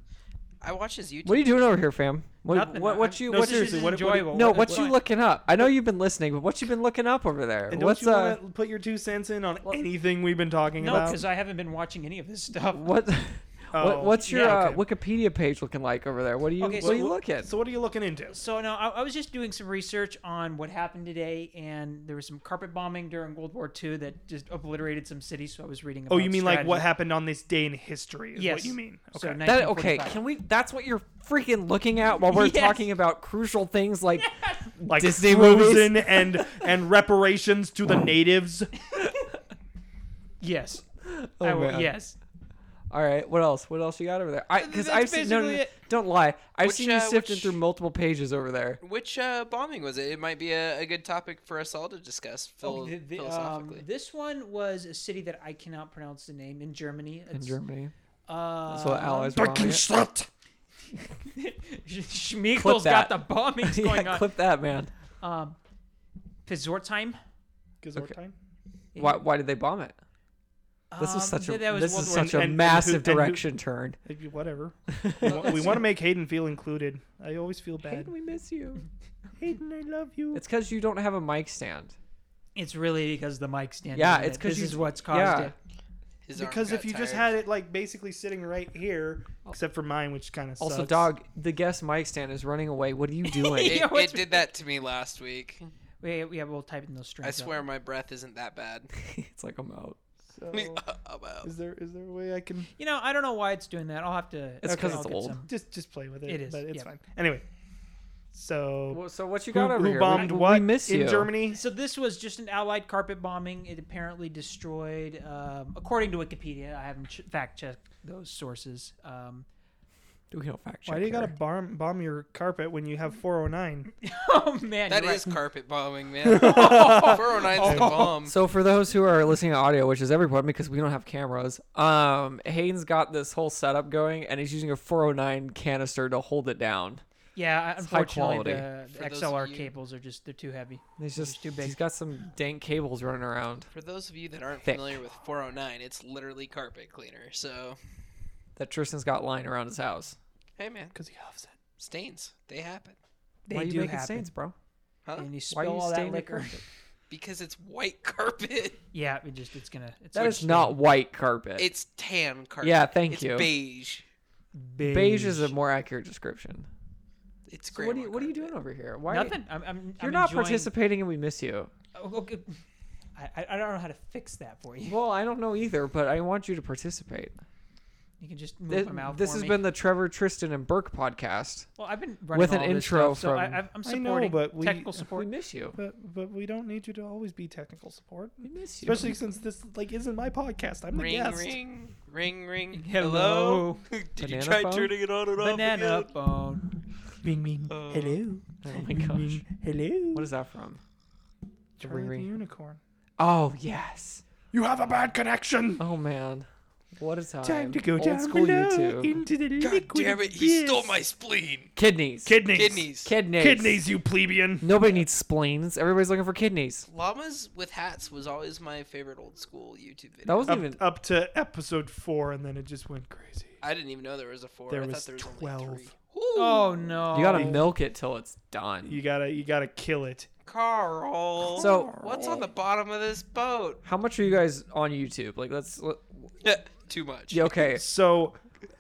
I watch his YouTube.
What are you doing over here, fam? What,
Nothing.
what, what you,
No,
what
this is
seriously, what- what-
enjoyable.
no,
What-
what you
fine.
looking up? I know you've been listening, but what you been looking up over there?
and don't
What's
you
uh,
want to put your two cents in on anything we've been talking
No,
about?
because I haven't been watching any of this stuff.
what,
Oh,
what, what's your
yeah,
uh, Wikipedia page looking like over there? What are you,
Okay,
what
so
are you
wh-
looking?
So what are you looking into?
So no, I, I was just doing some research on what happened today, and there was some carpet bombing during World War II that just obliterated some cities. So I was reading. About
Oh, you mean like what
strategy.
happened on this day in history? Is
Yes.
what you mean?
So
Okay.
That okay?
1945.
Can we? That's what you're freaking looking at while we're
Yes.
talking about crucial things like
like
Disney
Frozen and and reparations to the natives.
Yes.
Oh,
I will,
man.
yes.
All right, what else? What else you got over there? I because
That's
I've seen no, no,
basically
no,
it.
don't lie. I've
Which,
seen you
uh,
sifting
which-
through multiple pages over there.
Which uh, bombing was it? It might be a, a good topic for us all to discuss
Oh,
phil-
Okay, the- the, um,
philosophically.
this one was a city that I cannot pronounce the name in Germany.
In
It's,
Germany,
Uh,
so the allies were on it.
Birkenstadt!
Schmeichel's got
that.
the bombings going
yeah, clip that man.
on. Um, Pizortheim.
Gesundheit.
Why? Why did they bomb it? This
Um,
was such a
that was
this
World
is
War
such
II.
a
And- and who-
massive
and who-
direction turn.
If you- Whatever. we wa- we want to make Hayden feel included. I always feel bad.
Hayden, we miss you.
Hayden, I love you.
It's because you don't have a mic stand.
It's really because the mic stand.
Yeah,
isn't
it's
it?
'cause
this
you-
is what's caused
yeah.
it.
His arm
because
got
if you just
tired.
had it like basically sitting right here, except for mine, which kind of
Oh. Also, dog, the guest mic stand is running away. What are you doing?
Yeah,
It,
what's-
it did that to me last week.
We, yeah, we'll type in those strings.
I
up.
swear my breath isn't that bad. uh,
it's like I'm out.
So,
I'm out.
is there is there a way I can
You know, I don't know why it's doing that. I'll have to.
It's 'cause
I'll
it's
get
old.
some-
just just play with it?
It is,
but it's
yeah.
fine. Anyway, so
Well, so what you
who,
got over
who
here?
bombed
we, we
what
miss
in
you.
Germany?
So this was just an Allied carpet bombing. It apparently destroyed, um, according to Wikipedia. I haven't ch- fact checked those sources. Um,
We don't fact check.
Why do you gotta
here.
bomb bomb your carpet when you have 409?
oh man,
That
you're right.
is carpet bombing, man. 409's
Oh.
the bomb.
So for those who are listening to audio, which is everyone because we don't have cameras, um, Hayden's got this whole setup going, and he's using a 409 canister to hold it down.
Yeah, I-
high
unfortunately,
quality.
the, the
For those of
XLR
you-
cables are just—they're too heavy.
He's just
too big.
He's got some dank cables running around
For those of you that aren't
Thick.
familiar with 409, it's literally carpet cleaner. So,
that Tristan's got lying around his house.
hey, man,
Because he huffs it.
stains, they happen.
They
Why are you
do
making
happen.
stains, bro?
Huh?
And you
Why
spill
are you
all that
staining the
liquor.
carpet?
Because it's white carpet.
Yeah, it just—it's gonna. It's
That
gonna
is not white carpet.
It's tan carpet.
Yeah, thank
it's
you.
beige.
beige.
Beige is a more accurate description.
It's
So
great.
what are you What are you doing over here? Why
nothing. I'm. I'm
You're
I'm
not
enjoying-
participating, and we miss you.
Oh, okay. I, I- I don't know how to fix that for you.
Well, I don't know either, but I want you to participate.
You can just move
This,
my mouth.
this
for
has
me.
been the Trevor, Tristan, and Burke podcast.
Well, I've been running
with an
all this
intro
stuff, so I,
from-
I've- I'm
I know,
supporting
but we-
technical
We
support.
miss you.
But but we don't need you to always be technical support,
We miss you.
especially since this like isn't my podcast. I'm the
Ring,
guest.
ring, ring, ring.
Hello.
Hello. Did you
Banana
try
phone?
turning it on and off?
Banana
again?
phone.
Ring ring. hello.
Oh my gosh.
Hello.
What is that from?
Charlie
ring,
the
ring?
unicorn?
Oh, yes.
You have a bad connection.
Oh man, what a time!
Time to go
Old
down
school
below
YouTube.
into the liquid
Damn it, he
abyss.
stole my spleen.
kidneys.
kidneys.
Kidneys.
Kidneys.
Kidneys, you plebeian.
Nobody needs spleens. Everybody's looking for kidneys.
Llamas with hats was always my favorite old school YouTube video.
That wasn't
Up,
even.
up to episode four, and then it just went crazy.
I didn't even know there was a four.
There
I
was
thought there was
12.
only three.
Oh no.
you gotta milk it till it's done.
You gotta, you gotta kill it.
Carl.
So-
what's on the bottom of this boat?
How much are you guys on YouTube? Like, let's. Let,
Too much.
yeah, okay.
So,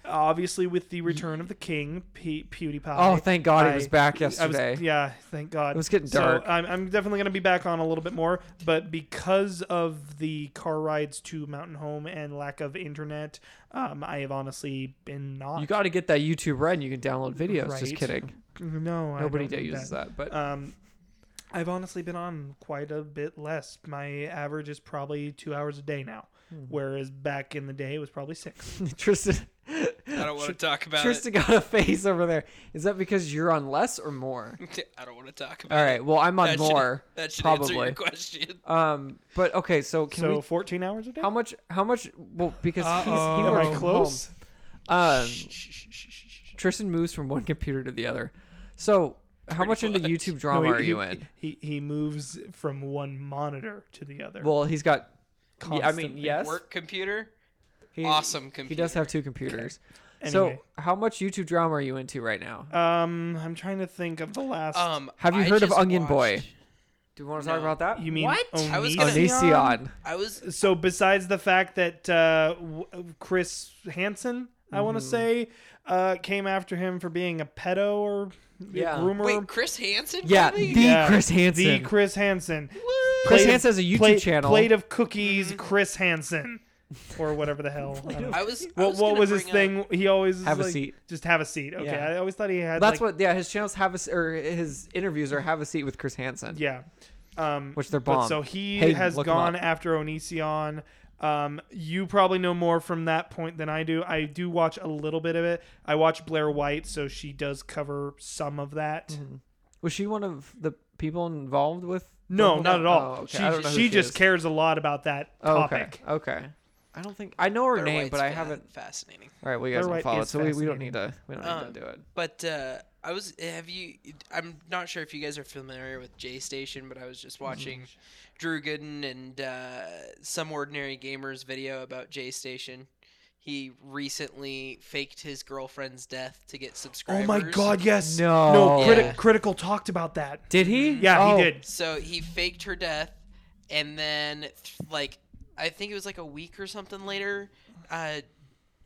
obviously, with the return of the king, P- PewDiePie.
Oh, thank God he
I-
was back
I was-
yesterday.
yeah, thank God. It
was getting dark.
So I'm, I'm definitely gonna be back on a little bit more, but because of the car rides to Mountain Home and lack of internet, um, I have honestly been not.
You gotta get that YouTube Red and you can download videos. Just
Right.
kidding.
no, I
Nobody
don't do
uses that, but
Um, I've honestly been on quite a bit less. My average is probably two hours a day now,
Hmm.
whereas back in the day it was probably six.
Tristan.
I don't want to talk about
Tristan got a face over there. Is that because you're on less or more?
it. I don't want to talk about
All right. Well, I'm on
it. That should-
more.
that should answer your
probably.
question.
Um. But okay. So can
so
we?
14 hours a day.
How much? How much? Well, because he's, he
Am
works
I
from
close?
home. Um. Tristan moves from one computer to the other. So how much into YouTube
No,
drama
he-
are you
he-
in?
He he moves from one monitor to the other.
Well, he's got. yeah, I mean,
Constantly.
yes.
Work computer.
he-
awesome
He does
computer.
have two computers.
Anyway.
So how much YouTube drama are you into right now?
um, I'm trying to think of the last.
Um,
Have you
I
heard of
just
Onion Boy?
watched-
Do you want to talk
no.
about that?
you mean
what? I was gonna-
Onision?
Onision.
I was
So besides the fact that uh, w- Chris Hansen, I want to
Mm-hmm.
say, uh, came after him for being a pedo or
Yeah.
groomer.
wait. Chris Hansen.
Yeah,
really?
the
Yeah,
Chris Hansen.
The Chris Hansen.
Chris
Plate of-
Hansen has a YouTube
plate-
channel.
Plate of cookies,
Mm-hmm.
Chris Hansen, or whatever the hell. I don't know.
I was. I
What,
was
what
gonna
was his
bring
thing? He always
Have a
like,
seat.
Just have a seat. Okay,
Yeah.
I always thought he had.
That's
like,
what. Yeah, his channels have a s- or his interviews are have a seat with Chris Hansen.
Yeah. Um,
Which they're
but
bomb.
So he
Hayden,
has
look 'em up.
gone after Onision. Um, you probably know more from that point than I do. I do watch a little bit of it. I watch Blair White, so she does cover some of that.
Mm-hmm. Was she one of the people involved with?
No,
the-
not at all.
Oh, okay.
She,
I don't know who
she just
is.
cares a lot about that
Oh,
topic.
Okay. okay. I don't think I know her
up? Blair
name,
White's
but I
fa-
haven't.
Fascinating.
All right, well, you guys
Blair
don't
White
follow it,
is
so we, we don't
fascinating.
need to we don't need
Um,
to do it.
But uh, I was. Have you? I'm not sure if you guys are familiar with J Station, but I was
Mm-hmm.
just watching Drew Gooden and uh, some ordinary gamers video about J Station. He recently faked his girlfriend's death to get subscribers.
Oh my God! Yes.
No.
No. Criti-
Yeah.
Critical talked about that.
Did he?
Yeah,
Oh,
he did.
So he faked her death, and then th- like I think it was like a week or something later, uh,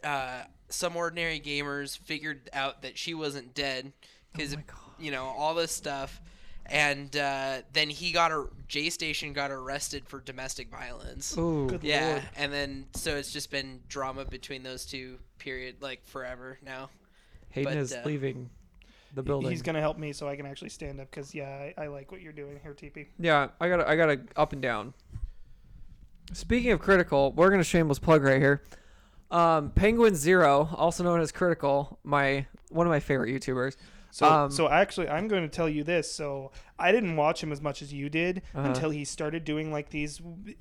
uh, some ordinary gamers figured out that she wasn't dead because you know all this stuff, and uh, then he got a J Station got arrested for domestic violence.
Ooh.
yeah, and then so it's just been drama between those two period like forever now.
Hayden
but,
is
uh,
leaving the building.
He's gonna help me so I can actually stand up because yeah, I, I like what you're doing here, TP.
Yeah, I gotta I gotta up and down. Speaking of critical, we're gonna shameless plug right here. Um, Penguin Zero, also known as Critical, my one of my favorite YouTubers.
So,
Um,
so actually, I'm going to tell you this. So, I didn't watch him as much as you did
Uh-huh.
until he started doing like these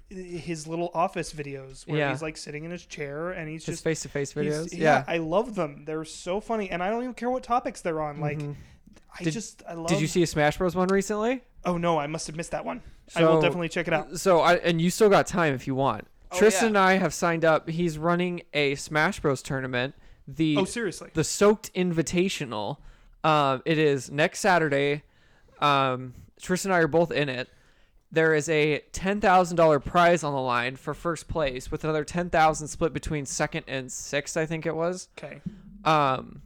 his little office videos where
Yeah.
he's like sitting in his chair and he's
His
just
face to face
he's-
videos. Yeah.
I love them. They're so funny, and I don't even care what topics they're on. Like, I
Mm-hmm. Did-
just I love.
Did you see a Smash Bros one recently?
Oh no, I must have missed that one. I will
So-
definitely check it out.
So I and you still got time if you want.
Oh,
Tristan
yeah.
and I have signed up. He's running a Smash Bros tournament. The
Oh seriously,
the Soaked Invitational. Um, it is next Saturday. Um, Tristan and I are both in it. There is a ten thousand dollar prize on the line for first place, with another ten thousand split between second and sixth. I think it was.
okay.
Um,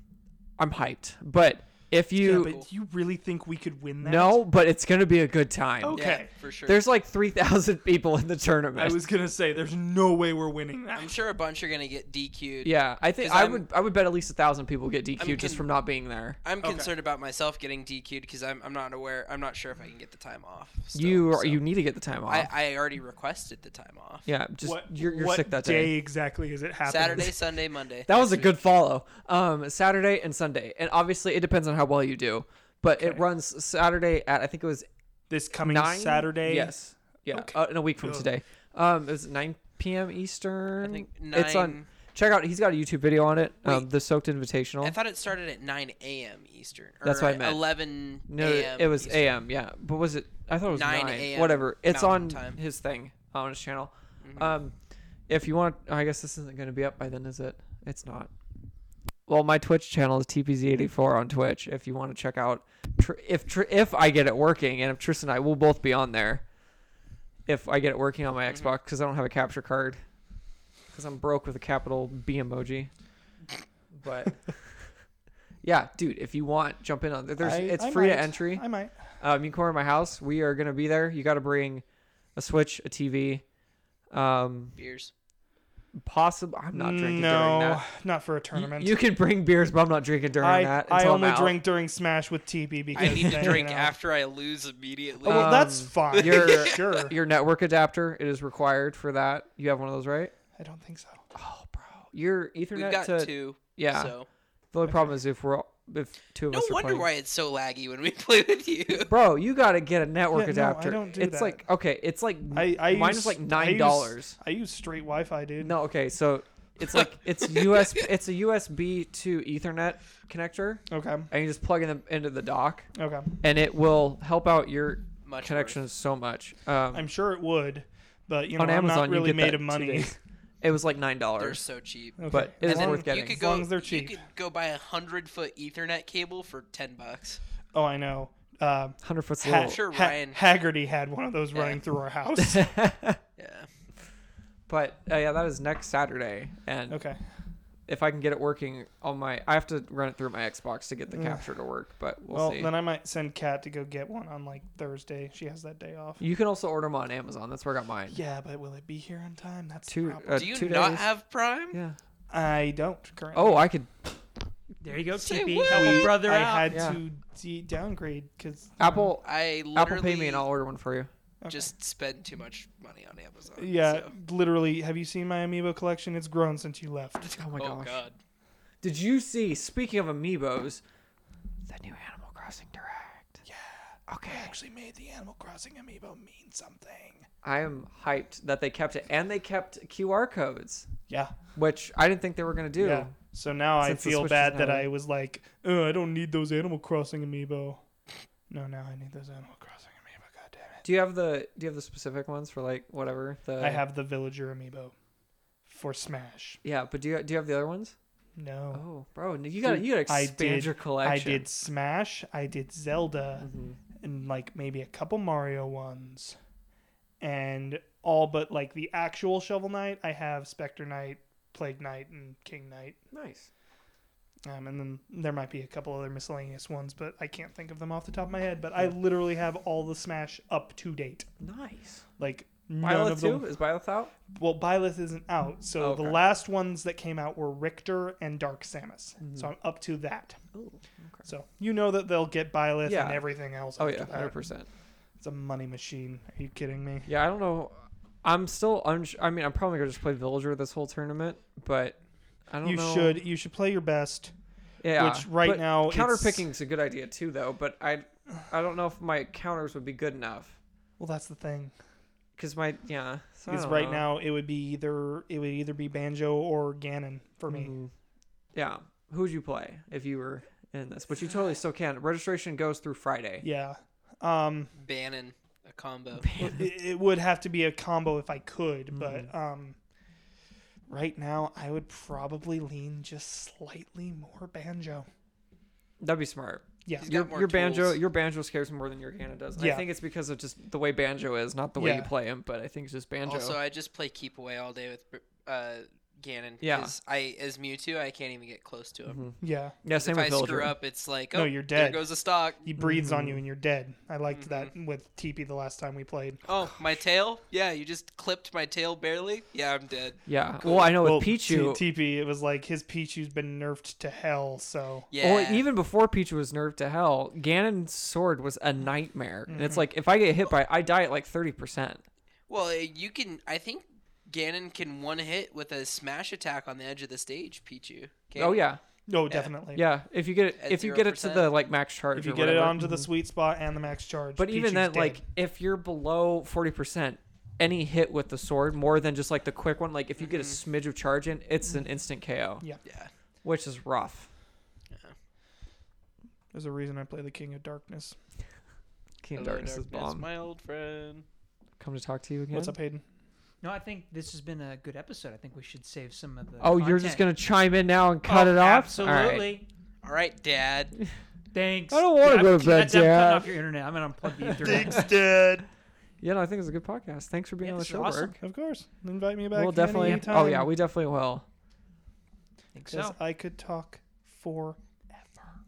I'm hyped, but if
Yeah,
you
but you really think we could win that?
no, but it's gonna be a good time.
Okay.
Yeah, for sure.
There's like three thousand people in the tournament.
I was gonna say there's no way we're winning
I'm
that.
sure a bunch are gonna get DQ'd.
yeah, I think
'Cause
I
I'm-
would I would bet at least a thousand people get DQ'd
I'm
just
con-
from not being there.
I'm concerned about myself getting DQ'd because I'm, I'm not aware. I'm not sure if I can get the time off. still,
you
so.
you need to get the time off.
I, I already requested the time off.
yeah, just
What,
you're, you're
what
sick that
day exactly is it happening?
Saturday, Sunday, Monday.
That was a good follow. Um, Saturday and Sunday, and obviously it depends on how well you do. But it runs Saturday at I think it was
This coming
nine
Saturday.
Yes, yeah, uh, in a week from today. Um, it was nine p.m. Eastern.
I think
It's on.
nine-
Check out. He's got a YouTube video on it. Um,
Wait.
the Soaked Invitational.
I thought it started at 9 a.m. Eastern. Or
That's what I meant.
11
no,
a.m.
it was
Eastern.
a.m. Yeah, but was it? I thought it was
9
nine.
a.m.
Whatever. It's on
Mountain Time. Mm-hmm.
his thing on his channel. Um, if you want, I guess this isn't going to be up by then, is it? It's not. Well, my Twitch channel is TPZ84 on Twitch. If you want to check out, Tr- if Tr- if I get it working, and if Tris and I will both be on there, if I get it working on my
Mm-hmm.
Xbox, because I don't have a capture card, because I'm broke with a capital B emoji. But yeah, dude, if you want, jump in on there. There's,
I-
it's
I
free
might.
to entry.
I might.
Um, you can come to my house. We are gonna be there. You got to bring a Switch, a TV. Um,
Beers.
possible. I'm not drinking
no,
during that.
not for a
You-
tournament.
You, can bring beers, but I'm not drinking during
I,
that.
I
until I'm
only
out.
drink during Smash with TP because
I need
then,
to
you
drink
know.
after I lose immediately.
Oh, well, that's
Um,
fine.
you're-
sure.
your network adapter. It is required for that. You have one of those, right?
I don't think so.
Your Ethernet
We've got
to
two.
yeah.
So.
The only problem is if we're all, if two of
No
us are
wonder
playing.
why it's so laggy when we play with you.
Bro, you gotta get a network
Yeah, no, I
adapter.
don't do
it's
that.
like okay, it's like
I, I
mine
use,
is like
I use-
nine dollars.
I use straight Wi-Fi, dude.
No, okay, so it's like it's US it's a USB to Ethernet connector,
Okay.
and you just plug in the, into the dock,
Okay.
and it will help out your
Much
connections so much. Um,
I'm sure it would, but you know,
on Amazon,
I'm not really
you get
made
that
of
two
money.
days. It was like nine
They're
dollars,
so cheap.
Okay.
but it
As
is
long-
worth
You
getting.
could
As
go.
long as they're cheap.
You could go buy a hundred foot Ethernet cable for ten bucks.
Oh, I know. Uh,
Hundred foot
Ha-
slow.
sure
Ha-
Ryan-
Haggerty had one of those running through our house.
Yeah.
But uh, yeah, that is next Saturday, and
okay.
if I can get it working on my, I have to run it through my Xbox to get the capture to work. But we'll,
Well,
see.
then I might send Kat to go get one on like Thursday. She has that day off.
you can also order them on Amazon. That's where I got mine.
Yeah, but will it be here on time? That's
Two.
Two,
Uh,
Do you
two
not
days.
have Prime?
Yeah.
I don't currently.
Oh, I could.
There you go,
Say
TP.
what?
Help a brother
I
out.
had
Yeah.
to de- downgrade because
Apple.
I literally
Apple Pay me, and I'll order one for you.
just spend too much money on Amazon.
Yeah,
so-
literally. Have you seen my amiibo collection? It's grown since you left.
Oh my
Oh
gosh.
God.
Did you see, speaking of amiibos, the new Animal Crossing Direct? Yeah. Okay.
Actually, made the Animal Crossing amiibo mean something.
I am hyped that they kept it. And they kept QR codes,
Yeah,
which I didn't think they were going to do.
yeah. So now
Since the
I feel
Switch
bad
doesn't
that
have it.
I was like, oh, I don't need those Animal Crossing amiibo. No, now I need those Animal Crossing amiibo. God damn it!
Do you have the do you have the specific ones for like whatever the
I have the Villager amiibo for Smash.
Yeah, but do you do you have the other ones?
No.
Oh, bro, you got to you got to
I
expand
did-
your
I
collection. Mm-hmm.
did Smash, I did Zelda, and like maybe a couple Mario ones, and all but like the actual Shovel Knight. I have Spectre Knight, Plague Knight, and King Knight,
Nice.
um, and then there might be a couple other miscellaneous ones, but I can't think of them off the top of my head. But I literally have all the Smash up to date,
Nice.
like none
Byleth
of them.
too? Is Byleth out?
Well, Byleth isn't out, so
Oh,
the
okay.
last ones that came out were Richter and Dark Samus.
Mm-hmm.
So I'm up to that.
Oh, okay.
So you know that they'll get Byleth
Yeah.
and everything else.
Oh
after
yeah,
that.
100%.
It's a money machine. Are you kidding me?
Yeah, I don't know. I'm still uns- I mean, I'm probably gonna just play villager this whole tournament, but I don't
You
know.
should you should play your best.
yeah.
which right
but
now it's-
counterpicking's a good idea too, though. But I, I don't know if my counters would be good enough
Well, that's the thing.
because my yeah. So I
Because
don't
right
know.
now it would be either it would either be Banjo or Ganon for me.
Mhm. yeah, who would you play if you were in this? But you totally still can. Registration goes through Friday.
Yeah. Um
Bannon a combo.
it, it would have to be a combo if I could,
Mm-hmm.
but um right now I would probably lean just slightly more Banjo.
That'd be smart.
Yeah.
He's got
Your,
more
your banjo
tools.
your banjo scares me more than your Ganon does. And I
Yeah.
think it's because of just the way banjo is, not the way you
Yeah.
play him, but I think it's just banjo.
Also, I just play keep away all day with uh, Ganon.
Yeah.
'cause I as Mewtwo, I can't even get close to him.
Yeah.
yeah, same
If
with
I
villager.
screw up, it's like oh,
No, you're dead.
There goes a stock.
He breathes on you and you're dead. I liked that with TP the last time we played.
Oh, my tail? Yeah, you just clipped my tail barely. Yeah, I'm dead.
Yeah. Well, I know Oh, with
well,
Pichu.
T- TP, it was like his Pichu's been nerfed to hell, so
Yeah.
Well, even before Pichu was nerfed to hell, Ganon's sword was a nightmare. And
Mm-hmm.
it's like if I get hit by, I die at like thirty percent.
Well, uh, you can. I think Ganon can one hit with a smash attack on the edge of the stage. Pichu. Can
Oh yeah,
no, definitely.
yeah. If you get it,
At
if you get it to
0%.
the like max charge,
If you
or
get it
whatever.
onto the sweet spot and the max charge,
Mm-hmm. But even
Pichu's
then,
dead.
like if you're below forty percent, any hit with the sword more than just like the quick one. Like if you get a
Mm-hmm.
smidge of charge in, it's
Mm-hmm.
an instant KO,
Yeah.
Yeah.
which is rough.
There's a reason I play the King of Darkness.
King of Darkness is bomb.
my old friend.
Come to talk to you again.
What's up, Hayden?
No, I think this has been a good episode. I think we should save some of the.
Oh, you're just gonna
content.
chime in now and cut
Oh,
it off? All right.
Absolutely.
All right, Dad.
Thanks.
I don't wanna
Yeah, I'm-
go to bed,
that's- I'm cutting
Dad.
off your internet. I'm gonna unplug the internet.
Dad.
Yeah, no, I think it's a good podcast. Thanks for being
Yeah,
on the
this is
show,
awesome.
Berg.
Of course. Invite me back.
We'll definitely.
Anytime,
Oh yeah, we definitely will.
think
'cause
so.
I could talk forever.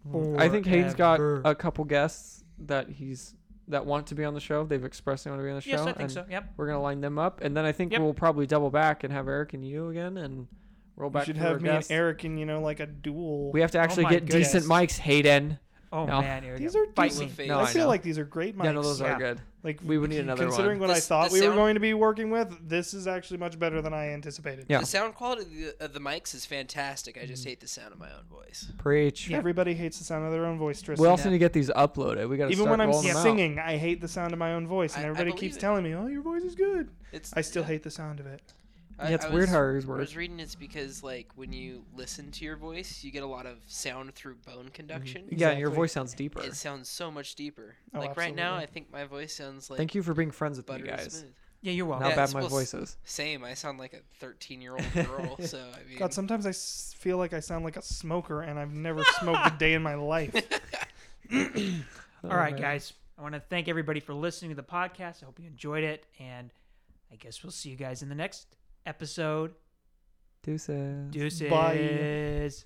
Mm. I think Hayden's got
Forever.
a couple guests that he's that want to be on the show. They've expressed they want to be on the show.
Yes, I think
and
so. Yep.
We're gonna line them up, and then I think
Yep.
we'll probably double back and have Eric and you again, and roll
You
back.
should
through our
have me
guests.
and Eric in, you know, like a duel.
We have to actually
my
get decent
goodness.
mics, Hayden.
Oh
No.
man, here we
These
go.
are
Fight
decent.
me.
No,
I,
I
feel
know.
like these are great mics.
Yeah, no, those
yeah.
are good.
Like
We would need another one.
Considering what
This-
I thought
this
we were
sound-
going to be working with, this is actually much better than I anticipated.
Yeah. Mm-hmm.
The sound quality of the, of the mics is fantastic. I just hate the sound of my own voice.
Preach.
Everybody hates the sound of their own voice, Tristan.
We also need to get these uploaded. We got to
Even when I'm
Out.
singing, I hate the sound of my own voice, and
I- I
everybody
believe
keeps
it.
telling me, "Oh, your voice is good."
It's
I still hate the sound of it.
I-
Yeah, it's
I
weird
was-
how ours
I
work.
was reading it's because like when you listen to your voice, you get a lot of sound through
Mm-hmm.
bone conduction.
Yeah, and your
Exactly.
voice sounds deeper.
It sounds so much deeper.
Oh,
like right now,
absolutely.
I think my voice sounds like
Thank you for being friends with me,
buttery
guys.
smooth.
Yeah, you're
Not
welcome.
Yeah,
bad
it's
my
supposed-
voices.
Same. I sound like a 13 year old girl. so I mean,
God, sometimes I s- feel like I sound like a smoker, and I've never smoked a day in my life.
All right, guys. I want to thank everybody for listening to the podcast. I hope you enjoyed it, and I guess we'll see you guys in the next episode.
Deuces.
Deuces.